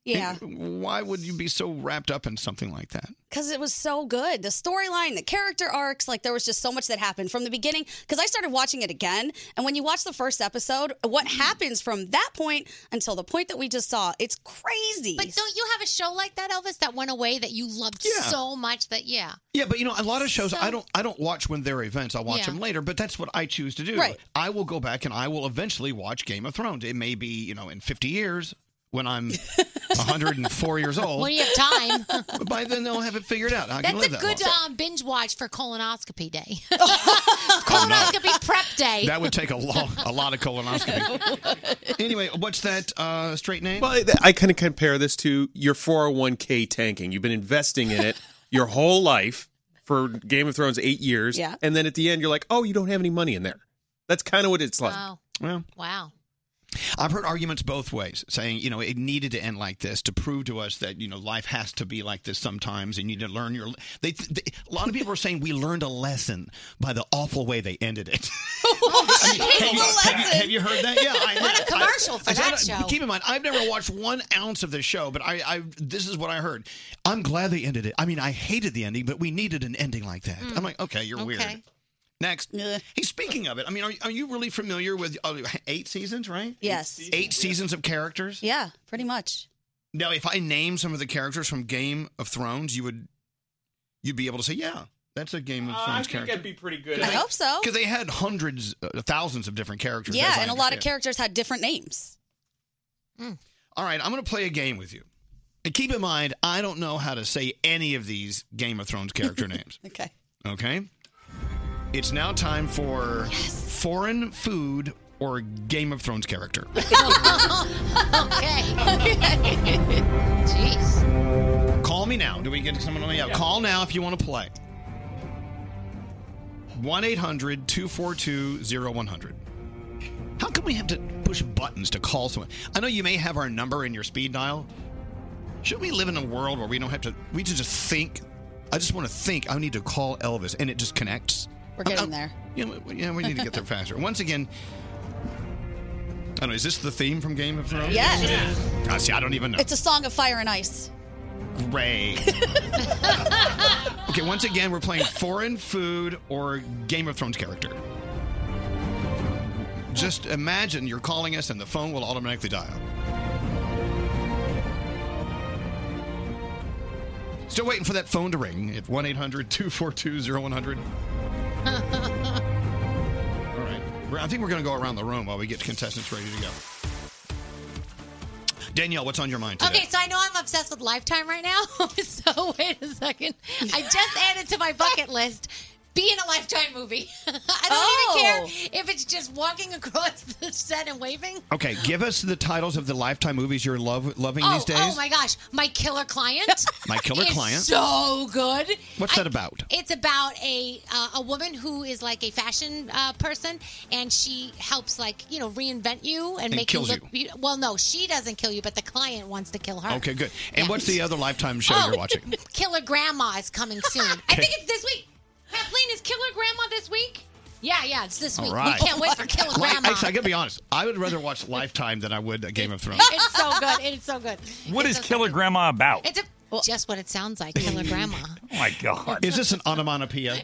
[SPEAKER 13] Yeah.
[SPEAKER 7] And why would you be so wrapped up in something like that?
[SPEAKER 13] Because it was so good. The storyline, the character arcs, like there was just so much that happened from the beginning. Because I started watching it again. And when you watch the first episode, what
[SPEAKER 5] Mm-hmm.
[SPEAKER 13] happens from that point until the point that we just saw, it's crazy.
[SPEAKER 5] But don't you have a show like that, Elvis, that went away that you loved
[SPEAKER 7] Yeah.
[SPEAKER 5] so much that yeah.
[SPEAKER 7] Yeah, but you know, a lot of shows I don't I don't watch when they're events. I watch
[SPEAKER 5] Yeah.
[SPEAKER 7] them later, but that's what I choose to do.
[SPEAKER 5] Right.
[SPEAKER 7] I will go back and I will eventually watch Game of Thrones. It may be, you know, in 50 years when *laughs* I'm 104 *laughs* years old.
[SPEAKER 5] When you have time.
[SPEAKER 7] But by then they'll have it figured out. Oh. *laughs* I can
[SPEAKER 5] That's
[SPEAKER 7] live
[SPEAKER 5] a
[SPEAKER 7] that
[SPEAKER 5] good
[SPEAKER 7] long.
[SPEAKER 5] um, binge watch for colonoscopy day. *laughs*
[SPEAKER 7] *laughs* Oh, no.
[SPEAKER 5] colonoscopy prep day.
[SPEAKER 7] That would
[SPEAKER 5] *laughs*
[SPEAKER 7] take a long, a lot of colonoscopy. *laughs* anyway, what's that uh, straight name?
[SPEAKER 15] Well, I- I kind of compare this to your 401k tanking. You've been investing in it your whole life for Game of Thrones eight years,
[SPEAKER 5] Yeah.
[SPEAKER 15] and then at the end you're like, oh, you don't have any money in there. That's kind of what it's like.
[SPEAKER 5] Wow.
[SPEAKER 7] Well,
[SPEAKER 5] Wow.
[SPEAKER 7] I've heard arguments both ways, saying you know it needed to end like this to prove to us that you know life has to be like this sometimes, and you need to learn your. They, they a lot of people are saying we learned a lesson by the awful way they ended it.
[SPEAKER 5] Oh,
[SPEAKER 7] Oh, have, you, have you- *laughs* have you heard that? Yeah, *laughs* I
[SPEAKER 5] What a
[SPEAKER 7] I-
[SPEAKER 5] commercial for
[SPEAKER 7] I said- uh,
[SPEAKER 5] that show.
[SPEAKER 7] Keep in mind, I've never watched one ounce of the show, but I, I this is what I heard. I'm glad they ended it. I mean, I hated the ending, but we needed an ending like that.
[SPEAKER 5] Mm.
[SPEAKER 7] I'm like, okay, you're
[SPEAKER 5] Okay.
[SPEAKER 7] weird. Next, hey, speaking of it, I mean, are, are you really familiar with uh, eight seasons, right?
[SPEAKER 13] Yes.
[SPEAKER 7] Eight, seasons of characters.
[SPEAKER 13] Yeah, pretty much.
[SPEAKER 7] Now, if I name some of the characters from Game of Thrones, you would you'd be able to say, yeah, that's a Game
[SPEAKER 15] Uh,
[SPEAKER 7] of Thrones character.
[SPEAKER 15] be pretty good.
[SPEAKER 13] I hope so.
[SPEAKER 7] Because they had hundreds, uh, thousands of different characters.
[SPEAKER 13] Yeah,
[SPEAKER 7] as I
[SPEAKER 13] and a lot of
[SPEAKER 7] understand.
[SPEAKER 13] characters had different names.
[SPEAKER 7] All right, I'm going to play a game with you. And keep in mind, I don't know how to say any of these Game of
[SPEAKER 13] *laughs*
[SPEAKER 7] Thrones character names.
[SPEAKER 13] Okay.
[SPEAKER 7] Okay. It's now time for foreign food or Game of Thrones character.
[SPEAKER 5] *laughs* okay. *laughs* Jeez. *laughs*
[SPEAKER 7] Call me now. Do we get someone on the yeah. Call now if you want to play. 1 800 242 0100. How come we have to push buttons to call someone? I know you may have our number in your speed dial. Should we live in a world where we don't have to, we just just think? I just want to think. I need to call Elvis and it just connects.
[SPEAKER 13] We're getting there.
[SPEAKER 7] Uh, Yeah, we- yeah, we need to get there faster. Once again, I don't know, is this the theme from Game of Thrones?
[SPEAKER 13] Yes.
[SPEAKER 7] Yeah. see, I don't even know.
[SPEAKER 13] It's a song of fire and ice.
[SPEAKER 7] Great. okay, once again, we're playing foreign food or Game of Thrones character. Just imagine you're calling us and the phone will automatically dial. Still waiting for that phone to ring at 1 800 242 0100. All right. We're- I think we're going to go around the room while we get contestants ready to go. Danielle, what's on your mind?
[SPEAKER 5] Okay, so I know I'm obsessed with Lifetime right now. *laughs* so wait a second. I just added to my bucket list be in a Lifetime movie. *laughs* I don't
[SPEAKER 13] Oh.
[SPEAKER 5] even care if it's just walking across *laughs* the set and waving.
[SPEAKER 7] Okay, give us the titles of the Lifetime movies you're love, loving
[SPEAKER 5] Oh,
[SPEAKER 7] these days.
[SPEAKER 5] oh my gosh, my killer client.
[SPEAKER 7] *laughs* My Killer
[SPEAKER 5] is
[SPEAKER 7] Client.
[SPEAKER 5] So good.
[SPEAKER 7] What's that about?
[SPEAKER 5] It's about a uh, a woman who is like a fashion uh, person, and she helps like you know reinvent you and,
[SPEAKER 7] And
[SPEAKER 5] make
[SPEAKER 7] kills
[SPEAKER 5] you look. beau- well, no, she doesn't kill you, but the client wants to kill her.
[SPEAKER 7] Okay, good. And
[SPEAKER 5] Yeah.
[SPEAKER 7] what's the other Lifetime show
[SPEAKER 5] Oh.
[SPEAKER 12] *laughs*
[SPEAKER 7] you're watching?
[SPEAKER 5] *laughs* Killer Grandma is coming soon. I
[SPEAKER 7] Okay.
[SPEAKER 5] think it's this week. Kathleen is Killer Grandma this week. Yeah, yeah, it's this
[SPEAKER 7] All
[SPEAKER 5] week.
[SPEAKER 7] right.
[SPEAKER 5] We can't wait for Killer
[SPEAKER 7] Like,
[SPEAKER 5] Grandma.
[SPEAKER 7] actually, I gotta be honest. I would rather watch Lifetime than I would Game of
[SPEAKER 12] *laughs*
[SPEAKER 7] Thrones.
[SPEAKER 5] it's so good. It's so good.
[SPEAKER 7] What
[SPEAKER 5] it's so-
[SPEAKER 7] is Killer
[SPEAKER 12] *laughs*
[SPEAKER 7] Grandma about?
[SPEAKER 5] It's a, just what it sounds like, Killer Grandma.
[SPEAKER 7] Oh my God! Is this an
[SPEAKER 5] *laughs*
[SPEAKER 12] *laughs*
[SPEAKER 7] onomatopoeia?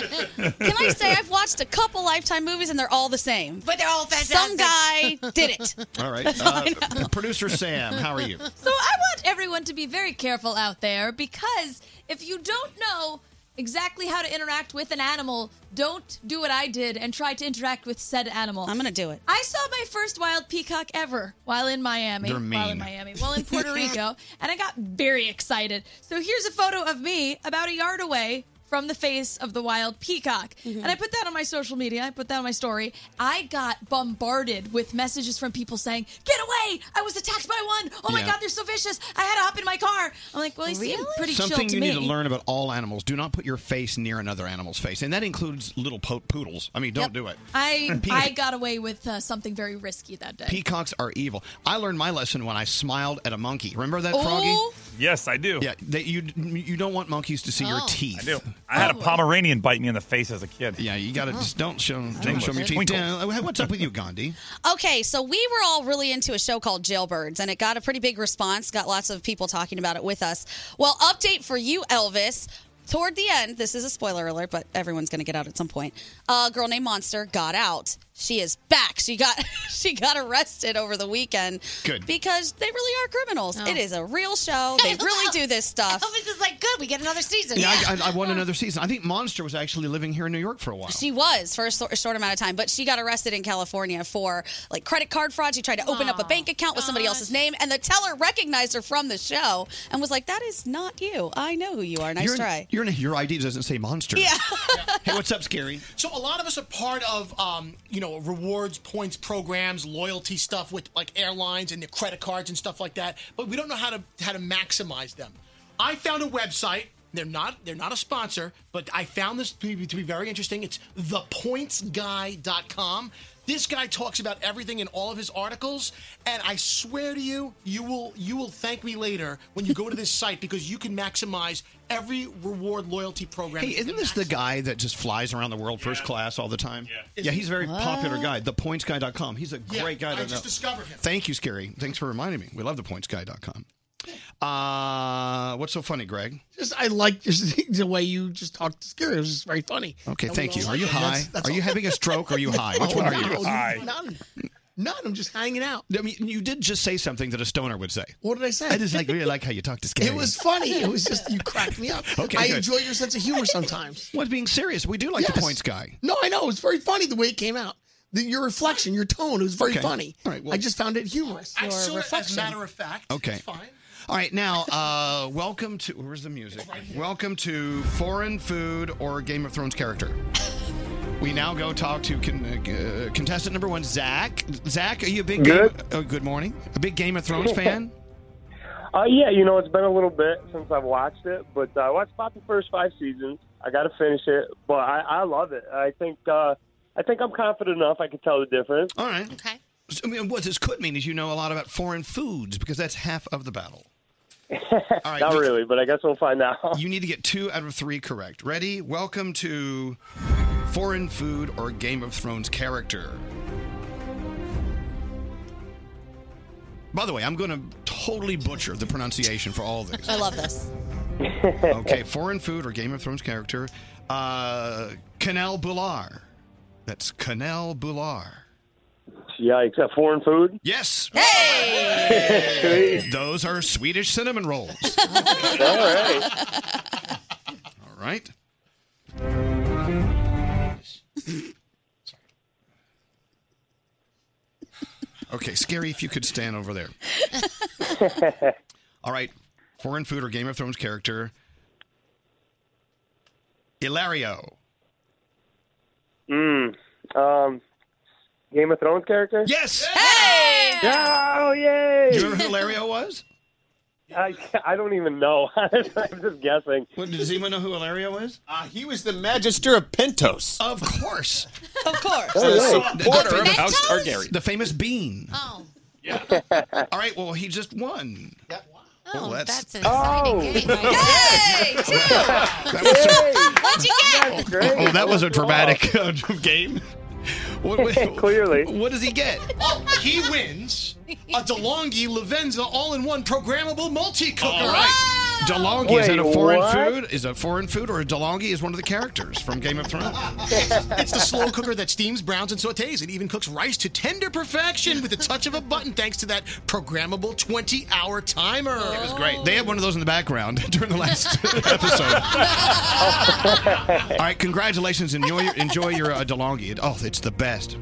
[SPEAKER 13] Can I say I've watched a couple Lifetime movies and they're all the same?
[SPEAKER 5] But they're all fantastic.
[SPEAKER 13] Some guy did it.
[SPEAKER 7] All
[SPEAKER 13] *laughs*
[SPEAKER 7] right.
[SPEAKER 13] That's all
[SPEAKER 7] Uh, Producer Sam, how are you?
[SPEAKER 12] *laughs* So I want everyone to be very careful out there because if you don't know exactly how to interact with an animal, don't do what I did and try to interact with said animal.
[SPEAKER 13] I'm gonna do it.
[SPEAKER 12] I saw my first wild peacock ever while in Miami.
[SPEAKER 13] They're
[SPEAKER 12] While in
[SPEAKER 13] mean.
[SPEAKER 12] Miami. Well, in
[SPEAKER 7] *laughs*
[SPEAKER 12] Puerto Rico. And I got very excited. So here's a photo of me about a yard away from the face of the wild peacock.
[SPEAKER 16] Mm-hmm.
[SPEAKER 12] And I put that on my social media. I put that on my story. I got bombarded with messages from people saying, Get away! I was attacked by one. Oh my
[SPEAKER 7] Yeah.
[SPEAKER 12] God, they're so vicious. I had to hop in my car. I'm like, Well, he seemed pretty chill
[SPEAKER 7] Something
[SPEAKER 12] to
[SPEAKER 7] you
[SPEAKER 12] me.
[SPEAKER 7] need to learn about all animals: do not put your face near another animal's face, and that includes little po- poodles. I mean, don't
[SPEAKER 12] Yep.
[SPEAKER 7] do it. *laughs*
[SPEAKER 12] I,
[SPEAKER 7] Pe-
[SPEAKER 12] I got away with uh, something very risky that day.
[SPEAKER 7] Peacocks are evil. I learned my lesson when I smiled at a monkey. Remember that,
[SPEAKER 12] Oh.
[SPEAKER 7] Froggy?
[SPEAKER 22] Yes, I do.
[SPEAKER 7] Yeah, they, you you don't want monkeys to see your
[SPEAKER 22] Oh.
[SPEAKER 7] teeth. Oh.
[SPEAKER 22] I do. I had a Pomeranian bite me in the face as a kid.
[SPEAKER 7] Yeah, you gotta just don't show don't show me your teeth.
[SPEAKER 22] Twinkle.
[SPEAKER 7] Dan, what's up with you, Gandhi?
[SPEAKER 13] Okay, so we were all really into a show called Jailbirds, and it got a pretty big response. Got lots of people talking about it with us. Well, update for you, Elvis. Toward the end, this is a spoiler alert, but everyone's going to get out at some point. A girl named Monster got out. She is back. She got *laughs* she got arrested over the weekend.
[SPEAKER 7] Good.
[SPEAKER 13] because they really are criminals. It is a real show.
[SPEAKER 5] *laughs*
[SPEAKER 13] They really do this stuff.
[SPEAKER 5] Elvis Oh. is like, good. We get another season.
[SPEAKER 7] Yeah, I, I, I want another season. I think Monster was actually living here in New York for a while.
[SPEAKER 13] She was for a sor- short amount of time, but she got arrested in California for like credit card fraud. She tried to open up a bank account with somebody else's name, and the teller recognized her from the show and was like, "That is not you. I know who you are. Nice
[SPEAKER 7] your,
[SPEAKER 13] try."
[SPEAKER 7] Your, your ID doesn't say Monster. Yeah. hey, what's
[SPEAKER 18] *laughs*
[SPEAKER 7] up, Scary?
[SPEAKER 18] So a lot of us are part of, um, you know, rewards, points programs, loyalty stuff with like airlines and their credit cards and stuff like that. But we don't know how to how to maximize them. I found a website. They're not they're not a sponsor, but I found this to be, to be very interesting. It's thepointsguy.com. This guy talks about everything in all of his articles, and I swear to you, you will you will thank me later when you go to this site because you can maximize every reward loyalty program.
[SPEAKER 7] Hey, isn't this the guy that just flies around the world first class all the time? Yeah, he's a very
[SPEAKER 18] What?
[SPEAKER 7] popular guy. ThePointsGuy.com. He's a
[SPEAKER 18] Yeah,
[SPEAKER 7] great guy.
[SPEAKER 18] I
[SPEAKER 7] to
[SPEAKER 18] just
[SPEAKER 7] know.
[SPEAKER 18] discovered him.
[SPEAKER 7] Thank you, Scary. Thanks for reminding me. We love ThePointsGuy.com. Uh, what's so funny, Greg?
[SPEAKER 16] Just I like just *laughs* the way you just talked to Scary. It was just very funny.
[SPEAKER 7] Okay,
[SPEAKER 16] And we
[SPEAKER 7] thank you.
[SPEAKER 16] all
[SPEAKER 7] Are you
[SPEAKER 16] liked it.
[SPEAKER 7] high?
[SPEAKER 16] That's- that's
[SPEAKER 7] are you
[SPEAKER 16] all. Oh,
[SPEAKER 7] having a stroke? Or are
[SPEAKER 16] *laughs*
[SPEAKER 7] you high? Which one are
[SPEAKER 16] No,
[SPEAKER 7] you?
[SPEAKER 16] no, None. None. I'm just hanging out.
[SPEAKER 7] I mean, you did just say something that a stoner would say.
[SPEAKER 16] What did I say?
[SPEAKER 7] I just like really like how you talk to Scary.
[SPEAKER 16] It was funny. It was just you cracked me up.
[SPEAKER 7] *laughs* Okay,
[SPEAKER 16] I
[SPEAKER 7] good.
[SPEAKER 16] enjoy your sense of humor sometimes.
[SPEAKER 7] What being serious? We do like the
[SPEAKER 16] Yes.
[SPEAKER 7] points guy.
[SPEAKER 16] No, I know. It was very funny the way it came out. The, your reflection, your tone, it was very
[SPEAKER 7] Okay.
[SPEAKER 16] funny.
[SPEAKER 7] All right, well-
[SPEAKER 16] I just found it humorous.
[SPEAKER 18] I
[SPEAKER 16] Your
[SPEAKER 18] saw it as a
[SPEAKER 16] reflection.
[SPEAKER 18] matter of fact.
[SPEAKER 7] Okay. All right, now uh, welcome to where's the music? welcome to foreign food or Game of Thrones character. We now go talk to con- uh, contestant number one, Zach. Zach, are you a big
[SPEAKER 14] Good.
[SPEAKER 7] Game- oh, good morning. A big Game of Thrones fan?
[SPEAKER 14] Uh, yeah, you know, it's been a little bit since I've watched it, but uh, I watched about the first five seasons. I got to finish it, but I, I love it. I think uh, I think I'm confident enough. I can tell the difference.
[SPEAKER 7] All right. Okay. I mean, what this could mean is you know a lot about foreign foods because that's half of the battle. All right,
[SPEAKER 14] Not
[SPEAKER 7] you-
[SPEAKER 14] really, but I guess we'll find out.
[SPEAKER 7] You need to get two out of three correct. Ready? Welcome to foreign food or Game of Thrones character. By the way, I'm going to totally butcher the pronunciation for all
[SPEAKER 13] *laughs*
[SPEAKER 7] these.
[SPEAKER 13] I love this.
[SPEAKER 7] Okay, foreign food or Game of Thrones character. Uh, Canel Bular. That's Canel Bular.
[SPEAKER 14] Yikes! That foreign food?
[SPEAKER 7] Yes.
[SPEAKER 14] Hey.
[SPEAKER 7] *laughs* Those are Swedish cinnamon rolls.
[SPEAKER 14] *laughs* All right.
[SPEAKER 7] All right.
[SPEAKER 14] *laughs*
[SPEAKER 7] Okay, Scary, if you could stand over there. All right. Foreign food or Game of Thrones character. Ilario.
[SPEAKER 20] Hmm,
[SPEAKER 14] Mm, um, Game of Thrones character?
[SPEAKER 7] Yes.
[SPEAKER 14] Hey. Oh yay!
[SPEAKER 7] Do you remember who Ilario was?
[SPEAKER 14] I, *laughs* I don't even know. *laughs* I'm just guessing.
[SPEAKER 7] does anyone know who Ilario is?
[SPEAKER 1] Uh, he was the Magister of Pentos.
[SPEAKER 7] Of course.
[SPEAKER 13] Of course.
[SPEAKER 7] The-
[SPEAKER 1] supporter
[SPEAKER 7] the
[SPEAKER 1] of
[SPEAKER 7] famous-
[SPEAKER 1] House Targaryen.
[SPEAKER 7] The famous bean.
[SPEAKER 5] Oh.
[SPEAKER 7] Yeah. All right. Well, he just won. Oh, that's,
[SPEAKER 5] an
[SPEAKER 7] exciting
[SPEAKER 14] Oh.
[SPEAKER 5] game.
[SPEAKER 13] Yay! Two.
[SPEAKER 7] That was
[SPEAKER 13] What'd you get?
[SPEAKER 7] Oh, that was a dramatic uh, game. What, what-
[SPEAKER 14] *laughs* Clearly.
[SPEAKER 7] What does he get?
[SPEAKER 18] Oh, he wins a DeLonghi Lavenza all-in-one programmable multi-cooker.
[SPEAKER 7] All right. DeLonghi is that a
[SPEAKER 18] Wait,
[SPEAKER 7] foreign
[SPEAKER 18] what?
[SPEAKER 7] food? Is a foreign food or a DeLonghi is one of the characters from Game of Thrones?
[SPEAKER 18] it's the slow cooker that steams, browns, and sautés. It even cooks rice to tender perfection with the touch of a button, thanks to that programmable 20-hour timer. It was
[SPEAKER 7] Great. They had one of those in the background *laughs* during the last
[SPEAKER 14] *laughs*
[SPEAKER 7] episode. All right, congratulations. Enjoy your, enjoy your uh, DeLonghi. Oh, it's the best.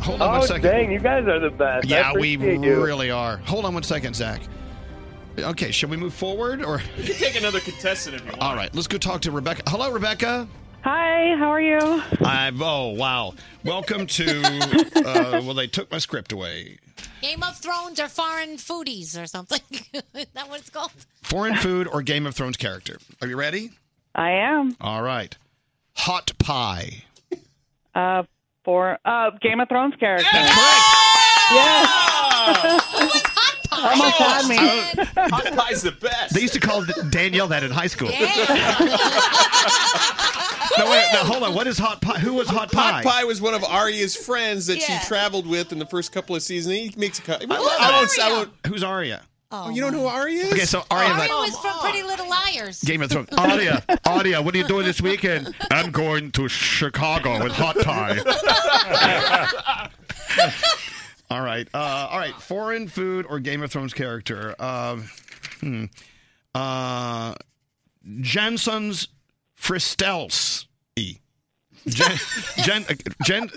[SPEAKER 7] Hold on
[SPEAKER 14] oh,
[SPEAKER 7] one second.
[SPEAKER 14] dang, you guys are the best. I
[SPEAKER 7] Yeah, we
[SPEAKER 14] appreciate you.
[SPEAKER 7] really are. Hold on one second, Zach. Okay, should we move forward or?
[SPEAKER 1] You can take another contestant if you
[SPEAKER 7] All right, let's go talk to Rebecca. Hello, Rebecca.
[SPEAKER 17] Hi, how are you?
[SPEAKER 7] I'm. Oh, wow. Welcome to.
[SPEAKER 17] *laughs*
[SPEAKER 7] Uh, well, they took my script away.
[SPEAKER 5] Game of Thrones or foreign foodies or something. *laughs* Is that what it's called?
[SPEAKER 7] Foreign food or Game of Thrones character. Are you ready?
[SPEAKER 17] I am.
[SPEAKER 7] All right. Hot pie.
[SPEAKER 17] Uh, for uh, Game of Thrones character. Yes.
[SPEAKER 19] Oh
[SPEAKER 17] Almost had me.
[SPEAKER 1] Hot pie's the best.
[SPEAKER 7] They used to call Danielle that in high school. no, wait, now hold on. What is hot pie? Who was hot pie?
[SPEAKER 1] Hot Pie was one of Arya's friends that
[SPEAKER 7] Yeah.
[SPEAKER 1] she traveled with in the first couple of seasons. He makes a cut. I,
[SPEAKER 7] love
[SPEAKER 1] won't. I
[SPEAKER 7] Arya.
[SPEAKER 1] won't.
[SPEAKER 7] Who's Arya?
[SPEAKER 1] Oh, you don't know who Arya is?
[SPEAKER 7] Okay, so Arya,
[SPEAKER 5] Ari
[SPEAKER 7] like,
[SPEAKER 5] was from Pretty Little Liars.
[SPEAKER 7] Game of Thrones. Arya, Arya, what are you doing this weekend? I'm going to Chicago with hot pie. all right, uh, all right. Foreign food or Game of Thrones character? Um, hmm. Uh, Jensen's Fristels. E. Jen, Jen, Jen,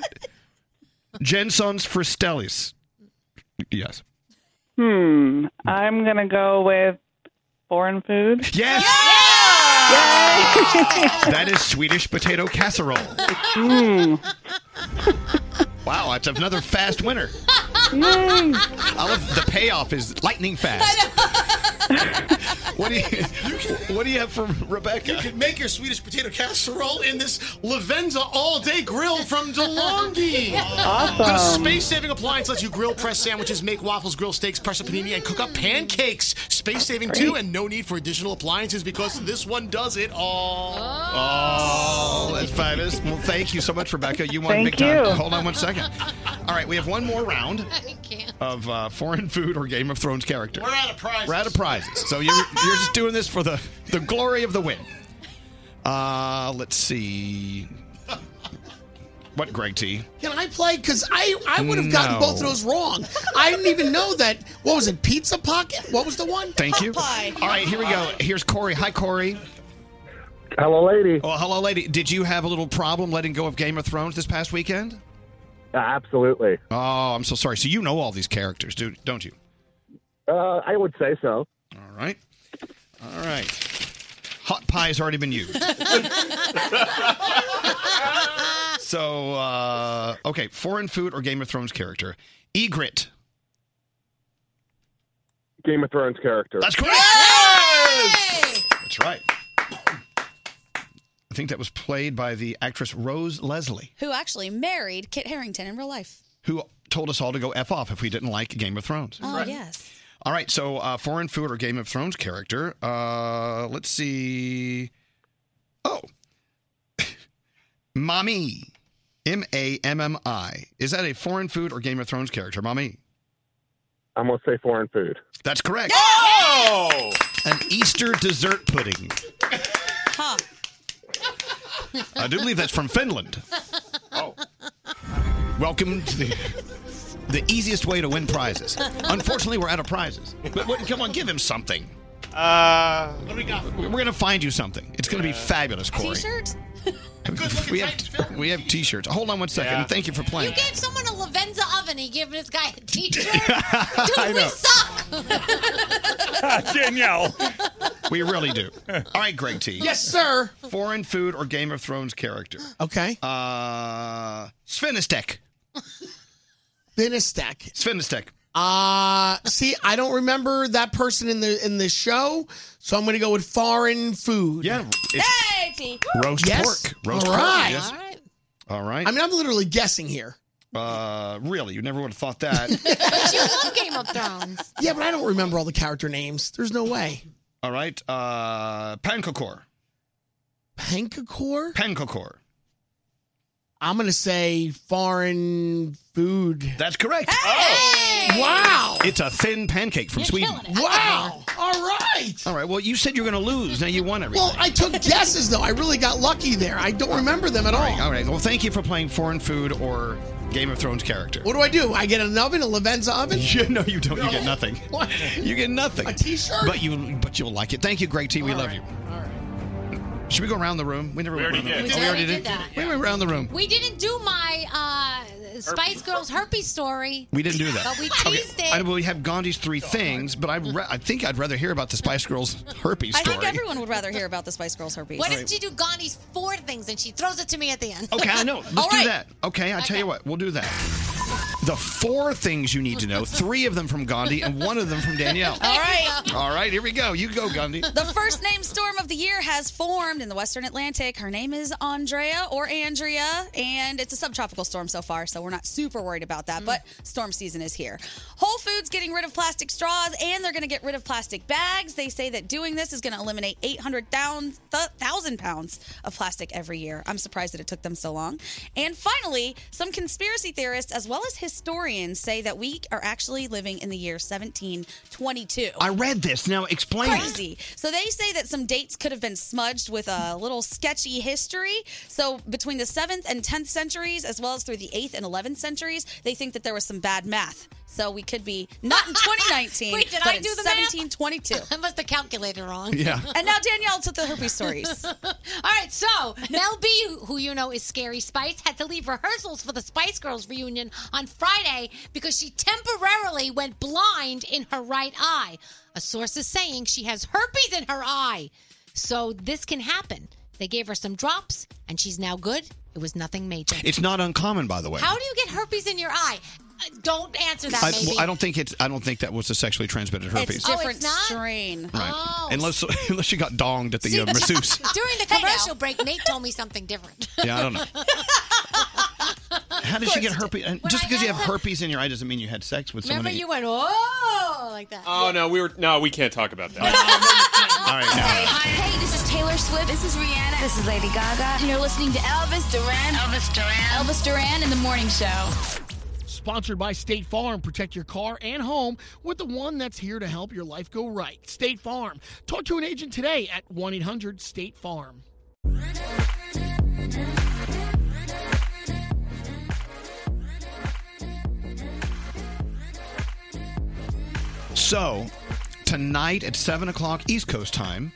[SPEAKER 7] Jensen's Fristelis. Yes.
[SPEAKER 17] *laughs* Hmm. I'm gonna go with foreign food.
[SPEAKER 7] Yes.
[SPEAKER 17] *laughs*
[SPEAKER 7] That is Swedish potato casserole.
[SPEAKER 17] Hmm.
[SPEAKER 19] *laughs*
[SPEAKER 7] Wow, that's another fast winner. I love the payoff is lightning fast. *laughs* what do you What do you have for Rebecca?
[SPEAKER 18] You could make your Swedish potato casserole in this Lavenza all-day grill from DeLonghi.
[SPEAKER 17] Awesome.
[SPEAKER 18] The space-saving appliance lets you grill, press sandwiches, make waffles, grill steaks, press a panini, and cook up pancakes. Space-saving too, and no need for additional appliances because this one does it all.
[SPEAKER 7] Oh, that's fabulous. Well, thank you so much, Rebecca. You won
[SPEAKER 18] Thank
[SPEAKER 7] big time.
[SPEAKER 18] you.
[SPEAKER 7] Hold on one second. All right, we have one more round of uh, foreign food or Game of Thrones character.
[SPEAKER 18] We're out of prizes.
[SPEAKER 7] We're out of prizes. So you're, you're just doing this for the, the glory of the win. Uh, let's see. What, Greg T?
[SPEAKER 16] Can I play? Because I, I would have gotten
[SPEAKER 7] No.
[SPEAKER 16] both of those wrong. I didn't even know that. What was it? Pizza Pocket? What was the one?
[SPEAKER 7] Thank you. All right, here we go. Here's Corey. Hi, Corey.
[SPEAKER 21] Hello, lady.
[SPEAKER 7] Oh, hello, lady. Did you have a little problem letting go of Game of Thrones this past weekend?
[SPEAKER 21] Absolutely.
[SPEAKER 7] Oh, I'm so sorry. So you know all these characters, do, don't you?
[SPEAKER 21] Uh, I would say so.
[SPEAKER 7] All right. All right. Hot pie has already been used. so, uh, okay, foreign food or Game of Thrones character? Egret.
[SPEAKER 21] Game of Thrones character.
[SPEAKER 7] That's correct. That's right. I think that was played by the actress Rose Leslie,
[SPEAKER 13] Who actually married Kit Harrington in real life?
[SPEAKER 7] who told us all to go F off if we didn't like Game of Thrones.
[SPEAKER 13] Oh yes.
[SPEAKER 7] All right, so uh, foreign food or Game of Thrones character. Uh, let's see. Oh, *laughs* mommy, M A M M I. Is that a foreign food or Game of Thrones character, mommy?
[SPEAKER 21] I'm gonna say foreign food.
[SPEAKER 7] That's correct. An Easter dessert pudding.
[SPEAKER 13] Huh.
[SPEAKER 7] I do believe that's from Finland.
[SPEAKER 21] Oh.
[SPEAKER 7] Welcome to the *laughs* the easiest way to win prizes. Unfortunately, we're out of prizes. But what, come on, give him something. Uh, what do we got? We're gonna find you Uh, something. It's gonna be fabulous, Corey.
[SPEAKER 5] T-shirt.
[SPEAKER 7] we have we have t-shirts. Hold on one second. Thank you for
[SPEAKER 5] You
[SPEAKER 7] playing. *laughs*
[SPEAKER 5] gave someone a Lavenza oven. He gave this guy a T-shirt. Dude,
[SPEAKER 7] I
[SPEAKER 5] we
[SPEAKER 7] *laughs* know.
[SPEAKER 5] suck.
[SPEAKER 7] *laughs* Ah,
[SPEAKER 22] Danielle.
[SPEAKER 7] We really do. All right, Greg T.
[SPEAKER 16] Yes, sir.
[SPEAKER 7] Foreign food or Game of Thrones character?
[SPEAKER 16] Okay.
[SPEAKER 7] Uh, Svinistek.
[SPEAKER 16] Svinistek.
[SPEAKER 7] Svinistek.
[SPEAKER 16] Uh see, I don't remember that person in the in the show, so I'm gonna go with foreign food.
[SPEAKER 7] Yeah.
[SPEAKER 13] Hey, T.
[SPEAKER 7] Roast
[SPEAKER 16] yes.
[SPEAKER 7] pork. Roast
[SPEAKER 16] All
[SPEAKER 7] pork,
[SPEAKER 16] right.
[SPEAKER 7] yes. All All right.
[SPEAKER 16] I mean, I'm literally guessing here.
[SPEAKER 7] Uh, really? You never would have thought that.
[SPEAKER 5] But you love Game of Thrones.
[SPEAKER 16] Yeah, but I don't remember all the character names. There's no way.
[SPEAKER 7] All right. Uh, Pankakor.
[SPEAKER 16] Pankakor?
[SPEAKER 7] Pankakor.
[SPEAKER 16] I'm gonna say foreign food.
[SPEAKER 7] That's correct.
[SPEAKER 16] Oh. Wow.
[SPEAKER 7] It's a thin pancake from Sweden.
[SPEAKER 16] Wow. All right.
[SPEAKER 7] All right. Well, you said you were going to lose. Now you won everything.
[SPEAKER 16] Well, I took guesses though. I really got lucky there. I don't remember them at all.
[SPEAKER 7] all right. All right. Well, thank you for playing foreign food or Game of Thrones character.
[SPEAKER 16] What do I do? I get an oven, a Lavenza oven?
[SPEAKER 7] Yeah, no, *laughs* you don't. You get nothing.
[SPEAKER 16] *laughs* What?
[SPEAKER 7] You get nothing.
[SPEAKER 16] A T-shirt?
[SPEAKER 7] But you, but you'll like it. Thank you, Greg T. We love you. All right. Should we go around the room? We never. went
[SPEAKER 5] already
[SPEAKER 7] around the
[SPEAKER 5] did. We
[SPEAKER 7] room. Oh, we already
[SPEAKER 5] did
[SPEAKER 7] did.
[SPEAKER 5] that.
[SPEAKER 7] We went around the room.
[SPEAKER 5] We didn't do my uh, Spice Girls herpes story.
[SPEAKER 7] We didn't do that.
[SPEAKER 5] But we
[SPEAKER 7] Okay.
[SPEAKER 5] teased it.
[SPEAKER 7] I, well, we have Gandhi's three things, but I, re- I think I'd rather hear about the Spice Girls herpes
[SPEAKER 13] I
[SPEAKER 7] story.
[SPEAKER 13] think everyone would rather hear about the Spice Girls herpes.
[SPEAKER 5] What did you do Gandhi's four things and she throws it to me at the end?
[SPEAKER 7] Okay, I
[SPEAKER 5] *laughs*
[SPEAKER 7] know. Let's
[SPEAKER 5] All
[SPEAKER 7] do
[SPEAKER 5] right.
[SPEAKER 7] that. Okay, I tell you what, we'll do that. The four things you need to know, three of them from Gandhi and one of them from Danielle.
[SPEAKER 13] All right.
[SPEAKER 7] All right, here we go. You go, Gandhi.
[SPEAKER 13] The first name storm of the year has formed in the Western Atlantic. Her name is Andrea or Andrea, and it's a subtropical storm so far, so we're not super worried about that. But storm season is here. Whole Foods getting rid of plastic straws, and they're going to get rid of plastic bags. They say that doing this is going to eliminate 800,000 pounds of plastic every year. I'm surprised that it took them so long. And finally, some conspiracy theorists as well as historians say that we are actually living in the year 1722
[SPEAKER 7] I read this. Now explain it.
[SPEAKER 13] crazy. So they say that some dates could have been smudged with a little sketchy history. So between the 7th and 10th centuries, as well as through the 8th and 11th centuries, they think that there was some bad math. So we could be
[SPEAKER 5] *laughs*
[SPEAKER 13] not in 2019,
[SPEAKER 5] Wait, did I
[SPEAKER 13] but in
[SPEAKER 5] do the
[SPEAKER 13] 1722.
[SPEAKER 5] *laughs* I must have calculated wrong. *laughs*
[SPEAKER 7] Yeah.
[SPEAKER 13] And now Danielle took the herpes stories.
[SPEAKER 5] All right, so Mel B, who you know is Scary Spice, had to leave rehearsals for the Spice Girls reunion on Friday because she temporarily went blind in her right eye. A source is saying she has herpes in her eye. So this can happen. They gave her some drops and she's now good. It was nothing major.
[SPEAKER 7] It's not uncommon, by the way.
[SPEAKER 5] How do you get herpes in your eye? Uh, Don't answer that,
[SPEAKER 7] I,
[SPEAKER 5] maybe.
[SPEAKER 7] well, I don't think it's. I don't think that was a sexually transmitted herpes.
[SPEAKER 5] Oh, it's not?
[SPEAKER 13] strain.
[SPEAKER 7] right.
[SPEAKER 5] Oh.
[SPEAKER 7] Unless *laughs* unless you got donged at the uh, masseuse.
[SPEAKER 5] *laughs* During the commercial break, Nate told me something different.
[SPEAKER 7] *laughs* Yeah, I don't know. How did she get herpes? And
[SPEAKER 5] When
[SPEAKER 7] just
[SPEAKER 5] I
[SPEAKER 7] because you have
[SPEAKER 5] asked her-
[SPEAKER 7] herpes in your eye doesn't mean you had sex with
[SPEAKER 5] Remember,
[SPEAKER 7] somebody.
[SPEAKER 5] you went, oh, like that.
[SPEAKER 15] Oh no, we were no, we can't talk about that.
[SPEAKER 7] *laughs* All right, now.
[SPEAKER 2] Hey, this is Taylor Swift. This is Rihanna. This is Lady Gaga. And you're listening to Elvis Duran. Elvis Duran. Elvis Duran in the morning show.
[SPEAKER 16] Sponsored by State Farm. Protect your car and home with the one that's here to help your life go right. State Farm. Talk to an agent today at 1 800 State Farm.
[SPEAKER 7] So, tonight at 7 o'clock East Coast time,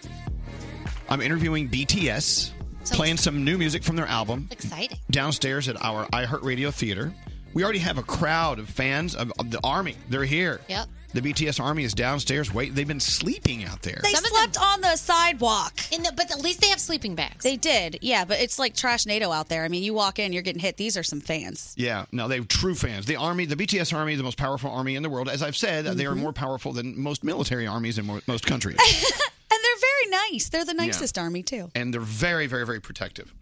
[SPEAKER 7] I'm interviewing BTS,
[SPEAKER 5] So-
[SPEAKER 7] playing some new music from their album
[SPEAKER 5] Exciting.
[SPEAKER 7] downstairs at our iHeartRadio Theater. We already have a crowd of fans of, of the Army. They're here.
[SPEAKER 5] Yep.
[SPEAKER 7] The BTS Army is downstairs. Wait, they've been sleeping out there.
[SPEAKER 13] They slept on the sidewalk.
[SPEAKER 5] In the, but at least they have sleeping bags.
[SPEAKER 13] They did, yeah. But it's like trash NATO out there. I mean, you walk in, you're getting hit. These are some fans.
[SPEAKER 7] Yeah, no, they have true fans. The army, the BTS army, the most powerful army in the world. As I've said,
[SPEAKER 5] Mm-hmm.
[SPEAKER 7] they are more powerful than most military armies in mo- most countries.
[SPEAKER 13] And they're very nice. They're the
[SPEAKER 7] Yeah.
[SPEAKER 13] nicest army, too.
[SPEAKER 7] and they're very, very, very protective.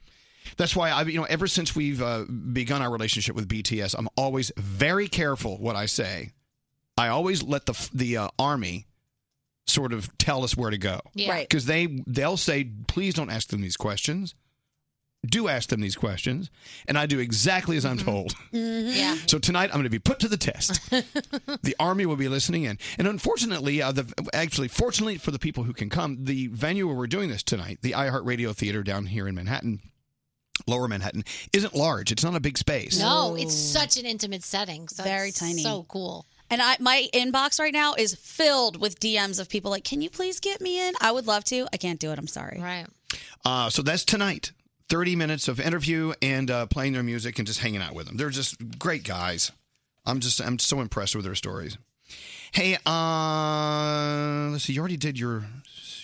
[SPEAKER 7] That's why I, you know, ever since we've uh, begun our relationship with BTS, I'm always very careful what I say. I always let the f- the uh, army sort of tell us where to go,
[SPEAKER 20] Yeah. Right.
[SPEAKER 7] Because they they'll say, please don't ask them these questions. Do ask them these questions, and I do exactly as I'm told.
[SPEAKER 2] Mm-hmm.
[SPEAKER 5] Yeah.
[SPEAKER 7] So tonight I'm going to be put to the
[SPEAKER 5] *laughs*
[SPEAKER 7] test. the army will be listening in, and unfortunately, uh, the actually fortunately for the people who can come, the venue where we're doing this tonight, the iHeartRadio Theater down here in Manhattan, Lower Manhattan, isn't large. It's not a big space.
[SPEAKER 5] *laughs* No, it's
[SPEAKER 13] Oh.
[SPEAKER 5] such an intimate setting. So
[SPEAKER 13] Very
[SPEAKER 5] it's
[SPEAKER 13] tiny.
[SPEAKER 5] So cool.
[SPEAKER 13] And I, my inbox right now is filled with DMs of people like, "Can you please get me in? I would love to. I can't do it. I'm sorry."
[SPEAKER 5] Right.
[SPEAKER 7] Uh, so that's tonight. 30 minutes of interview and uh, playing their music and just hanging out with them. They're just great guys. I'm just I'm so impressed with their stories. Hey, uh, let's see. You already did your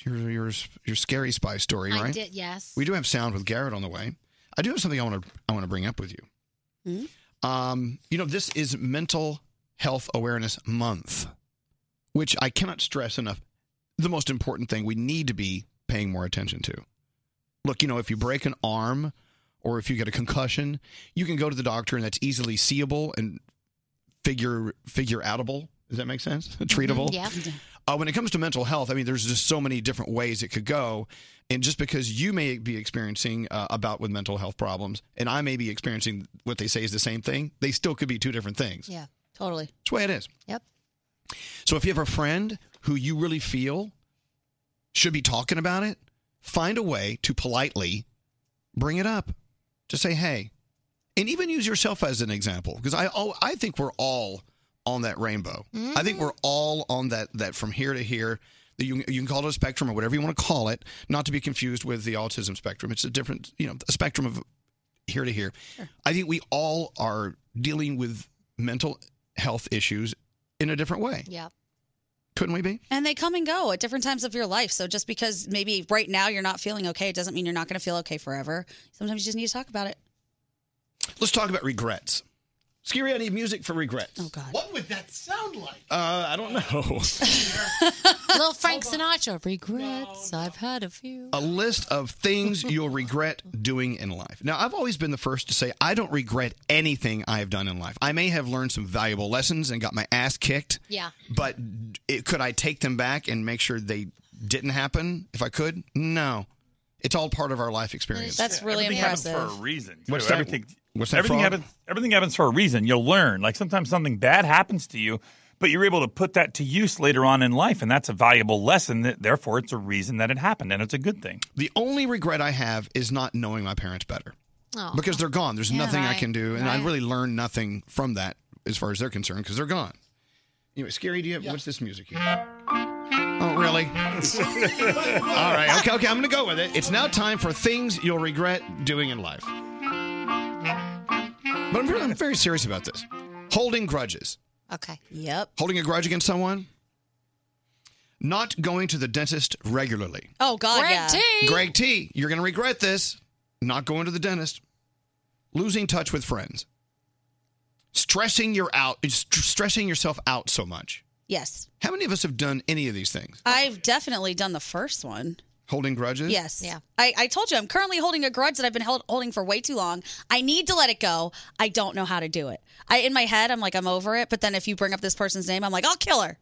[SPEAKER 7] your your, your scary spy story,
[SPEAKER 5] I
[SPEAKER 7] right?
[SPEAKER 5] did, yes.
[SPEAKER 7] We do have sound with Garrett on the way. I do have something I want to I want to bring up with you.
[SPEAKER 5] Hmm?
[SPEAKER 7] Um, you know, this is Mental Health Awareness Month, which I cannot stress enough. The most important thing we need to be paying more attention to. Look, you know, if you break an arm or if you get a concussion, you can go to the doctor, and that's easily seeable and figure figure outable. Does that make sense? *laughs* Treatable.
[SPEAKER 3] Yeah.
[SPEAKER 18] Mm-hmm.
[SPEAKER 7] Uh, when it comes to mental health, I mean, there's just so many different ways it could go. And just because you may be experiencing uh, about with mental health problems, and I may be experiencing what they say is the same thing, they still could be two different things.
[SPEAKER 13] Yeah, totally.
[SPEAKER 7] That's the way it is.
[SPEAKER 13] Yep.
[SPEAKER 7] So if you have a friend who you really feel should be talking about it, find a way to politely bring it up. Just say, hey, and even use yourself as an example because I oh, I think we're all on that rainbow. I think we're all on that that from here to here. That you you can call it a spectrum or whatever you want to call it, not to be confused with the autism spectrum. It's a different you know a spectrum of here to here. I think we all are dealing with mental health issues in a different way.
[SPEAKER 13] Yeah.
[SPEAKER 7] Couldn't we be?
[SPEAKER 13] And they come and go at different times of your life. So just because maybe right now you're not feeling okay, it doesn't mean you're not going to feel okay forever. Sometimes you just need to talk about it.
[SPEAKER 7] Let's talk about regrets. Scary, I need music for regrets. Oh
[SPEAKER 13] God.
[SPEAKER 18] What would that sound like?
[SPEAKER 7] Uh, I don't know.
[SPEAKER 5] *laughs* Little Frank Sinatra regrets. I've had a few.
[SPEAKER 7] a list of things you'll regret doing in life. Now, I've always been the first to say I don't regret anything I have done in life. I may have learned some valuable lessons and got my ass kicked,
[SPEAKER 5] Yeah.
[SPEAKER 7] but it, could I take them back and make sure they didn't happen if I could? No. It's all part of our life experience.
[SPEAKER 13] That's really
[SPEAKER 7] everything happens
[SPEAKER 13] impressive.
[SPEAKER 7] for a
[SPEAKER 11] reason.
[SPEAKER 7] What's
[SPEAKER 11] What's
[SPEAKER 7] that-
[SPEAKER 11] everything?
[SPEAKER 7] what's that
[SPEAKER 11] everything
[SPEAKER 7] frog?
[SPEAKER 11] happens. Everything happens for a reason. You'll learn. Like sometimes something bad happens to you, but you're able to put that to use later on in life, and that's a valuable lesson. That therefore, it's a reason that it happened, and it's a good thing.
[SPEAKER 7] The only regret I have is not knowing my parents better.
[SPEAKER 5] Aw.
[SPEAKER 7] Because they're gone. There's
[SPEAKER 5] Oh. Yeah,
[SPEAKER 7] nothing I
[SPEAKER 5] right,
[SPEAKER 7] can do. And I
[SPEAKER 5] right.
[SPEAKER 7] really learned nothing from that as far as they're concerned because they're gone. Anyway, Scary, do you have, what's this music here? Oh, really? *laughs* All right. Okay, okay. I'm going to go with it. It's now time for things you'll regret doing in life.
[SPEAKER 2] Mm-hmm.
[SPEAKER 7] But I'm, really, I'm very serious about this. Holding grudges.
[SPEAKER 5] Okay.
[SPEAKER 13] Yep.
[SPEAKER 7] Holding a grudge against someone. Not going to the dentist regularly.
[SPEAKER 13] Oh God,
[SPEAKER 5] Greg
[SPEAKER 13] yeah.
[SPEAKER 5] T.
[SPEAKER 7] Greg T, you're going to regret this. Not going to the dentist. Losing touch with friends. Stressing your out, st- stressing yourself out so much.
[SPEAKER 13] Yes,
[SPEAKER 7] How many of us have done any of these things?
[SPEAKER 13] I've definitely done the first one.
[SPEAKER 7] Holding grudges?
[SPEAKER 13] Yes. I, I told you I'm currently holding a grudge that I've been held, holding for way too long. I need to let it go. I don't know how to do it. I in my head I'm like I'm over it, but then if you bring up this person's name, I'm like I'll kill her.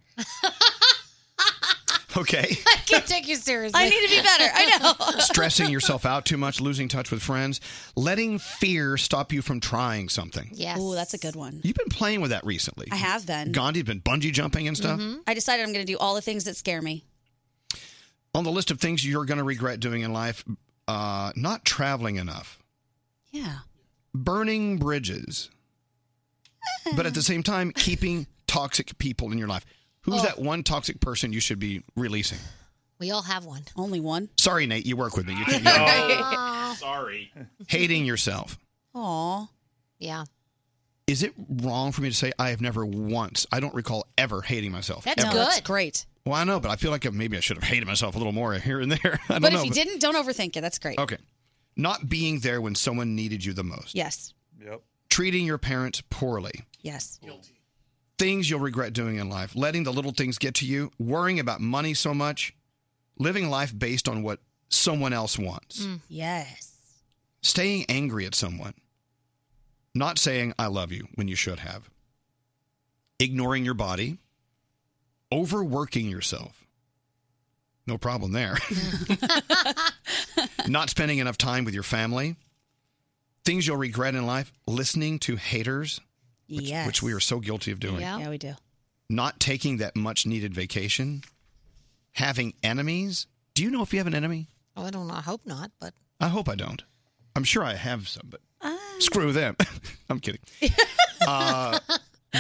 [SPEAKER 7] Okay.
[SPEAKER 5] I *laughs* can't take you seriously.
[SPEAKER 13] I need to be better.
[SPEAKER 5] *laughs*
[SPEAKER 13] *laughs* I know.
[SPEAKER 7] stressing yourself out too much, losing touch with friends, letting fear stop you from trying something.
[SPEAKER 13] Yes. Ooh, that's a good one.
[SPEAKER 7] You've been playing with that recently.
[SPEAKER 13] I have been.
[SPEAKER 7] Gandhi's been bungee jumping and stuff.
[SPEAKER 13] Mhm. I decided I'm going to do all the things that scare me.
[SPEAKER 7] On the list of things you're going to regret doing in life, uh, not traveling enough.
[SPEAKER 13] Yeah.
[SPEAKER 7] burning bridges, but at the same
[SPEAKER 13] *laughs*
[SPEAKER 7] time, keeping toxic people in your life.
[SPEAKER 13] Oh.
[SPEAKER 7] Who's that one toxic person you should be releasing?
[SPEAKER 5] We all have one.
[SPEAKER 13] Only one.
[SPEAKER 7] Sorry, Nate, you work with me. You can't
[SPEAKER 13] *laughs*
[SPEAKER 5] Aw.
[SPEAKER 11] Sorry.
[SPEAKER 7] Hating yourself.
[SPEAKER 13] Aw.
[SPEAKER 5] Yeah.
[SPEAKER 7] Is it wrong for me to say I have never once, I don't recall ever hating myself?
[SPEAKER 13] That's
[SPEAKER 7] ever.
[SPEAKER 13] good. That's great.
[SPEAKER 7] Well, I know, but I feel like maybe I should have hated myself a little more here and there. *laughs* I don't
[SPEAKER 13] But
[SPEAKER 7] know. Oh.
[SPEAKER 13] if you didn't, don't overthink it. That's great.
[SPEAKER 7] Okay. Not being there when someone needed you the most.
[SPEAKER 13] Yes.
[SPEAKER 11] Yep.
[SPEAKER 7] Treating your parents poorly.
[SPEAKER 13] Yes.
[SPEAKER 7] things you'll regret doing in life, letting the little things get to you, worrying about money so much, living life based on what someone else wants,
[SPEAKER 13] Mm. Yes.
[SPEAKER 7] staying angry at someone, not saying I love you when you should have, ignoring your body, overworking yourself. No problem there. *laughs* not spending enough time with your family. Things you'll regret in life, listening to haters, which,
[SPEAKER 13] Yes.
[SPEAKER 7] which we are so guilty of doing
[SPEAKER 13] Yeah. we do.
[SPEAKER 7] not taking that much needed vacation, having enemies. Do you know if you have an enemy?
[SPEAKER 5] Oh, I don't know. I hope not, but
[SPEAKER 7] I hope I don't. I'm sure I have some, but screw them. *laughs* I'm kidding. Uh,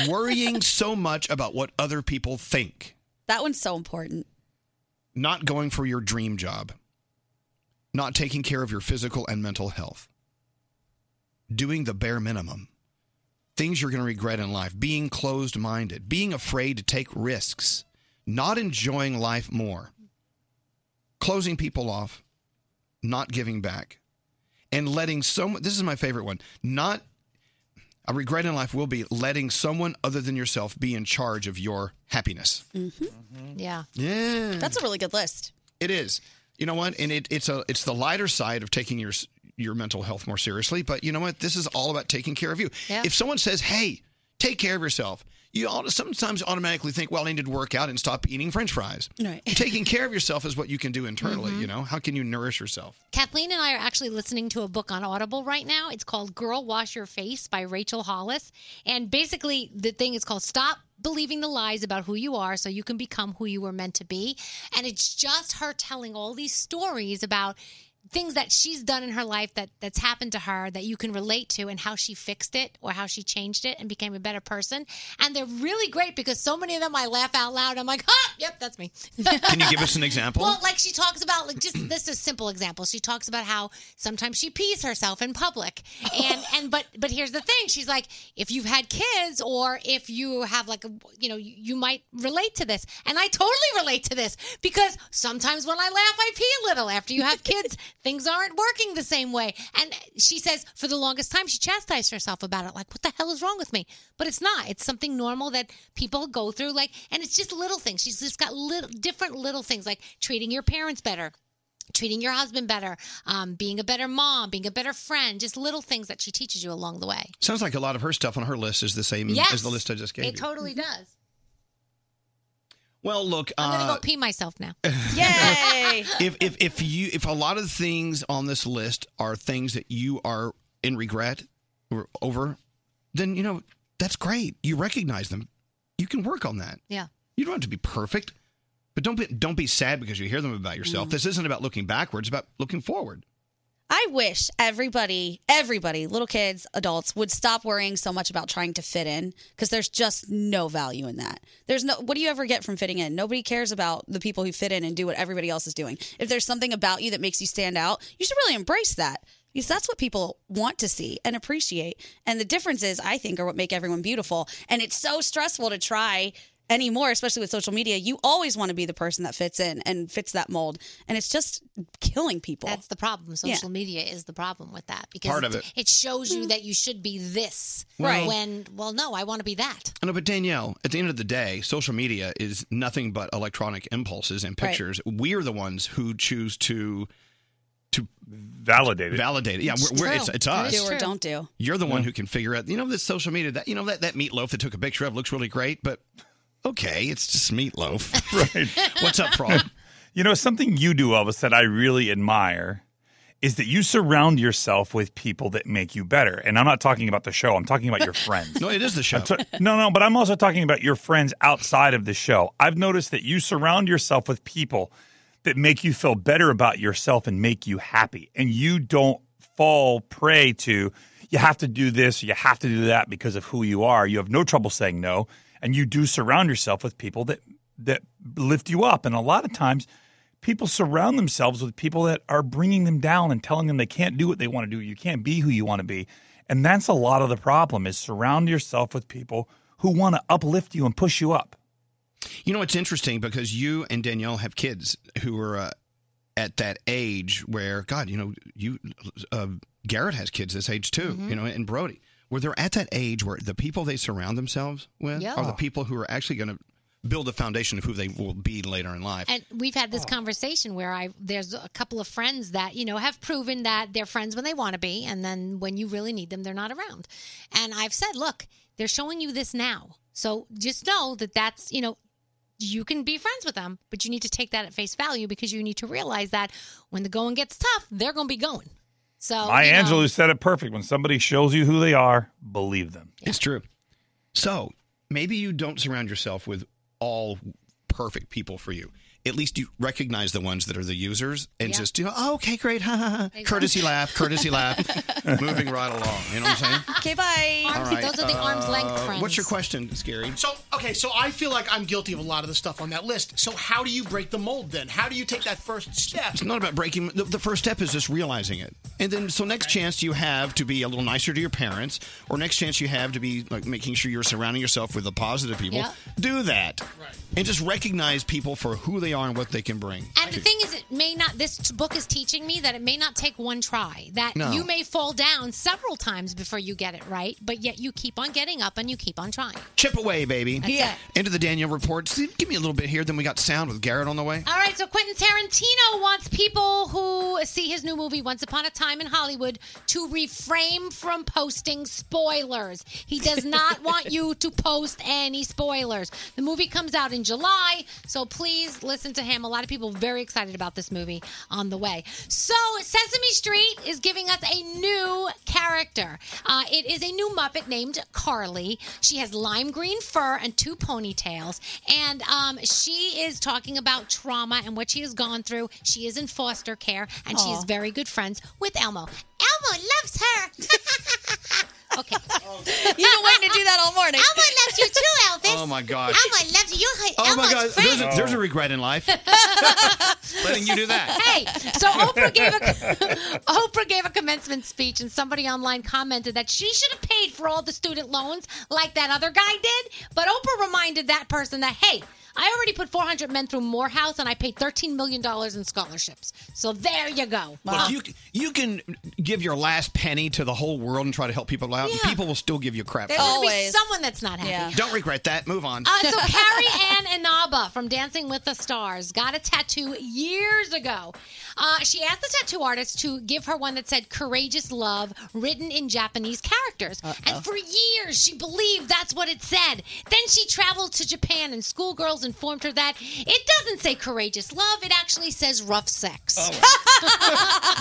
[SPEAKER 7] worrying so much about what other people think,
[SPEAKER 13] That one's so important.
[SPEAKER 7] not going for your dream job, not taking care of your physical and mental health, doing the bare minimum, things you're going to regret in life, being closed minded, being afraid to take risks, not enjoying life more, closing people off, not giving back, and letting someone. This is my favorite one. Not a regret in life will be letting someone other than yourself be in charge of your happiness.
[SPEAKER 13] Yeah.
[SPEAKER 7] Yeah,
[SPEAKER 13] That's a really good list.
[SPEAKER 7] it is. You know what? And it, it's a it's the lighter side of taking your s- your mental health more seriously. But you know what? This is all about taking care of you.
[SPEAKER 6] Yeah.
[SPEAKER 7] If someone says, "Hey, take care of yourself," you all, sometimes automatically think, "Well, I need to work out and stop eating French fries."
[SPEAKER 5] *laughs*
[SPEAKER 13] Right.
[SPEAKER 7] taking care of yourself is what you can do internally.
[SPEAKER 5] Mhm.
[SPEAKER 7] You know, how can you nourish yourself?
[SPEAKER 5] Kathleen and I are actually listening to a book on Audible right now. It's called Girl Wash Your Face by Rachel Hollis. And basically, the thing is called Stop Believing the Lies About Who You Are So You Can Become Who You Were Meant to Be. And it's just her telling all these stories about things that she's done in her life that that's happened to her that you can relate to and how she fixed it or how she changed it and became a better person and they're really great because so many of them I laugh out loud I'm like ah yep that's me
[SPEAKER 7] Can you give us an
[SPEAKER 5] *laughs*
[SPEAKER 7] example?
[SPEAKER 5] Well, like she talks about, like just this is a simple example. She talks about how sometimes she pees herself in public, and and but but here's the thing. She's like, if you've had kids or if you have like a, you know you, you might relate to this, and I totally relate to this because sometimes when I laugh, I pee a little. After you have kids, *laughs* things aren't working the same way, and she says for the longest time she chastised herself about it, like what the hell is wrong with me? But it's not. It's something normal that people go through, like, and it's just little things. She's just got little different little things like treating your parents better. Treating your husband better, um, being a better mom, being a better friend, just little things that she teaches you along the way.
[SPEAKER 7] Sounds like a lot of her stuff on her list is the same
[SPEAKER 5] Yes.
[SPEAKER 7] as the list I just gave
[SPEAKER 5] It
[SPEAKER 7] you.
[SPEAKER 5] totally does.
[SPEAKER 7] well, look,
[SPEAKER 5] I'm
[SPEAKER 7] uh,
[SPEAKER 5] gonna go pee myself
[SPEAKER 7] *laughs*
[SPEAKER 5] now.
[SPEAKER 13] Yay!
[SPEAKER 7] if if if you if a lot of things on this list are things that you are in regret or over, then you know that's great. You recognize them. You can work on that.
[SPEAKER 5] yeah.
[SPEAKER 7] You don't have to be perfect, but don't be don't be sad because you hear them about yourself.
[SPEAKER 13] Mm.
[SPEAKER 7] This isn't about looking backwards; about looking forward.
[SPEAKER 13] I wish everybody, everybody, little kids, adults, would stop worrying so much about trying to fit in because there's just no value in that. There's no, what do you ever get from fitting in? Nobody cares about the people who fit in and do what everybody else is doing. If there's something about you that makes you stand out, you should really embrace that because that's what people want to see and appreciate. And the differences, I think, are what make everyone beautiful. And it's so stressful to try anymore, especially with social media. You always want to be the person that fits in and fits that mold. And it's just killing people.
[SPEAKER 5] That's the problem. Social media is the problem with that because
[SPEAKER 7] Part of
[SPEAKER 5] it,
[SPEAKER 7] it.
[SPEAKER 5] shows you that you should be this.
[SPEAKER 7] Well-
[SPEAKER 5] When well, no, I want to be that.
[SPEAKER 7] No, but Danielle, at the end of the day, social media is nothing but electronic impulses and
[SPEAKER 5] Right.
[SPEAKER 7] pictures. We are the ones who choose to to validate it. Validate it. Yeah,
[SPEAKER 13] It's
[SPEAKER 7] we're, we're, it's,
[SPEAKER 13] true.
[SPEAKER 7] it's
[SPEAKER 13] That
[SPEAKER 7] us.
[SPEAKER 13] is Do or true. don't do.
[SPEAKER 7] You're the one who can figure out. You know this social media that you know that that meatloaf that took a picture of looks really great, but okay, it's just meatloaf. *laughs* right. What's up,
[SPEAKER 11] *laughs*
[SPEAKER 7] Frog?
[SPEAKER 22] You know, something you do, Elvis, that I really admire is that you surround yourself with people that make you better. And I'm not talking about the show, I'm talking about your friends.
[SPEAKER 7] *laughs* no, it is the show.
[SPEAKER 22] no, no, but I'm also talking about your friends outside of the show. I've noticed that you surround yourself with people that make you feel better about yourself and make you happy. And you don't fall prey to, you have to do this, you have to do that because of who you are. You have no trouble saying no. And you do surround yourself with people that, that lift you up. And a lot of times, people surround themselves with people that are bringing them down and telling them they can't do what they want to do. You can't be who you want to be. And that's a lot of the problem is surround yourself with people who want to uplift you and push you up.
[SPEAKER 7] You know, it's interesting because you and Danielle have kids who are uh, at that age where, God, you know, you uh, Garrett has kids this age too.
[SPEAKER 5] Mm-hmm.
[SPEAKER 6] Mhm.
[SPEAKER 7] You know, and Brody, where they're at that age where the people they surround themselves with
[SPEAKER 5] Yeah.
[SPEAKER 7] are the people who are actually going to build a foundation of who they will be later in life.
[SPEAKER 5] And we've had this conversation where I there's a couple of friends that you know have proven that they're friends when they want to be, and then when you really need them, they're not around. And I've said, look, they're showing you this now, so just know that that's you know you can be friends with them, but you need to take that at face value because you need to realize that when the going gets tough, they're going to be going. So
[SPEAKER 22] My
[SPEAKER 5] you know-
[SPEAKER 22] Angelou said it perfect. When somebody shows you who they are, believe them.
[SPEAKER 7] It's true. So maybe you don't surround yourself with all perfect people for you. at least you recognize the ones that are the users and just, you know, oh, okay, great. Ha, ha, ha.
[SPEAKER 13] Exactly.
[SPEAKER 7] Courtesy laugh,
[SPEAKER 5] *laughs*
[SPEAKER 7] courtesy laugh. Moving right along. You know what I'm saying?
[SPEAKER 13] *laughs* Okay, bye.
[SPEAKER 7] All right, uh, What's your question, Scary?
[SPEAKER 18] So okay, so I feel like I'm guilty of a lot of the stuff on that list. So how do you break the mold then? How do you take that first step?
[SPEAKER 7] It's not about breaking. The, the first step is just realizing it, and then so next chance you have to be a little nicer to your parents, or next chance you have to be like making sure you're surrounding yourself with the positive people.
[SPEAKER 5] Yeah.
[SPEAKER 7] Do that, and just recognize people for who they are and what they can bring.
[SPEAKER 5] And the thing is, it may not. This t- book is teaching me that it may not take one try. That
[SPEAKER 7] No.
[SPEAKER 5] you may fall down several times before you get it right, but yet you keep on getting up and you keep on trying.
[SPEAKER 7] Chip away, baby.
[SPEAKER 5] That's Yeah.
[SPEAKER 7] Into the Daniel report. See, Give me a little bit here. Then we got sound with Garrett on the way.
[SPEAKER 5] All right, so Quentin Tarantino wants people who see his new movie Once Upon a Time in Hollywood to refrain from posting spoilers. He does not want you to post any spoilers. The movie comes out in July, so please listen to him. A lot of people very excited about this movie on the way. So Sesame Street is giving us a new character. Uh, it is a new Muppet named Carly. She has lime green fur and two ponytails, and um, she is talking about trauma and what she has gone through. She is in foster care, and she is
[SPEAKER 3] Aw.
[SPEAKER 5] very good friends with Elmo. Elmo loves her. *laughs* okay, you've
[SPEAKER 13] been waiting to do that all morning.
[SPEAKER 5] Elmo loves you too, Elvis.
[SPEAKER 7] Oh, my God.
[SPEAKER 5] Elmo loves you. You're
[SPEAKER 7] Oh
[SPEAKER 5] Elmo's
[SPEAKER 7] my God!
[SPEAKER 5] friend.
[SPEAKER 7] There's a, there's a regret in
[SPEAKER 5] *laughs*
[SPEAKER 7] life. Letting you do that.
[SPEAKER 5] Hey, so Oprah gave a *laughs* Oprah gave a commencement speech, and somebody online commented that she should have paid for all the student loans like that other guy did. But Oprah reminded that person that hey, I already put 400 men through Morehouse, and I paid 13 million dollars in scholarships. So there you go.
[SPEAKER 7] Look, you c- you can give your last penny to the whole world and try to help people out. and
[SPEAKER 5] Yeah.
[SPEAKER 7] People will still give you crap.
[SPEAKER 5] There's
[SPEAKER 7] for it.
[SPEAKER 5] going to be someone that's not happy.
[SPEAKER 7] Don't regret that. Move on.
[SPEAKER 5] Uh, so Carrie Ann Inaba from Dancing with the Stars got a tattoo years ago. Uh, she asked the tattoo artist to give her one that said "Courageous Love" written in Japanese characters, and for years she believed that's what it said. Then she traveled to Japan, and schoolgirls informed her that it doesn't say "Courageous Love." It actually says "Rough Sex." *laughs* uh,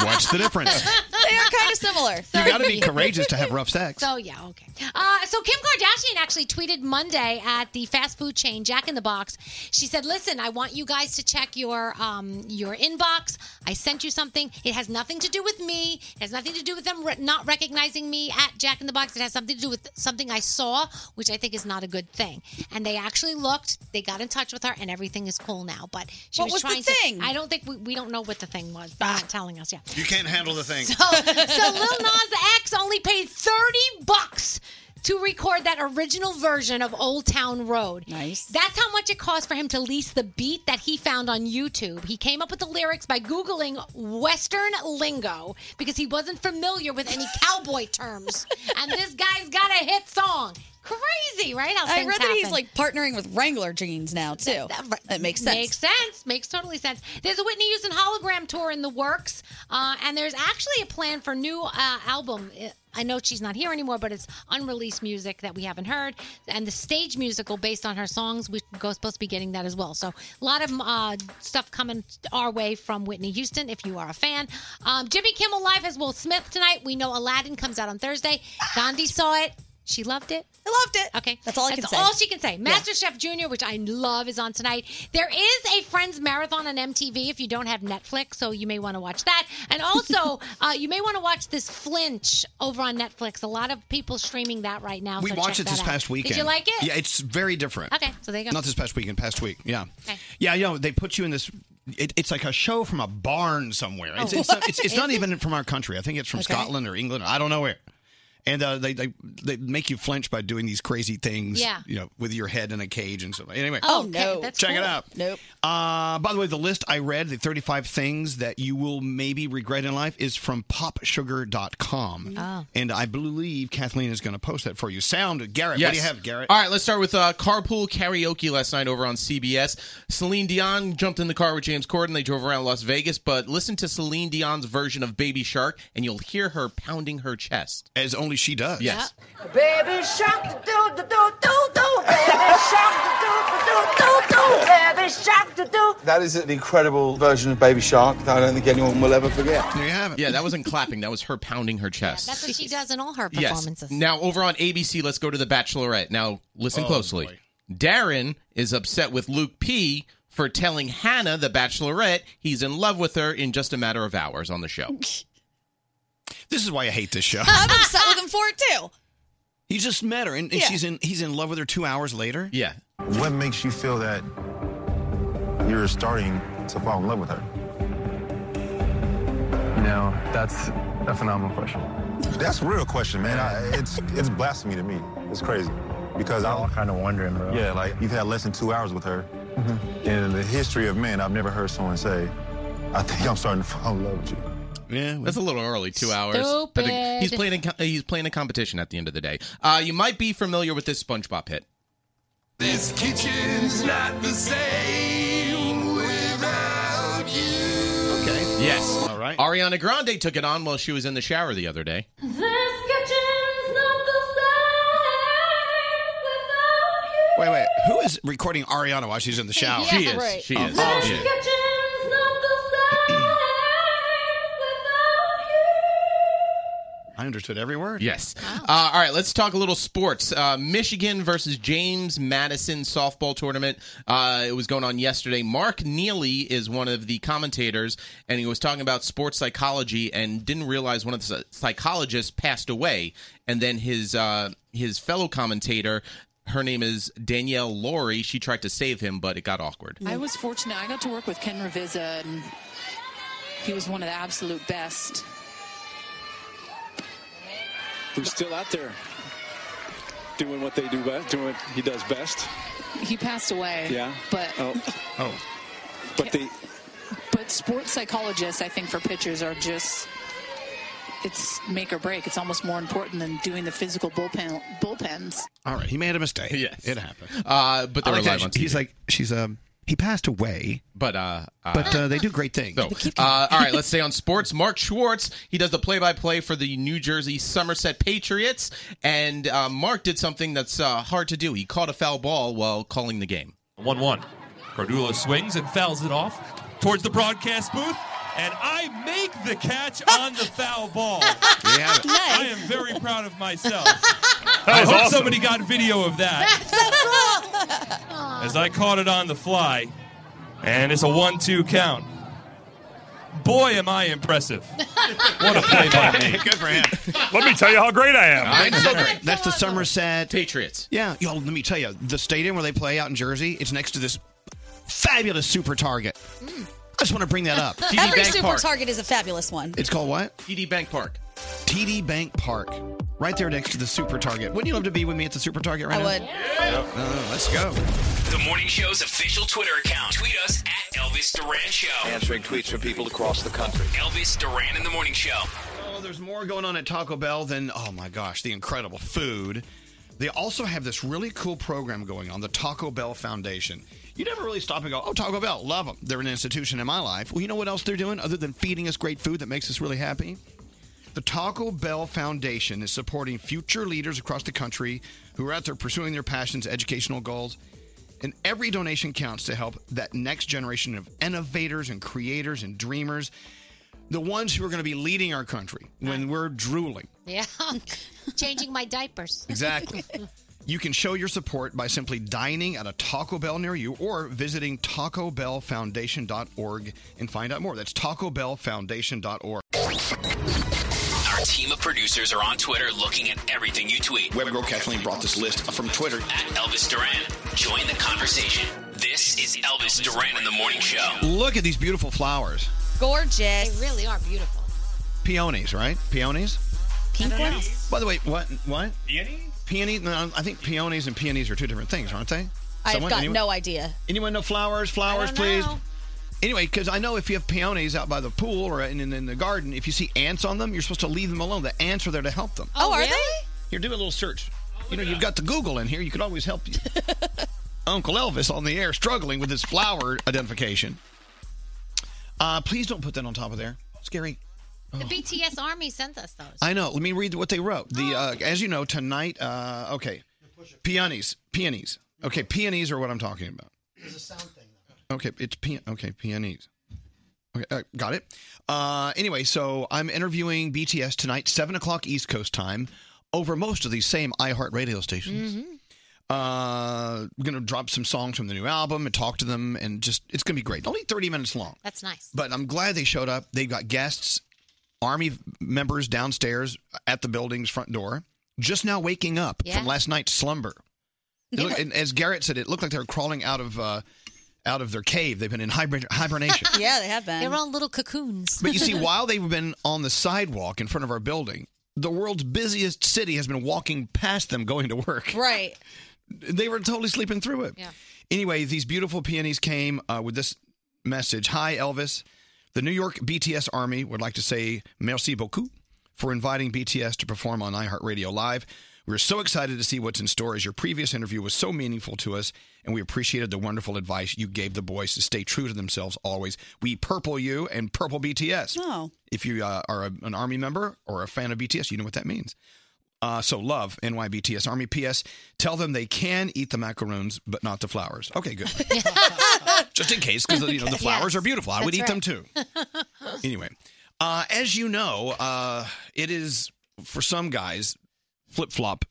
[SPEAKER 7] What's the difference?
[SPEAKER 5] they are kind of similar.
[SPEAKER 7] Oh, You got to be courageous to have rough sex.
[SPEAKER 5] So yeah, okay. Uh, so Kim Kardashian actually tweeted Monday at the fast food chain Jack in the Box. She said, "Listen, I want you guys to check your um, your inbox. I sent you something. It has nothing to do with me. It has nothing to do with them re- not recognizing me at Jack in the Box. It has something to do with something I saw, which I think is not a good thing." And they actually looked. They got in touch with her, and everything is cool now. But she
[SPEAKER 13] What
[SPEAKER 5] was,
[SPEAKER 13] was the
[SPEAKER 5] trying
[SPEAKER 13] thing? Ah.
[SPEAKER 5] to. I don't think we, we don't know what the thing was. They're not telling us yet.
[SPEAKER 7] You can't handle the thing.
[SPEAKER 5] So, so Lil Nas X only paid 30 bucks to record that original version of Old Town Road. Nice. That's how much it cost for him to lease the beat that he found on YouTube. He came up with the lyrics by Googling Western lingo because he wasn't familiar with any cowboy terms. And this guy's got a hit song. Crazy, right? How
[SPEAKER 13] I
[SPEAKER 5] things
[SPEAKER 13] read that he's
[SPEAKER 5] happen.
[SPEAKER 13] like partnering with Wrangler jeans now too. That, makes sense.
[SPEAKER 5] Makes sense. Makes totally sense. There's a Whitney Houston hologram tour in the works, uh, and there's actually a plan for new uh, album. I know she's not here anymore, but it's unreleased music that we haven't heard, and the stage musical based on her songs. We go supposed to be getting that as well. So a lot of uh, stuff coming our way from Whitney Houston. If you are a fan, um, Jimmy Kimmel Live has Will Smith tonight. We know Aladdin comes out on Thursday. Gandhi saw it. She loved it. I loved it. Okay, that's all
[SPEAKER 13] I can say.
[SPEAKER 5] all she can say. Master Chef Junior, which I love, is on tonight. There is a Friends marathon on MTV if you don't have Netflix, so you may want to watch that. And
[SPEAKER 7] *laughs*
[SPEAKER 5] also, uh, you may want to watch this Flinch over on Netflix. A lot of people streaming that right now.
[SPEAKER 7] we
[SPEAKER 5] so
[SPEAKER 7] watched
[SPEAKER 5] check
[SPEAKER 7] it this
[SPEAKER 5] that out.
[SPEAKER 7] past weekend.
[SPEAKER 5] Did you like it?
[SPEAKER 7] Yeah, it's very different.
[SPEAKER 5] Okay, so there you go.
[SPEAKER 7] Not this past weekend, past week. Yeah.
[SPEAKER 5] Okay.
[SPEAKER 7] Yeah, you know, they put you in this. It, it's like a show from a barn somewhere. It's,
[SPEAKER 5] Oh.
[SPEAKER 7] it's,
[SPEAKER 5] *laughs*
[SPEAKER 7] not, it's, it's not
[SPEAKER 5] Is
[SPEAKER 7] even from our country. I think it's from
[SPEAKER 5] Okay.
[SPEAKER 7] Scotland or England. I don't know where. And uh, they, they they make you flinch by doing these crazy things.
[SPEAKER 5] Yeah.
[SPEAKER 7] You know, with your head in a cage and stuff. Anyway.
[SPEAKER 5] Oh, Okay, no. that's
[SPEAKER 7] Check it
[SPEAKER 5] cool.
[SPEAKER 7] out.
[SPEAKER 13] Nope.
[SPEAKER 7] Uh, by the way, the list I read, the 35 things that you will maybe regret in life, is from popsugar.com.
[SPEAKER 5] Oh.
[SPEAKER 7] And I believe Kathleen is going to post that for you. Sound, Garrett,
[SPEAKER 20] Yes.
[SPEAKER 7] what do you have, Garrett?
[SPEAKER 20] All right, let's start with uh, carpool karaoke last night over on CBS. Celine Dion jumped in the car with James Corden. They drove around Las Vegas, but listen to Celine Dion's version of Baby Shark, and you'll hear her pounding her chest.
[SPEAKER 7] As only she does.
[SPEAKER 20] Yes.
[SPEAKER 27] Baby shark, do do do do do. Baby shark, do do do do. Baby shark, do do.
[SPEAKER 28] That is an incredible version of Baby Shark that I don't think anyone will ever forget.
[SPEAKER 7] There you have it.
[SPEAKER 20] Yeah, that wasn't clapping. That was her pounding her chest.
[SPEAKER 5] That's what she does in all her
[SPEAKER 20] Yes.
[SPEAKER 5] performances.
[SPEAKER 20] Now, over on ABC, let's go to The Bachelorette. Now, listen
[SPEAKER 5] Oh,
[SPEAKER 20] closely. Darren is upset with Luke P for telling Hannah, the bachelorette, he's in love with her in just a matter of hours on the show.
[SPEAKER 7] This is why I hate this
[SPEAKER 13] *laughs*
[SPEAKER 7] show. *laughs*
[SPEAKER 13] I'm upset with him for it too.
[SPEAKER 7] He just met her, and, and
[SPEAKER 13] Yeah.
[SPEAKER 7] she's in. He's in love with her two hours later.
[SPEAKER 20] Yeah.
[SPEAKER 28] What makes you feel that you're starting to fall in love with her?
[SPEAKER 29] No, that's a phenomenal question.
[SPEAKER 28] That's a real question, man. I, it's it's blasphemy to me. It's crazy because I'm kind of wondering, bro. Yeah, like you've had less than two hours with her. In the history of men, I've never heard someone say, "I think I'm starting to fall in love with you."
[SPEAKER 20] Yeah, that's a little early. Two hours. But uh, he's
[SPEAKER 28] Stupid.
[SPEAKER 20] playing. A, he's playing a competition at the end of the day. Uh, you might be familiar with this SpongeBob hit.
[SPEAKER 28] This kitchen's not the same without you.
[SPEAKER 20] Okay. Yes. All right. Ariana Grande took it on while she was in the shower the other day.
[SPEAKER 19] This kitchen's not the same without you.
[SPEAKER 7] Wait, wait. Who is recording Ariana while she's in the shower?
[SPEAKER 19] She Yeah, is. right. She
[SPEAKER 7] Oh,
[SPEAKER 19] is.
[SPEAKER 7] oh,
[SPEAKER 19] This
[SPEAKER 7] shit.
[SPEAKER 19] kitchen's not the same without you.
[SPEAKER 7] I understood every word.
[SPEAKER 20] Yes. Uh, all right, let's talk a little sports. Uh, Michigan versus James Madison softball tournament. Uh, it was going on yesterday. Mark Neely is one of the commentators, and he was talking about sports psychology and didn't realize one of the psy- psychologists passed away. And then his uh, his fellow commentator, her name is Danielle Laurie. She tried to save him, but it got awkward.
[SPEAKER 30] I was fortunate. I got to work with Ken Revisa, and he was one of the absolute best.
[SPEAKER 6] who's still out there doing what they do best, doing what he does best.
[SPEAKER 30] He passed away.
[SPEAKER 6] Yeah.
[SPEAKER 30] But
[SPEAKER 6] oh, oh. But the
[SPEAKER 30] but sports psychologists, I think, for pitchers are just it's make or break. It's almost more important than doing the physical bullpen bullpens.
[SPEAKER 7] All right. He made a
[SPEAKER 20] *laughs*
[SPEAKER 7] mistake. Yes. It happened.
[SPEAKER 20] Uh, but they
[SPEAKER 7] I
[SPEAKER 20] were
[SPEAKER 7] like that
[SPEAKER 20] live
[SPEAKER 7] she-
[SPEAKER 20] on TV.
[SPEAKER 7] Oh He's like, she's um, he passed away,
[SPEAKER 20] but uh, uh,
[SPEAKER 7] but uh, they do great things.
[SPEAKER 20] So, *laughs* uh, all right, let's stay on sports. Mark Schwartz, he does the play-by-play for the New Jersey Somerset Patriots, and uh, Mark did something that's uh, hard to do. He caught a foul ball while calling the game.
[SPEAKER 22] One-one. Cardullo swings and fouls it off towards the broadcast booth, and I make the catch on the foul ball. I am very proud of myself. I was hope awesome. somebody got video of that as I caught it on the fly, and it's a one-two count. Boy, am I impressive!
[SPEAKER 19] *laughs*
[SPEAKER 22] What a
[SPEAKER 12] *laughs*
[SPEAKER 22] play by me!
[SPEAKER 7] Good for him.
[SPEAKER 22] Let me tell you how great I am.
[SPEAKER 7] I know. That's the Somerset
[SPEAKER 20] Patriots.
[SPEAKER 7] Yeah, yo, let me tell you, the stadium where they play out in Jersey, it's next to this fabulous Super Target.
[SPEAKER 9] Mm.
[SPEAKER 5] Mm.
[SPEAKER 7] I just want to bring that up.
[SPEAKER 13] Every super target is a fabulous one.
[SPEAKER 7] It's called what?
[SPEAKER 20] TD Bank Park.
[SPEAKER 7] TD Bank Park, right there next to the Super Target. Wouldn't you love to be with me at the Super Target
[SPEAKER 13] I
[SPEAKER 7] right now?
[SPEAKER 13] would.
[SPEAKER 7] Uh, let's go.
[SPEAKER 10] The morning show's official Twitter account. Tweet us at Elvis Duran Show.
[SPEAKER 29] Answering tweets from people across the country.
[SPEAKER 10] Elvis Duran in the morning show.
[SPEAKER 7] Oh, there's more going on at Taco Bell than, oh my gosh, the incredible food. They also have this really cool program going on, the Taco Bell Foundation. You never really stop and go, oh, Taco Bell, love them. They're an institution in my life. Well, you know what else they're doing other than feeding us great food that makes us really happy? The Taco Bell Foundation is supporting future leaders across the country who are out there pursuing their passions, educational goals. And every donation counts to help that next generation of innovators and creators and dreamers, the ones who are going to be leading our country when we're drooling.
[SPEAKER 5] Yeah. *laughs* Changing my diapers.
[SPEAKER 7] Exactly. You can show your support by simply dining at a Taco Bell near you or visiting tacobellfoundation.org and find out more. That's tacobellfoundation.org.
[SPEAKER 10] Our team of producers are on Twitter looking at everything you tweet.
[SPEAKER 7] Web girl Kathleen brought this list from Twitter.
[SPEAKER 10] At Elvis Duran. Join the conversation. This is Elvis Duran in the morning show.
[SPEAKER 7] Look at these beautiful flowers.
[SPEAKER 13] Gorgeous. They
[SPEAKER 5] really are beautiful.
[SPEAKER 7] Peonies, right? Peonies?
[SPEAKER 13] Pink
[SPEAKER 7] ones? By the way, what? What? Peonies? Peony? No, I think peonies and peonies are two different things, aren't they?
[SPEAKER 13] I've
[SPEAKER 7] Someone-
[SPEAKER 13] got
[SPEAKER 7] anyone-
[SPEAKER 13] no idea.
[SPEAKER 7] Anyone know flowers? Flowers,
[SPEAKER 13] don't
[SPEAKER 7] please.
[SPEAKER 13] know.
[SPEAKER 7] Anyway, because I know if you have peonies out by the pool or in, in, in the garden, if you see ants on them, you're supposed to leave them alone. The ants are there to help them.
[SPEAKER 13] Oh, are they?
[SPEAKER 7] Here, do a little search. You know, you've got the Google in here. You could
[SPEAKER 13] *laughs*
[SPEAKER 7] always help you. Uncle Elvis on the air struggling with his flower identification. Uh, please don't put that on top of there. Scary. Oh.
[SPEAKER 5] The BTS Army sent us those.
[SPEAKER 7] I know. Let me read what they wrote. The uh, as you know tonight. Uh, okay, peonies, peonies. Okay, peonies are what I'm talking about.
[SPEAKER 31] There's a sound thing.
[SPEAKER 7] Okay, it's pe- okay peonies. Okay, uh, got it. Uh, anyway, so I'm interviewing BTS
[SPEAKER 19] Mm-hmm.
[SPEAKER 7] tonight, seven o'clock East Coast time, over most of these same iHeart radio stations. Uh, we're gonna drop some songs from the new album and talk to them, and just it's gonna be great. Only thirty minutes long.
[SPEAKER 5] That's nice. *laughs*
[SPEAKER 7] But I'm glad they showed up. They've got guests, army members downstairs at the building's front door, just now waking up
[SPEAKER 5] Yeah.
[SPEAKER 7] from last night's slumber. It looked- and as Garrett said, it looked like they were crawling out of uh, out of their cave. They've been in hiber- hibernation.
[SPEAKER 13] yeah, they have been.
[SPEAKER 5] They're all little cocoons.
[SPEAKER 7] But
[SPEAKER 5] *laughs*
[SPEAKER 13] *laughs*
[SPEAKER 7] you see, while they've been on the sidewalk in front of our building, the world's busiest city has been walking past them going to work.
[SPEAKER 13] Right.
[SPEAKER 7] *laughs* They were totally sleeping through it.
[SPEAKER 13] Yeah.
[SPEAKER 7] Anyway, these beautiful peonies came uh, with this message Hi, Elvis. The New York BTS Army would like to say merci beaucoup for inviting BTS to perform on iHeartRadio Live. We're so excited to see what's in store as your previous interview was so meaningful to us, and we appreciated the wonderful advice you gave the boys to stay true to themselves always. We purple you and purple BTS.
[SPEAKER 13] Oh.
[SPEAKER 7] If you uh, are a, an Army member or a fan of BTS, you know what that means. Uh, so love NYBTS Army. P.S. Tell them they can eat the macaroons, but not the flowers.
[SPEAKER 8] *laughs*
[SPEAKER 7] Okay, good. Just in case, because you know the
[SPEAKER 8] Okay. Yes,
[SPEAKER 7] flowers are beautiful. I would
[SPEAKER 8] that's
[SPEAKER 7] eat them
[SPEAKER 8] right.
[SPEAKER 7] too. *laughs* Anyway, uh, as you know, uh, it is for some guys flip flop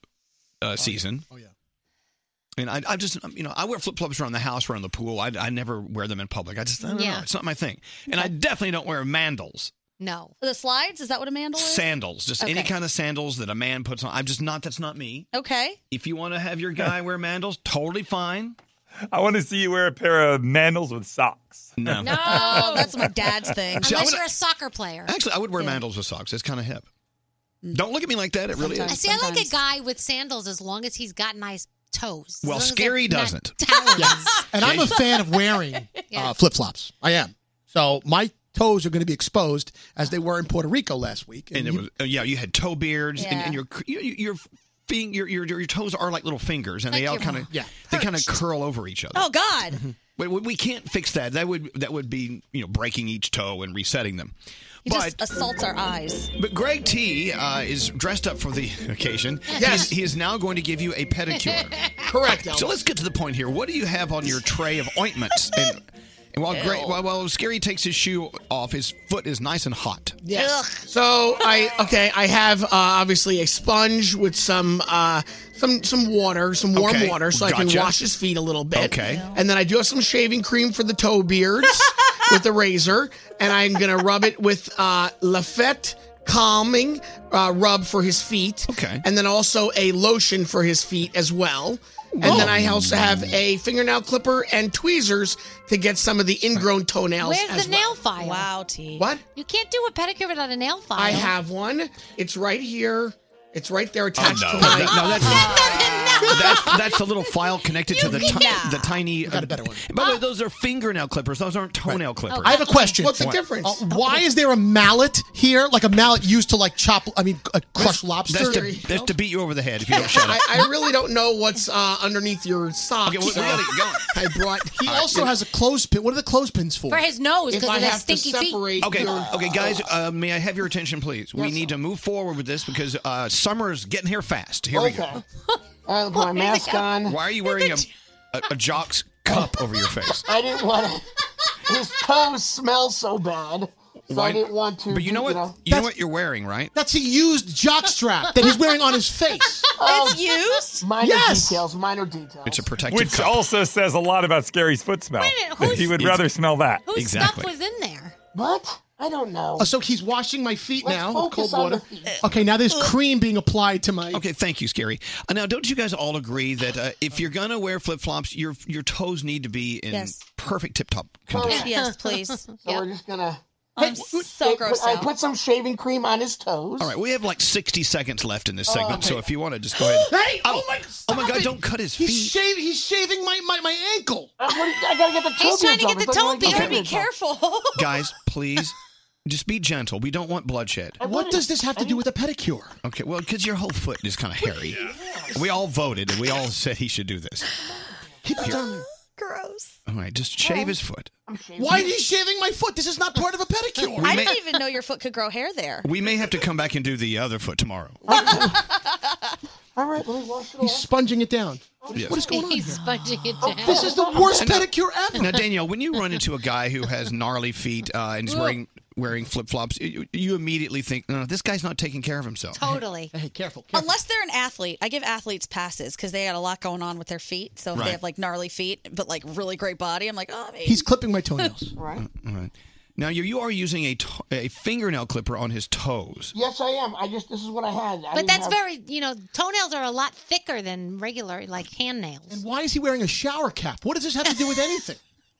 [SPEAKER 7] uh, season. Oh yeah. And I, I just, you know, I wear flip flops around the house, around the pool. I, I never wear them in public. I just, I don't
[SPEAKER 13] Yeah.
[SPEAKER 7] know. It's not my thing. And I definitely don't wear mandals.
[SPEAKER 5] No.
[SPEAKER 13] The slides? Is that what a mandal is?
[SPEAKER 7] sandals, just any
[SPEAKER 13] Okay.
[SPEAKER 7] kind of sandals that a man puts on. I'm just not. That's not me.
[SPEAKER 13] Okay.
[SPEAKER 7] If you want to have
[SPEAKER 5] *laughs*
[SPEAKER 7] your guy wear mandals, totally fine.
[SPEAKER 22] I want to see you wear a pair of mandals with socks.
[SPEAKER 7] No.
[SPEAKER 13] Oh, *laughs* that's my dad's thing.
[SPEAKER 7] See, I
[SPEAKER 5] Unless
[SPEAKER 7] would-
[SPEAKER 5] you're a soccer player.
[SPEAKER 7] actually, I would wear mandals with socks. It's kind of hip. Don't look at me like that. It really
[SPEAKER 5] Mm. I
[SPEAKER 7] is.
[SPEAKER 5] see. I like a guy with sandals as long as he's got nice toes. As
[SPEAKER 7] Well,
[SPEAKER 5] long as
[SPEAKER 7] Scary
[SPEAKER 5] they're not
[SPEAKER 7] doesn't.
[SPEAKER 5] *laughs*
[SPEAKER 12] Oh,
[SPEAKER 5] talons.
[SPEAKER 9] And I'm
[SPEAKER 5] *laughs*
[SPEAKER 9] a fan of
[SPEAKER 7] *laughs*
[SPEAKER 9] wearing uh, flip flops. I am. So my toes are going to be exposed as they were in Puerto Rico last week.
[SPEAKER 7] And it was uh, yeah. You had toe beards, and,
[SPEAKER 9] Yeah.
[SPEAKER 7] and your you- you- your fing- your your your toes are like little fingers, and they all kind of yeah. They kind of curl over each other.
[SPEAKER 13] Oh God.
[SPEAKER 7] But we- we can't fix that. That would that would be you know breaking each toe and resetting them.
[SPEAKER 13] He just assaults our eyes.
[SPEAKER 7] But Greg T uh, is dressed up for the occasion.
[SPEAKER 13] Yes.
[SPEAKER 7] He's- he is now going to give you a pedicure. Correct. So let's get to the point here. What do you have on your tray of ointments? And, and while Greg, while, while Scary takes his shoe off, his foot is nice and hot.
[SPEAKER 16] Yes. So I okay, I have uh, obviously a sponge with some uh, some some water, some warm
[SPEAKER 7] Okay,
[SPEAKER 16] water, so I can
[SPEAKER 7] gotcha.
[SPEAKER 16] wash his feet a little bit.
[SPEAKER 7] Okay.
[SPEAKER 16] And then I do have some shaving cream for the
[SPEAKER 5] *laughs*
[SPEAKER 16] toe beards with a razor, and I'm gonna rub it with uh, La Fête calming uh, rub for his feet. Okay. And then also a lotion for his feet as well. And then I also have a fingernail clipper and tweezers to get some of the ingrown toenails.
[SPEAKER 5] Where's
[SPEAKER 16] as
[SPEAKER 5] the
[SPEAKER 16] well.
[SPEAKER 5] nail file? Wow,
[SPEAKER 13] T.
[SPEAKER 16] What?
[SPEAKER 5] You can't do a pedicure without a nail file.
[SPEAKER 16] I have one. It's right here. It's right there attached
[SPEAKER 7] Oh, no.
[SPEAKER 16] to my.
[SPEAKER 7] That- no,
[SPEAKER 5] *laughs*
[SPEAKER 7] that's- That's that's a little file connected to the ti-
[SPEAKER 16] Yeah.
[SPEAKER 7] the tiny. Got a better one. By the way, those are fingernail clippers. Those aren't toenail clippers.
[SPEAKER 9] I have a question.
[SPEAKER 7] What?
[SPEAKER 9] Uh, why is there a mallet here? Like a mallet used to like chop, I mean, uh, crush lobster?
[SPEAKER 7] That's to, that's to beat you over the head if
[SPEAKER 12] *laughs*
[SPEAKER 7] you don't shut up.
[SPEAKER 16] I, I really don't know what's uh, underneath your sock.
[SPEAKER 7] well, we
[SPEAKER 12] uh,
[SPEAKER 7] gotta get going.
[SPEAKER 16] I brought.
[SPEAKER 9] He also has a clothespin. What are the clothespins for?
[SPEAKER 5] For his nose,
[SPEAKER 16] If
[SPEAKER 5] because
[SPEAKER 16] I
[SPEAKER 5] of his
[SPEAKER 16] have to
[SPEAKER 5] stinky feet.
[SPEAKER 16] separate
[SPEAKER 7] Okay, okay, guys. Uh, may I have your attention, please? We need to move forward with this because uh, summer's getting here fast. Here we go.
[SPEAKER 12] I
[SPEAKER 19] *laughs*
[SPEAKER 12] have my mask on.
[SPEAKER 7] Why are you wearing a, a, a jock's cup over your face?
[SPEAKER 12] I didn't want to. His toes smell so bad, so
[SPEAKER 7] Why-
[SPEAKER 12] I didn't want to.
[SPEAKER 7] But you know what? You know what you're wearing, right?
[SPEAKER 9] That's a used jockstrap that he's wearing on his face.
[SPEAKER 12] *laughs* it's used. Oh. Minor
[SPEAKER 9] Yes.
[SPEAKER 12] details. Minor details.
[SPEAKER 7] It's a protective
[SPEAKER 22] Which also says a lot about Scary's foot smell.
[SPEAKER 12] Wait a minute,
[SPEAKER 22] That
[SPEAKER 12] who's-
[SPEAKER 22] he would rather smell that.
[SPEAKER 12] whose
[SPEAKER 22] exactly.
[SPEAKER 12] stuff
[SPEAKER 5] was in there?
[SPEAKER 12] What? I don't know.
[SPEAKER 9] Oh, so he's washing my feet
[SPEAKER 12] Let's
[SPEAKER 9] now with
[SPEAKER 12] focus
[SPEAKER 9] cold
[SPEAKER 12] on
[SPEAKER 9] water.
[SPEAKER 12] the feet.
[SPEAKER 9] Okay, now there's cream being applied to my.
[SPEAKER 7] Okay, thank you, Scary. Uh, now, don't you guys all agree that uh, if you're gonna wear flip flops, your your toes need to be in
[SPEAKER 12] Yes.
[SPEAKER 7] perfect tip top
[SPEAKER 12] Correct.
[SPEAKER 7] condition?
[SPEAKER 12] So we're just gonna.
[SPEAKER 13] I'm so grossed
[SPEAKER 12] I
[SPEAKER 13] out.
[SPEAKER 12] put some shaving cream on his toes.
[SPEAKER 7] All right, we have like 60 seconds left in this
[SPEAKER 12] Oh,
[SPEAKER 7] segment,
[SPEAKER 12] okay.
[SPEAKER 7] so if you want to just go
[SPEAKER 9] *laughs*
[SPEAKER 7] ahead.
[SPEAKER 9] Hey! Oh, my!
[SPEAKER 7] Oh my God! Don't cut his feet.
[SPEAKER 9] He's shaving. He's shaving my my, my ankle.
[SPEAKER 12] I gotta get the toe He's trying to beards get off. the I thought you toe wanted to beard. get Be the
[SPEAKER 13] careful.
[SPEAKER 12] *laughs*
[SPEAKER 7] guys, please, just be gentle. We don't want bloodshed.
[SPEAKER 9] What does this have to do with a pedicure?
[SPEAKER 7] Okay, well, because your whole foot is kind of
[SPEAKER 9] *laughs*
[SPEAKER 7] hairy. We all voted and we all said he should do this.
[SPEAKER 5] *clears throat*
[SPEAKER 9] Here.
[SPEAKER 13] Gross.
[SPEAKER 7] All right, just shave his foot.
[SPEAKER 9] Why is he shaving my foot? This is not part of a pedicure.
[SPEAKER 13] I
[SPEAKER 9] *laughs*
[SPEAKER 13] didn't even know your foot could grow hair there.
[SPEAKER 7] We may have to come back and do the other foot tomorrow.
[SPEAKER 9] All right, let me
[SPEAKER 13] *laughs*
[SPEAKER 9] wash it He's sponging it down.
[SPEAKER 7] Yes.
[SPEAKER 9] What is going on?
[SPEAKER 5] He's sponging it down.
[SPEAKER 9] This is the worst
[SPEAKER 7] And now-
[SPEAKER 9] pedicure ever.
[SPEAKER 7] Now, Danielle, when you run into a guy who has gnarly feet uh, and is
[SPEAKER 5] Ugh.
[SPEAKER 7] wearing wearing flip flops, you, you immediately think, no, this guy's not taking care of himself.
[SPEAKER 13] Totally.
[SPEAKER 9] Hey, careful.
[SPEAKER 13] Unless they're an athlete, I give athletes passes because they got a lot going on with their feet. So if
[SPEAKER 7] Right.
[SPEAKER 13] they have like gnarly feet, but like really great body, I'm like, oh, maybe.
[SPEAKER 9] He's clipping my toenails.
[SPEAKER 13] right.
[SPEAKER 7] All right. Now you you are using a to- a fingernail clipper on his toes.
[SPEAKER 12] Yes, I am. I just this is what I had. I
[SPEAKER 5] But
[SPEAKER 12] didn't
[SPEAKER 5] that's
[SPEAKER 12] have-
[SPEAKER 5] very, you know, toenails are a lot thicker than regular, like hand nails.
[SPEAKER 9] And why is he wearing a shower cap? What does this have to do with anything?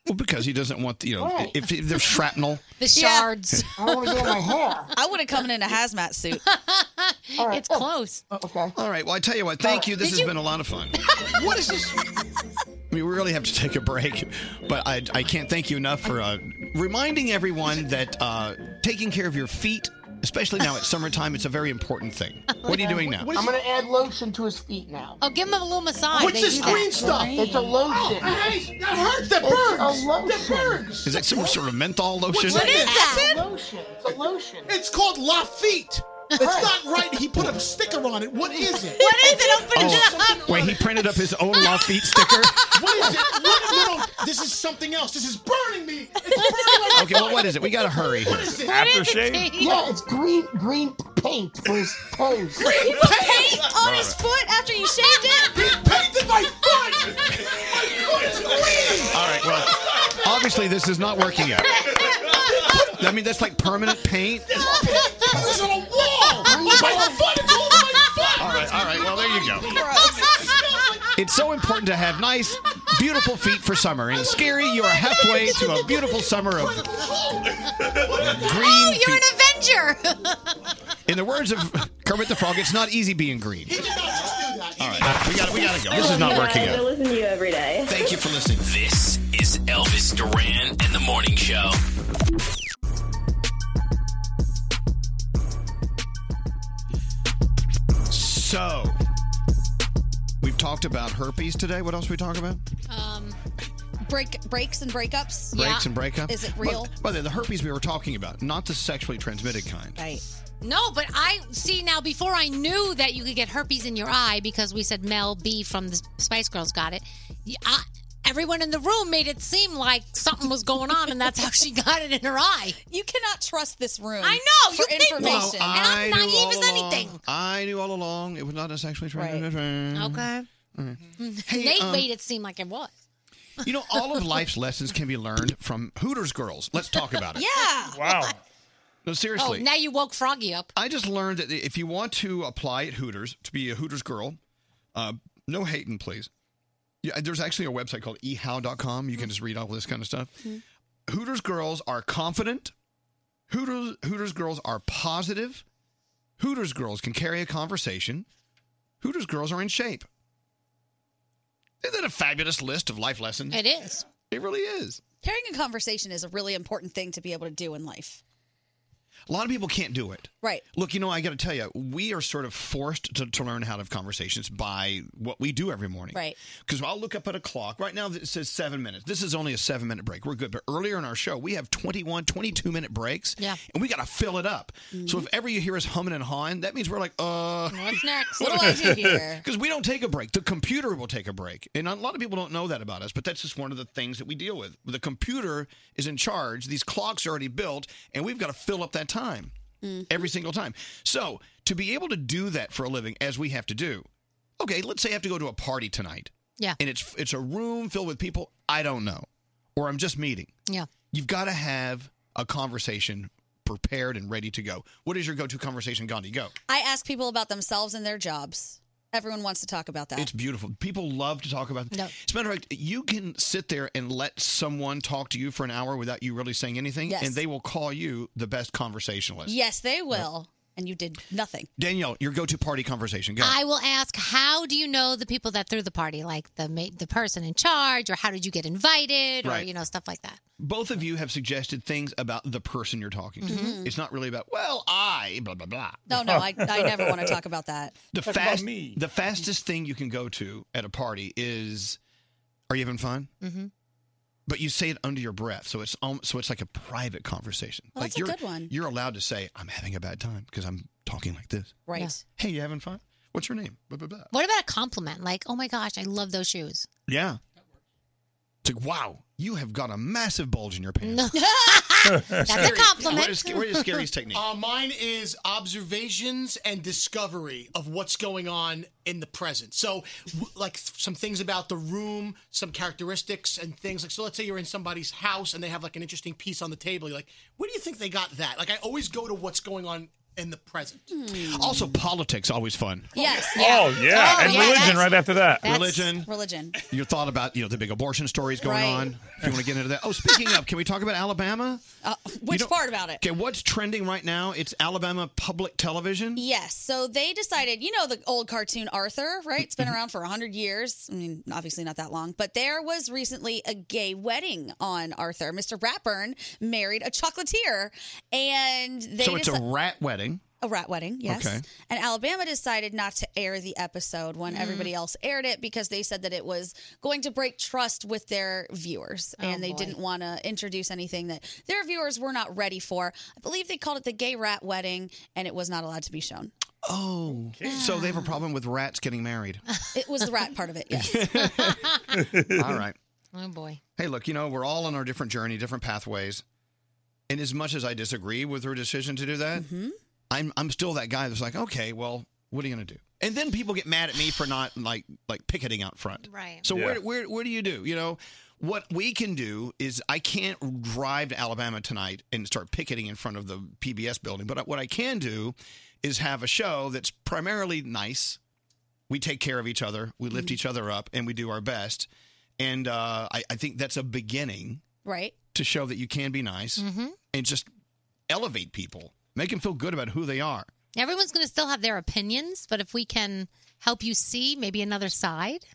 [SPEAKER 7] Well, because he doesn't want you know
[SPEAKER 9] Right.
[SPEAKER 7] if, if there's shrapnel.
[SPEAKER 5] The
[SPEAKER 7] shards.
[SPEAKER 9] *laughs* I don't wanna get in my hair.
[SPEAKER 13] *laughs* I would have come in a hazmat suit.
[SPEAKER 5] It's close.
[SPEAKER 9] Oh,
[SPEAKER 12] Okay.
[SPEAKER 7] All right. Well, I tell you what. Thank you. This
[SPEAKER 13] Did
[SPEAKER 7] has
[SPEAKER 13] you-
[SPEAKER 7] been a lot of fun.
[SPEAKER 9] What is this?
[SPEAKER 7] I mean, we really have to take a break, but I, I can't thank you enough for uh, reminding everyone that uh, taking care of your feet, especially now it's summertime, it's a very important thing. What are you doing now?
[SPEAKER 12] I'm going to add lotion to his feet now.
[SPEAKER 5] Oh, give him a little massage.
[SPEAKER 12] What's
[SPEAKER 5] They
[SPEAKER 12] this
[SPEAKER 5] do that.
[SPEAKER 12] green stuff? It's a lotion.
[SPEAKER 5] Oh,
[SPEAKER 12] hey,
[SPEAKER 16] that hurts. That
[SPEAKER 12] It's
[SPEAKER 16] burns.
[SPEAKER 12] a lotion. That burns.
[SPEAKER 7] Is that some sort of menthol
[SPEAKER 16] Oh,
[SPEAKER 7] lotion?
[SPEAKER 12] that? Lotion. It's a lotion.
[SPEAKER 16] It's called Lafitte. It's not right. He put a sticker on it. What is it?
[SPEAKER 13] What is it? Open
[SPEAKER 7] Oh, wait, he printed up his own Lafitte sticker?
[SPEAKER 16] What is it? What? No, no. This is something else. This is burning me. It's burning my
[SPEAKER 7] Okay, well, what is it? We got to hurry.
[SPEAKER 16] What is it? What is it, Aftershave? Dave?
[SPEAKER 12] Yeah, it's green green paint for his toes.
[SPEAKER 13] You put paint on his foot after you shaved it? He
[SPEAKER 16] painted my
[SPEAKER 7] *laughs*
[SPEAKER 16] foot!
[SPEAKER 7] All right, well, obviously this is not working out. I mean, that's like permanent paint.
[SPEAKER 16] This is on a wall. My foot. It's all my foot.
[SPEAKER 7] All right, all right, well, there you go. It's so important to have nice, beautiful feet for summer. And Scary, you are halfway to a beautiful summer of green
[SPEAKER 13] oh, you're
[SPEAKER 7] feet.
[SPEAKER 13] an Avenger.
[SPEAKER 7] In the words of Kermit the Frog, it's not easy being green. All right, we got we got to go.
[SPEAKER 10] I
[SPEAKER 7] This is
[SPEAKER 10] love
[SPEAKER 7] not
[SPEAKER 10] you
[SPEAKER 7] working
[SPEAKER 10] guys. I
[SPEAKER 7] out.
[SPEAKER 10] listen
[SPEAKER 1] to you every day.
[SPEAKER 7] Thank you for listening.
[SPEAKER 10] This is Elvis Duran and the Morning Show.
[SPEAKER 7] So, we've talked about herpes today. What else we talk about?
[SPEAKER 13] um, break breaks and breakups.
[SPEAKER 7] Breaks and breakups.
[SPEAKER 13] Is it
[SPEAKER 7] By-
[SPEAKER 13] real?
[SPEAKER 7] By the way, the herpes we were talking about, not the sexually transmitted kind.
[SPEAKER 13] Right.
[SPEAKER 5] No, but I see now. Before I knew that you could get herpes in your eye because we said Mel B from the Spice Girls got it. y- I- everyone in the room made it seem like something was going on, and that's how she got it in her eye.
[SPEAKER 13] You cannot trust this room.
[SPEAKER 5] I know
[SPEAKER 13] for
[SPEAKER 5] you think
[SPEAKER 13] information.
[SPEAKER 5] and I'm
[SPEAKER 7] I knew
[SPEAKER 5] naive
[SPEAKER 7] all
[SPEAKER 5] as
[SPEAKER 7] along-
[SPEAKER 5] anything.
[SPEAKER 7] I knew all along it was not a sexually transmitted.
[SPEAKER 5] Okay. *laughs*
[SPEAKER 7] Hey,
[SPEAKER 5] Nate
[SPEAKER 7] um,
[SPEAKER 5] made it seem like it was.
[SPEAKER 7] You know, all of life's lessons can be learned from Hooters girls. Let's talk
[SPEAKER 5] *laughs*
[SPEAKER 7] about it.
[SPEAKER 13] Yeah.
[SPEAKER 7] Wow. No,
[SPEAKER 5] Oh,
[SPEAKER 7] seriously.
[SPEAKER 5] now you woke Froggy up.
[SPEAKER 7] I just learned that if you want to apply at Hooters to be a Hooters girl, uh, no hating, please. Yeah, there's actually a website called e ehow.com. You can just read all this kind of stuff.
[SPEAKER 5] Hmm.
[SPEAKER 7] Hooters girls are confident. Hooters, Hooters girls are positive. Hooters girls can carry a conversation. Hooters girls are in shape. Isn't that a fabulous list of life lessons?
[SPEAKER 5] It is.
[SPEAKER 7] It really is.
[SPEAKER 13] Carrying a conversation is a really important thing to be able to do in life.
[SPEAKER 7] A lot of people can't do it.
[SPEAKER 13] Right.
[SPEAKER 7] Look, you know, I got to tell you, we are sort of forced to, to learn how to have conversations by what we do every morning.
[SPEAKER 13] Right.
[SPEAKER 7] Because I'll look up at a clock. Right now, it says seven minutes. This is only a seven minute break. We're good. But earlier in our show, we have 21, 22 minute breaks.
[SPEAKER 5] Yeah.
[SPEAKER 7] And we got to fill it up.
[SPEAKER 13] Mm-hmm.
[SPEAKER 7] So if ever you hear us humming and hawing, that means we're like, uh.
[SPEAKER 5] What's next? *laughs* What do I
[SPEAKER 16] *laughs*
[SPEAKER 5] do
[SPEAKER 7] *laughs*
[SPEAKER 5] here?
[SPEAKER 7] Because we don't take a break. The computer will take a break. And a lot of people don't know that about us, but that's just one of the things that we deal with. The computer is in charge. These clocks are already built, and we've got to fill up that time
[SPEAKER 5] Mm-hmm.
[SPEAKER 7] every single time. So to be able to do that for a living, as we have to do, okay, let's say I have to go to a party tonight.
[SPEAKER 5] Yeah.
[SPEAKER 7] And it's it's a room filled with people I don't know, or I'm just meeting.
[SPEAKER 5] Yeah.
[SPEAKER 7] You've got to have a conversation prepared and ready to go. What is your go-to conversation, Gandhi? Go.
[SPEAKER 13] I ask people about themselves and their jobs. Everyone wants to talk about that.
[SPEAKER 7] It's beautiful. People love to talk about. As a matter of fact, you can sit there and let someone talk to you for an hour without you really saying anything,
[SPEAKER 13] Yes.
[SPEAKER 7] and they will call you the best conversationalist.
[SPEAKER 13] yes, they will. And you did nothing.
[SPEAKER 7] Danielle, your go-to party conversation. Go.
[SPEAKER 5] I will ask, how do you know the people that threw the party, like the ma- the person in charge, or how did you get invited, or
[SPEAKER 7] Right.
[SPEAKER 5] you know stuff like that.
[SPEAKER 7] Both of you have suggested things about the person you're talking to.
[SPEAKER 13] Mhm.
[SPEAKER 7] It's not really about well, I blah blah blah.
[SPEAKER 13] No, no, I,
[SPEAKER 7] *laughs*
[SPEAKER 13] I never want to talk about that.
[SPEAKER 7] The fast, the fastest thing you can go to at a party is, are you having fun?
[SPEAKER 13] Mm-hmm.
[SPEAKER 7] But you say it under your breath, so it's um, so it's like a private conversation.
[SPEAKER 13] Well,
[SPEAKER 7] like
[SPEAKER 13] that's a
[SPEAKER 7] you're,
[SPEAKER 13] good one.
[SPEAKER 7] You're allowed to say, "I'm having a bad time" because I'm talking like this.
[SPEAKER 13] Right.
[SPEAKER 7] Hey, you having fun? What's your name? Blah blah blah.
[SPEAKER 13] *laughs*
[SPEAKER 5] *laughs* What about a compliment? Like, oh my gosh, I love those shoes.
[SPEAKER 7] Yeah. It's like wow, you have got a massive bulge in your pants.
[SPEAKER 5] Mm-hmm.
[SPEAKER 7] *laughs*
[SPEAKER 5] That's
[SPEAKER 7] Scary.
[SPEAKER 5] a compliment.
[SPEAKER 7] What is, what is Scary's technique?
[SPEAKER 18] Uh, mine is observations and discovery of what's going on in the present. So, w- like some things about the room, some characteristics and things. Like, so let's say you're in somebody's house and they have like an interesting piece on the table. You're like, where do you think they got that? Like, I always go to what's going on in the present.
[SPEAKER 5] Hmm.
[SPEAKER 7] also, politics always fun.
[SPEAKER 13] Yes.
[SPEAKER 7] Oh, yeah.
[SPEAKER 13] Oh,
[SPEAKER 7] And
[SPEAKER 13] yeah,
[SPEAKER 7] religion
[SPEAKER 13] that's-
[SPEAKER 7] right after that.
[SPEAKER 13] that's
[SPEAKER 7] Religion.
[SPEAKER 13] Religion.
[SPEAKER 7] Your thought about you know the big abortion stories going
[SPEAKER 13] Right.
[SPEAKER 7] on. If you want to get into that. Oh, speaking of, can we talk about Alabama?
[SPEAKER 13] Uh, which
[SPEAKER 7] You know-
[SPEAKER 13] part about it?
[SPEAKER 7] Okay, what's trending right now? It's Alabama public television.
[SPEAKER 13] Yes. So they decided, you know, the old cartoon Arthur, right? It's been around for 100 years. I mean, obviously not that long, but there was recently a gay wedding on Arthur. Mr. Ratburn married a chocolatier, and they.
[SPEAKER 7] so it's
[SPEAKER 13] deci-
[SPEAKER 7] a rat wedding.
[SPEAKER 13] a rat wedding, yes.
[SPEAKER 7] Okay.
[SPEAKER 13] And Alabama decided not to air the episode when
[SPEAKER 5] Mm.
[SPEAKER 13] everybody else aired it because they said that it was going to break trust with their viewers and they
[SPEAKER 5] Oh, boy.
[SPEAKER 13] didn't want to introduce anything that their viewers were not ready for. I believe they called it the gay rat wedding and it was not allowed to be shown.
[SPEAKER 7] Oh, so they have a problem with rats getting married.
[SPEAKER 13] It was the
[SPEAKER 5] *laughs*
[SPEAKER 13] rat part of it, yes.
[SPEAKER 7] all right.
[SPEAKER 5] Oh boy.
[SPEAKER 7] Hey, look, you know, we're all on our different journey, different pathways. And as much as I disagree with her decision to do that, I'm I'm still that guy that's like, okay, well, what are you gonna do? And then people get mad at me for not like like picketing out front.
[SPEAKER 5] Right.
[SPEAKER 7] So
[SPEAKER 5] Yeah.
[SPEAKER 7] where, where where do you do? You know, what we can do is I can't drive to Alabama tonight and start picketing in front of the PBS building, but what I can do is have a show that's primarily nice. We take care of each other, we lift
[SPEAKER 13] Mhm.
[SPEAKER 7] each other up, and we do our best. And uh, I, I think that's a beginning *laughs*
[SPEAKER 13] Right?
[SPEAKER 7] to show that you can be nice
[SPEAKER 5] Mhm.
[SPEAKER 7] and just elevate people, make them feel good about who they are.
[SPEAKER 5] Everyone's going to still have their opinions, but if we can help you see maybe another side,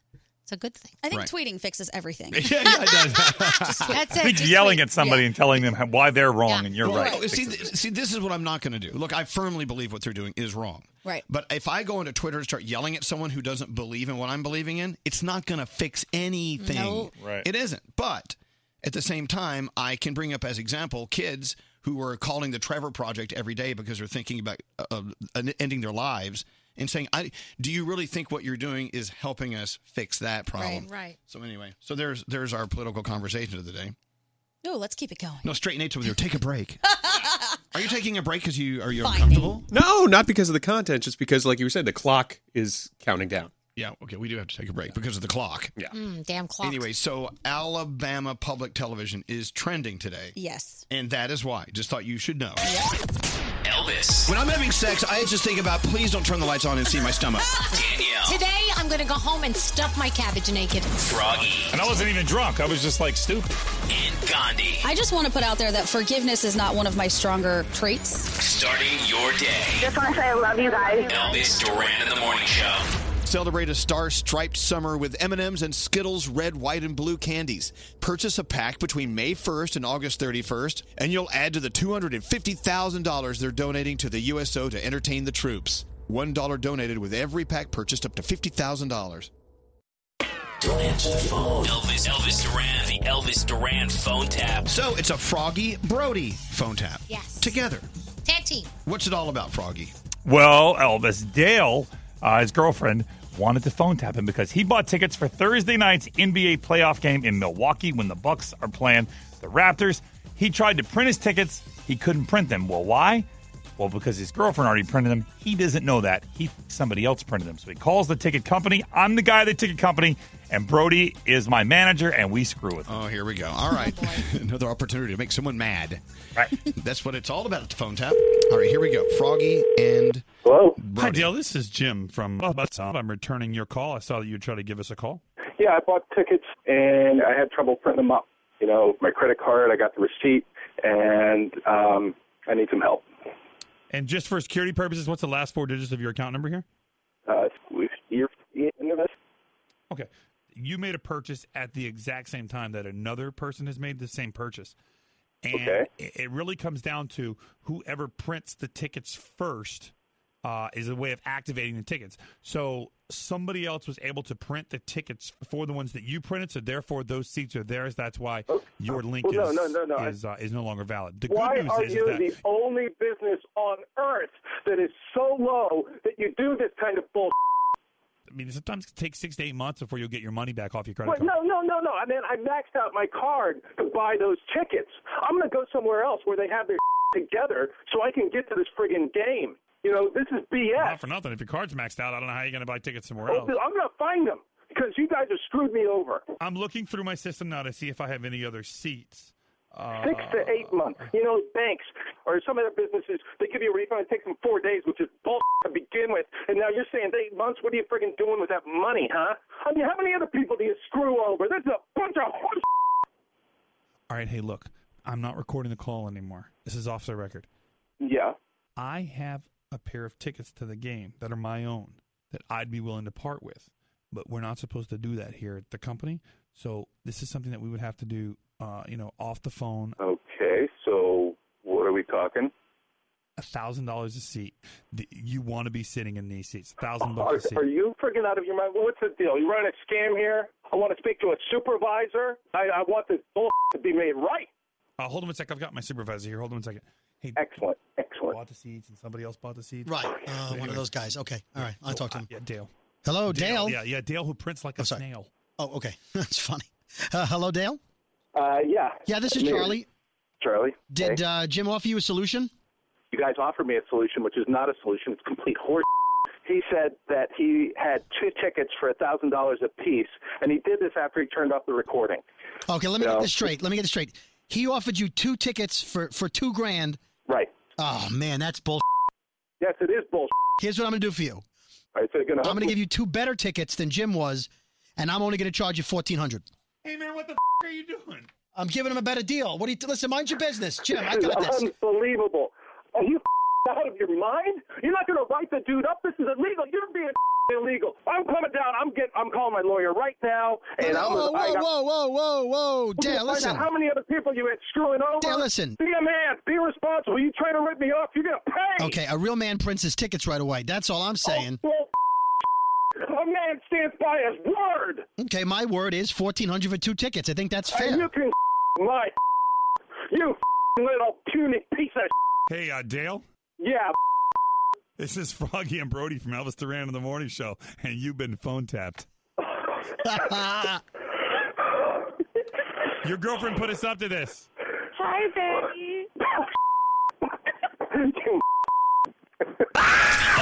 [SPEAKER 5] it's a good thing.
[SPEAKER 13] I think
[SPEAKER 11] Right.
[SPEAKER 13] tweeting fixes
[SPEAKER 7] *laughs*
[SPEAKER 12] *laughs*
[SPEAKER 13] everything. *laughs*
[SPEAKER 5] That's
[SPEAKER 11] I
[SPEAKER 5] it.
[SPEAKER 11] think
[SPEAKER 5] Just
[SPEAKER 11] yelling
[SPEAKER 5] wait.
[SPEAKER 11] at somebody and telling them how- why they're wrong
[SPEAKER 5] Yeah.
[SPEAKER 11] and you're
[SPEAKER 7] Well,
[SPEAKER 11] right.
[SPEAKER 7] no, see, th- see, this is what I'm not going to do. Look, I firmly believe what they're doing is wrong.
[SPEAKER 13] Right.
[SPEAKER 7] But if I go into Twitter and start yelling at someone who doesn't believe in what I'm believing in, it's not going to fix anything.
[SPEAKER 1] No.
[SPEAKER 7] Right. It isn't. But at the same time, I can bring up as example kids who are calling the Trevor Project every day because they're thinking about uh, uh, en- ending their lives and saying, "I do you really think what you're doing is helping us fix that problem?"
[SPEAKER 5] right.
[SPEAKER 7] So anyway, so there's there's our political conversation of the day.
[SPEAKER 13] No, let's keep it going.
[SPEAKER 7] No, straighten eights with you. Take a break. are you taking a break because you are you
[SPEAKER 13] Fine,
[SPEAKER 7] uncomfortable?
[SPEAKER 15] No, not because of the content, just because, like you said, the clock is counting down.
[SPEAKER 7] Yeah. Okay, we do have to take a break because of the clock.
[SPEAKER 15] Yeah.
[SPEAKER 5] *laughs* Mm, damn clock.
[SPEAKER 7] Anyway, so Alabama public television is trending today.
[SPEAKER 13] Yes.
[SPEAKER 7] And that is why. Just thought you should know.
[SPEAKER 10] Elvis.
[SPEAKER 7] When I'm having sex, I just think about please don't turn the lights on and see my stomach.
[SPEAKER 5] Today, I'm going to go home and stuff my cabbage naked.
[SPEAKER 10] Froggy.
[SPEAKER 11] And I wasn't even drunk. I was just like stupid.
[SPEAKER 10] And Gandhi.
[SPEAKER 13] I just want to put out there that forgiveness is not one of my stronger traits.
[SPEAKER 10] Starting your day.
[SPEAKER 13] Just want to say I love you guys.
[SPEAKER 10] Elvis Duran in the Morning Show.
[SPEAKER 7] Celebrate a star-striped summer with M&M's and Skittles red, white, and blue candies. Purchase a pack between May 1st and August 31st, and you'll add to the $250,000 they're donating to the USO to entertain the troops. $1 donated with every pack purchased up to $50,000.
[SPEAKER 10] Don't answer the phone. Elvis, Elvis Duran, the Elvis Duran phone tap.
[SPEAKER 7] So it's a Froggy Brody phone tap.
[SPEAKER 5] Yes.
[SPEAKER 7] Together.
[SPEAKER 5] Tag team.
[SPEAKER 7] What's it all about, Froggy?
[SPEAKER 22] Well, Elvis Dale, uh, his girlfriend, wanted to phone tap him because he bought tickets for Thursday night's NBA playoff game in Milwaukee when the Bucks are playing the Raptors. He tried to print his tickets. He couldn't print them. Well, why? Well, because his girlfriend already printed them. He doesn't know that. He somebody else printed them. So he calls the ticket company. I'm the guy at the ticket company, and Brody is my manager, and we screw with him.
[SPEAKER 7] Oh, here we go. All right. *laughs* Another opportunity to make someone mad.
[SPEAKER 22] Right.
[SPEAKER 7] *laughs* That's what it's all about at the phone tap. All right, here we go. Froggy and
[SPEAKER 22] Hello. Hi, Dale. This is Jim from I'm returning your call. I saw that you tried to give us a call.
[SPEAKER 8] Yeah, I bought tickets and I had trouble printing them up. You know, my credit card, I got the receipt, and um, I need some help.
[SPEAKER 22] And just for security purposes, what's the last four digits of your account number here?
[SPEAKER 8] Uh, you're into this?
[SPEAKER 22] Okay. You made a purchase at the exact same time that another person has made the same purchase. And
[SPEAKER 21] Okay.
[SPEAKER 22] it it really comes down to whoever prints the tickets first uh, is a way of activating the tickets. So somebody else was able to print the tickets for the ones that you printed, so therefore those seats are theirs. That's why your link
[SPEAKER 8] Oh, well, no,
[SPEAKER 22] is,
[SPEAKER 8] no, no, no.
[SPEAKER 22] Is, uh, is no longer valid. The
[SPEAKER 8] Why
[SPEAKER 22] good news
[SPEAKER 8] are
[SPEAKER 22] is, is
[SPEAKER 8] you
[SPEAKER 22] that
[SPEAKER 8] the only business on earth that is so low that you do this kind of bull?
[SPEAKER 22] mean, sometimes it takes six to eight months before you'll get your money back off your credit
[SPEAKER 1] But
[SPEAKER 22] card.
[SPEAKER 1] no, no, no, no. I mean, I maxed out my card to buy those tickets. I'm going to go somewhere else where they have their *laughs* together so I can get to this friggin' game. You know, this is BS.
[SPEAKER 22] Not for nothing. If your card's maxed out, I don't know how you're going to buy tickets somewhere
[SPEAKER 1] Oh,
[SPEAKER 22] else.
[SPEAKER 1] dude, I'm going to find them because you guys have screwed me over.
[SPEAKER 22] I'm looking through my system now to see if I have any other seats. Uh,
[SPEAKER 1] Six to eight months. You know, banks or some other businesses, they give you a refund. It takes them four days, which is bull *laughs* to begin with. And now you're saying eight months? What are you friggin' doing with that money, huh? I mean, how many other people do you screw over? This is a bunch of *laughs* horse
[SPEAKER 22] Uh, All right, hey, look, I'm not recording the call anymore. This is off the record.
[SPEAKER 1] Yeah.
[SPEAKER 22] I have a pair of tickets to the game that are my own that I'd be willing to part with, but we're not supposed to do that here at the company. So this is something that we would have to do, uh, you know, off the phone,
[SPEAKER 1] Okay, so what are we talking?
[SPEAKER 22] a thousand dollars a seat. The- You want to be sitting in these seats, thousand
[SPEAKER 1] Are,
[SPEAKER 22] bucks a seat.
[SPEAKER 1] are you friggin' out of your mind? What's the deal? You running a scam here? I want to speak to a supervisor. I, I want this bull to be made right.
[SPEAKER 22] Uh, hold on a sec. I've got my supervisor here. Hold on a second. Hey,
[SPEAKER 1] excellent, excellent.
[SPEAKER 22] Bought the seats, and somebody else bought the seats. *laughs*
[SPEAKER 2] Right. Uh, one of those guys. Okay. All right. I'll talk to him.
[SPEAKER 22] Yeah, Dale.
[SPEAKER 2] Hello, Dale.
[SPEAKER 22] Yeah, yeah. Dale who prints like a snail.
[SPEAKER 2] Oh, okay. *laughs* That's funny. Uh, hello, Dale.
[SPEAKER 1] Uh, yeah.
[SPEAKER 2] Yeah, this is
[SPEAKER 1] Me.
[SPEAKER 2] Charlie.
[SPEAKER 1] Charlie,
[SPEAKER 2] Did uh, Jim offer you a solution?
[SPEAKER 1] you guys offered me a solution, which is not a solution. It's complete horse. He said that he had two tickets for a thousand dollars apiece, and he did this after he turned off the recording.
[SPEAKER 2] Okay, let me
[SPEAKER 1] No.
[SPEAKER 2] get this straight. Let me get this straight. He offered you two tickets for for two grand.
[SPEAKER 1] Right.
[SPEAKER 2] Oh man, that's bull.
[SPEAKER 1] *laughs* Yes, it is bull. *laughs*
[SPEAKER 2] Here's what I'm gonna do for you.
[SPEAKER 1] All right, so you're gonna
[SPEAKER 2] I'm gonna give you two better tickets than Jim was, and I'm only gonna charge you fourteen hundred.
[SPEAKER 22] Hey man, what the f- are you doing?
[SPEAKER 2] I'm giving him a better deal. What do you listen? Mind your business, Jim. I
[SPEAKER 1] *laughs*
[SPEAKER 2] got
[SPEAKER 1] This
[SPEAKER 2] this.
[SPEAKER 1] is Unbelievable. Are you *laughs* out of your mind? You're not going to write the dude up. This is illegal. You're being *laughs* illegal. I'm coming down. I'm getting. I'm calling my lawyer right now. And I'm.
[SPEAKER 2] Whoa,
[SPEAKER 1] gonna- I
[SPEAKER 2] whoa,
[SPEAKER 1] got-
[SPEAKER 2] whoa, whoa, whoa, whoa,
[SPEAKER 1] We're gonna
[SPEAKER 2] Dale,
[SPEAKER 1] find
[SPEAKER 2] listen.
[SPEAKER 1] out How many other people you had screwing over?
[SPEAKER 2] Dale, listen.
[SPEAKER 1] Be a man. Be responsible. You trying to rip me off? You're gonna *laughs* pay.
[SPEAKER 2] Okay, a real man prints his tickets right away. That's all I'm saying.
[SPEAKER 1] A man stands by his word.
[SPEAKER 2] Okay, my word is fourteen hundred for two tickets. I think that's fair.
[SPEAKER 1] And you can *laughs* lie. You *laughs* little puny piece of. *laughs*
[SPEAKER 22] Hey, uh, Dale.
[SPEAKER 1] Yeah.
[SPEAKER 22] This is Froggy and Brody from Elvis Duran in the Morning Show, and you've been phone tapped. Your girlfriend put us up to this.
[SPEAKER 27] Hi,
[SPEAKER 1] *laughs*
[SPEAKER 27] baby.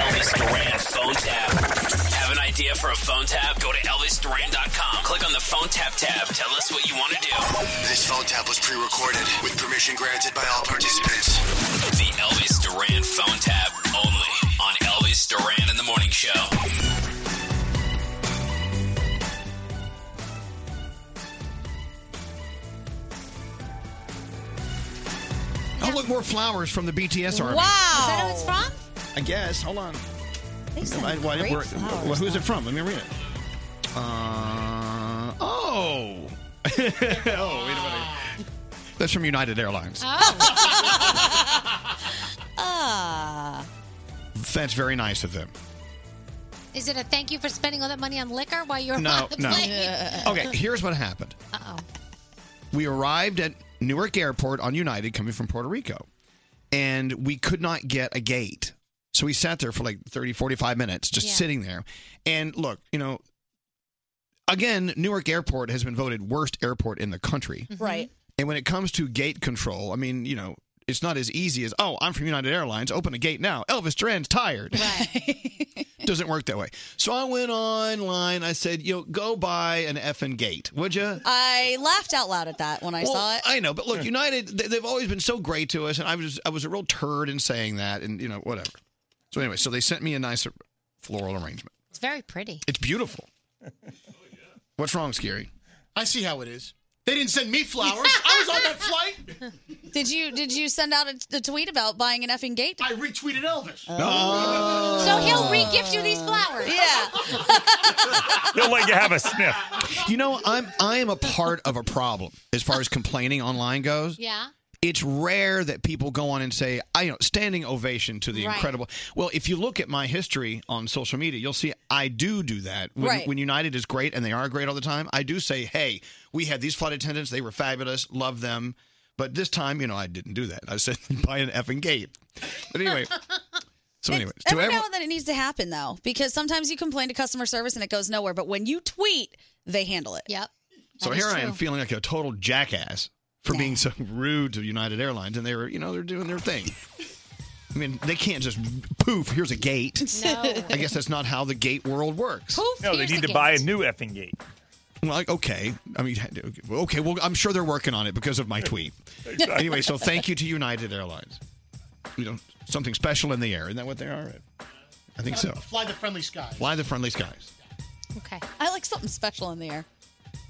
[SPEAKER 10] Elvis Duran phone tap. Have an idea for a phone tap? Go to ElvisDuran.com. Click on the phone tap tab. Tell us what you want to do.
[SPEAKER 14] This phone tap was pre-recorded with permission granted by all participants.
[SPEAKER 10] The Elvis Duran phone tap only on Elvis Duran in the Morning Show.
[SPEAKER 7] Oh, look, more flowers from the BTS army.
[SPEAKER 5] Is that who it's from?
[SPEAKER 7] I guess. Hold on.
[SPEAKER 5] They send
[SPEAKER 7] I- why-
[SPEAKER 5] great
[SPEAKER 7] where-
[SPEAKER 5] flowers,
[SPEAKER 7] well, who's
[SPEAKER 5] though.
[SPEAKER 7] it from? Let me read it. Uh, oh. oh, wait a minute. *laughs* That's from United Airlines.
[SPEAKER 5] Oh. *laughs* Ah.
[SPEAKER 7] That's very nice of them.
[SPEAKER 5] Is it a thank you for spending all that money on liquor while you're
[SPEAKER 7] No,
[SPEAKER 5] on the
[SPEAKER 7] no.
[SPEAKER 5] plane? Uh-huh.
[SPEAKER 7] Okay, here's what happened.
[SPEAKER 5] Uh-oh.
[SPEAKER 7] we arrived at Newark Airport on United coming from Puerto Rico, and we could not get a gate. So we sat there for like 30, 45 minutes just sitting there. And look, you know, again, Newark Airport has been voted worst airport in the country.
[SPEAKER 13] Right.
[SPEAKER 7] And when it comes to gate control, I mean, you know, it's not as easy as, oh, I'm from United Airlines, open a gate now. Elvis Duran's tired. *laughs*
[SPEAKER 13] *laughs*
[SPEAKER 7] Doesn't work that way. So I went online. I said, you know, go buy an effing gate, would you?
[SPEAKER 13] I laughed out loud at that when I
[SPEAKER 7] Well,
[SPEAKER 13] saw it.
[SPEAKER 7] I know, but look, United, they- they've always been so great to us, and I was I was a real turd in saying that, and you know whatever. So anyway, so they sent me a nice floral arrangement.
[SPEAKER 5] It's very pretty.
[SPEAKER 18] *laughs*
[SPEAKER 7] It's beautiful. What's wrong, Scary?
[SPEAKER 18] I see how it is. They didn't send
[SPEAKER 5] *laughs*
[SPEAKER 18] me flowers. I was on that flight.
[SPEAKER 13] *laughs* Did you did you send out a, a tweet about buying an effing gate? I
[SPEAKER 18] retweeted Elvis.
[SPEAKER 7] Oh.
[SPEAKER 13] So he'll re-gift you these flowers. *laughs* Yeah.
[SPEAKER 7] They'll let you have a sniff. You know, I'm I am a part of a problem as far as complaining online goes.
[SPEAKER 5] Yeah.
[SPEAKER 7] It's rare that people go on and say, I you know, standing ovation to the
[SPEAKER 5] Right.
[SPEAKER 7] incredible. Well, if you look at my history on social media, you'll see I do do that. When,
[SPEAKER 17] Right.
[SPEAKER 7] when United is great and they are great all the time, I do say, hey, we had these flight attendants. They were fabulous. Love them. *laughs* But this time, you know, I didn't do that. I said, buy an effing gate. But anyway, So, anyways, to
[SPEAKER 13] Every now
[SPEAKER 7] everyone,
[SPEAKER 13] and then it needs to happen though, because sometimes you complain to customer service and it goes nowhere. But when you tweet, they handle it.
[SPEAKER 5] Yep.
[SPEAKER 7] so here I am feeling like a total jackass for being so *laughs* rude to United Airlines, and they were, you know, they're doing their thing. I mean, they can't just poof. Here's a gate.
[SPEAKER 5] *laughs* No.
[SPEAKER 7] I guess that's not how the gate world works.
[SPEAKER 5] Poof,
[SPEAKER 22] No, they need to buy a new effing gate.
[SPEAKER 7] Well, like, okay. I mean, *laughs* okay. Well, I'm sure they're working on it because of
[SPEAKER 22] *laughs*
[SPEAKER 7] my tweet. anyway, so thank you to United Airlines. You know, something special in the air. Isn't that what they are? I think so.
[SPEAKER 16] Fly the friendly sky.
[SPEAKER 7] Fly the friendly skies.
[SPEAKER 13] Okay. I like something special in the air.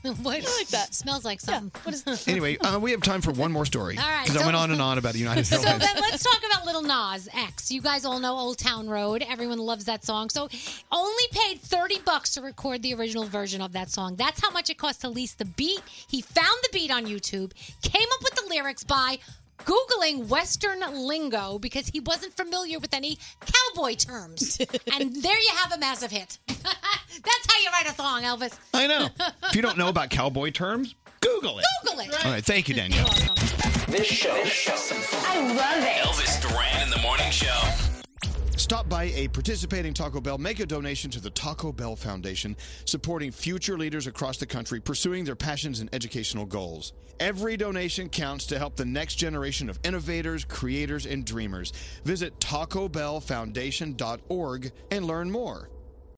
[SPEAKER 5] *laughs* what? I like that. Smells like something. What is
[SPEAKER 13] *laughs*
[SPEAKER 5] this?
[SPEAKER 7] *laughs* Anyway, uh, we have time for one more story.
[SPEAKER 5] All right,
[SPEAKER 7] Because I
[SPEAKER 5] so-
[SPEAKER 7] went on and on about
[SPEAKER 5] *laughs*
[SPEAKER 7] United
[SPEAKER 5] So then
[SPEAKER 7] Airlines.
[SPEAKER 5] let's talk about Little Nas X. You guys all know Old Town Road. Everyone loves that song. So only paid 30 bucks to record the original version of that song. That's how much it cost to lease the beat. He found the beat on YouTube, came up with the lyrics by Googling Western lingo because he wasn't familiar with any cowboy terms. and there you have a massive hit. *laughs* That's how you write a song, Elvis.
[SPEAKER 7] I know. if you don't know about cowboy terms, Google it.
[SPEAKER 5] Google it.
[SPEAKER 7] All right. Thank you, Danielle.
[SPEAKER 10] This show. I love it. Elvis Duran in the morning show.
[SPEAKER 7] Stop by a participating Taco Bell, make a donation to the Taco Bell Foundation, supporting future leaders across the country pursuing their passions and educational goals. Every donation counts to help the next generation of innovators, creators, and dreamers. Visit tacobellfoundation.org and learn more.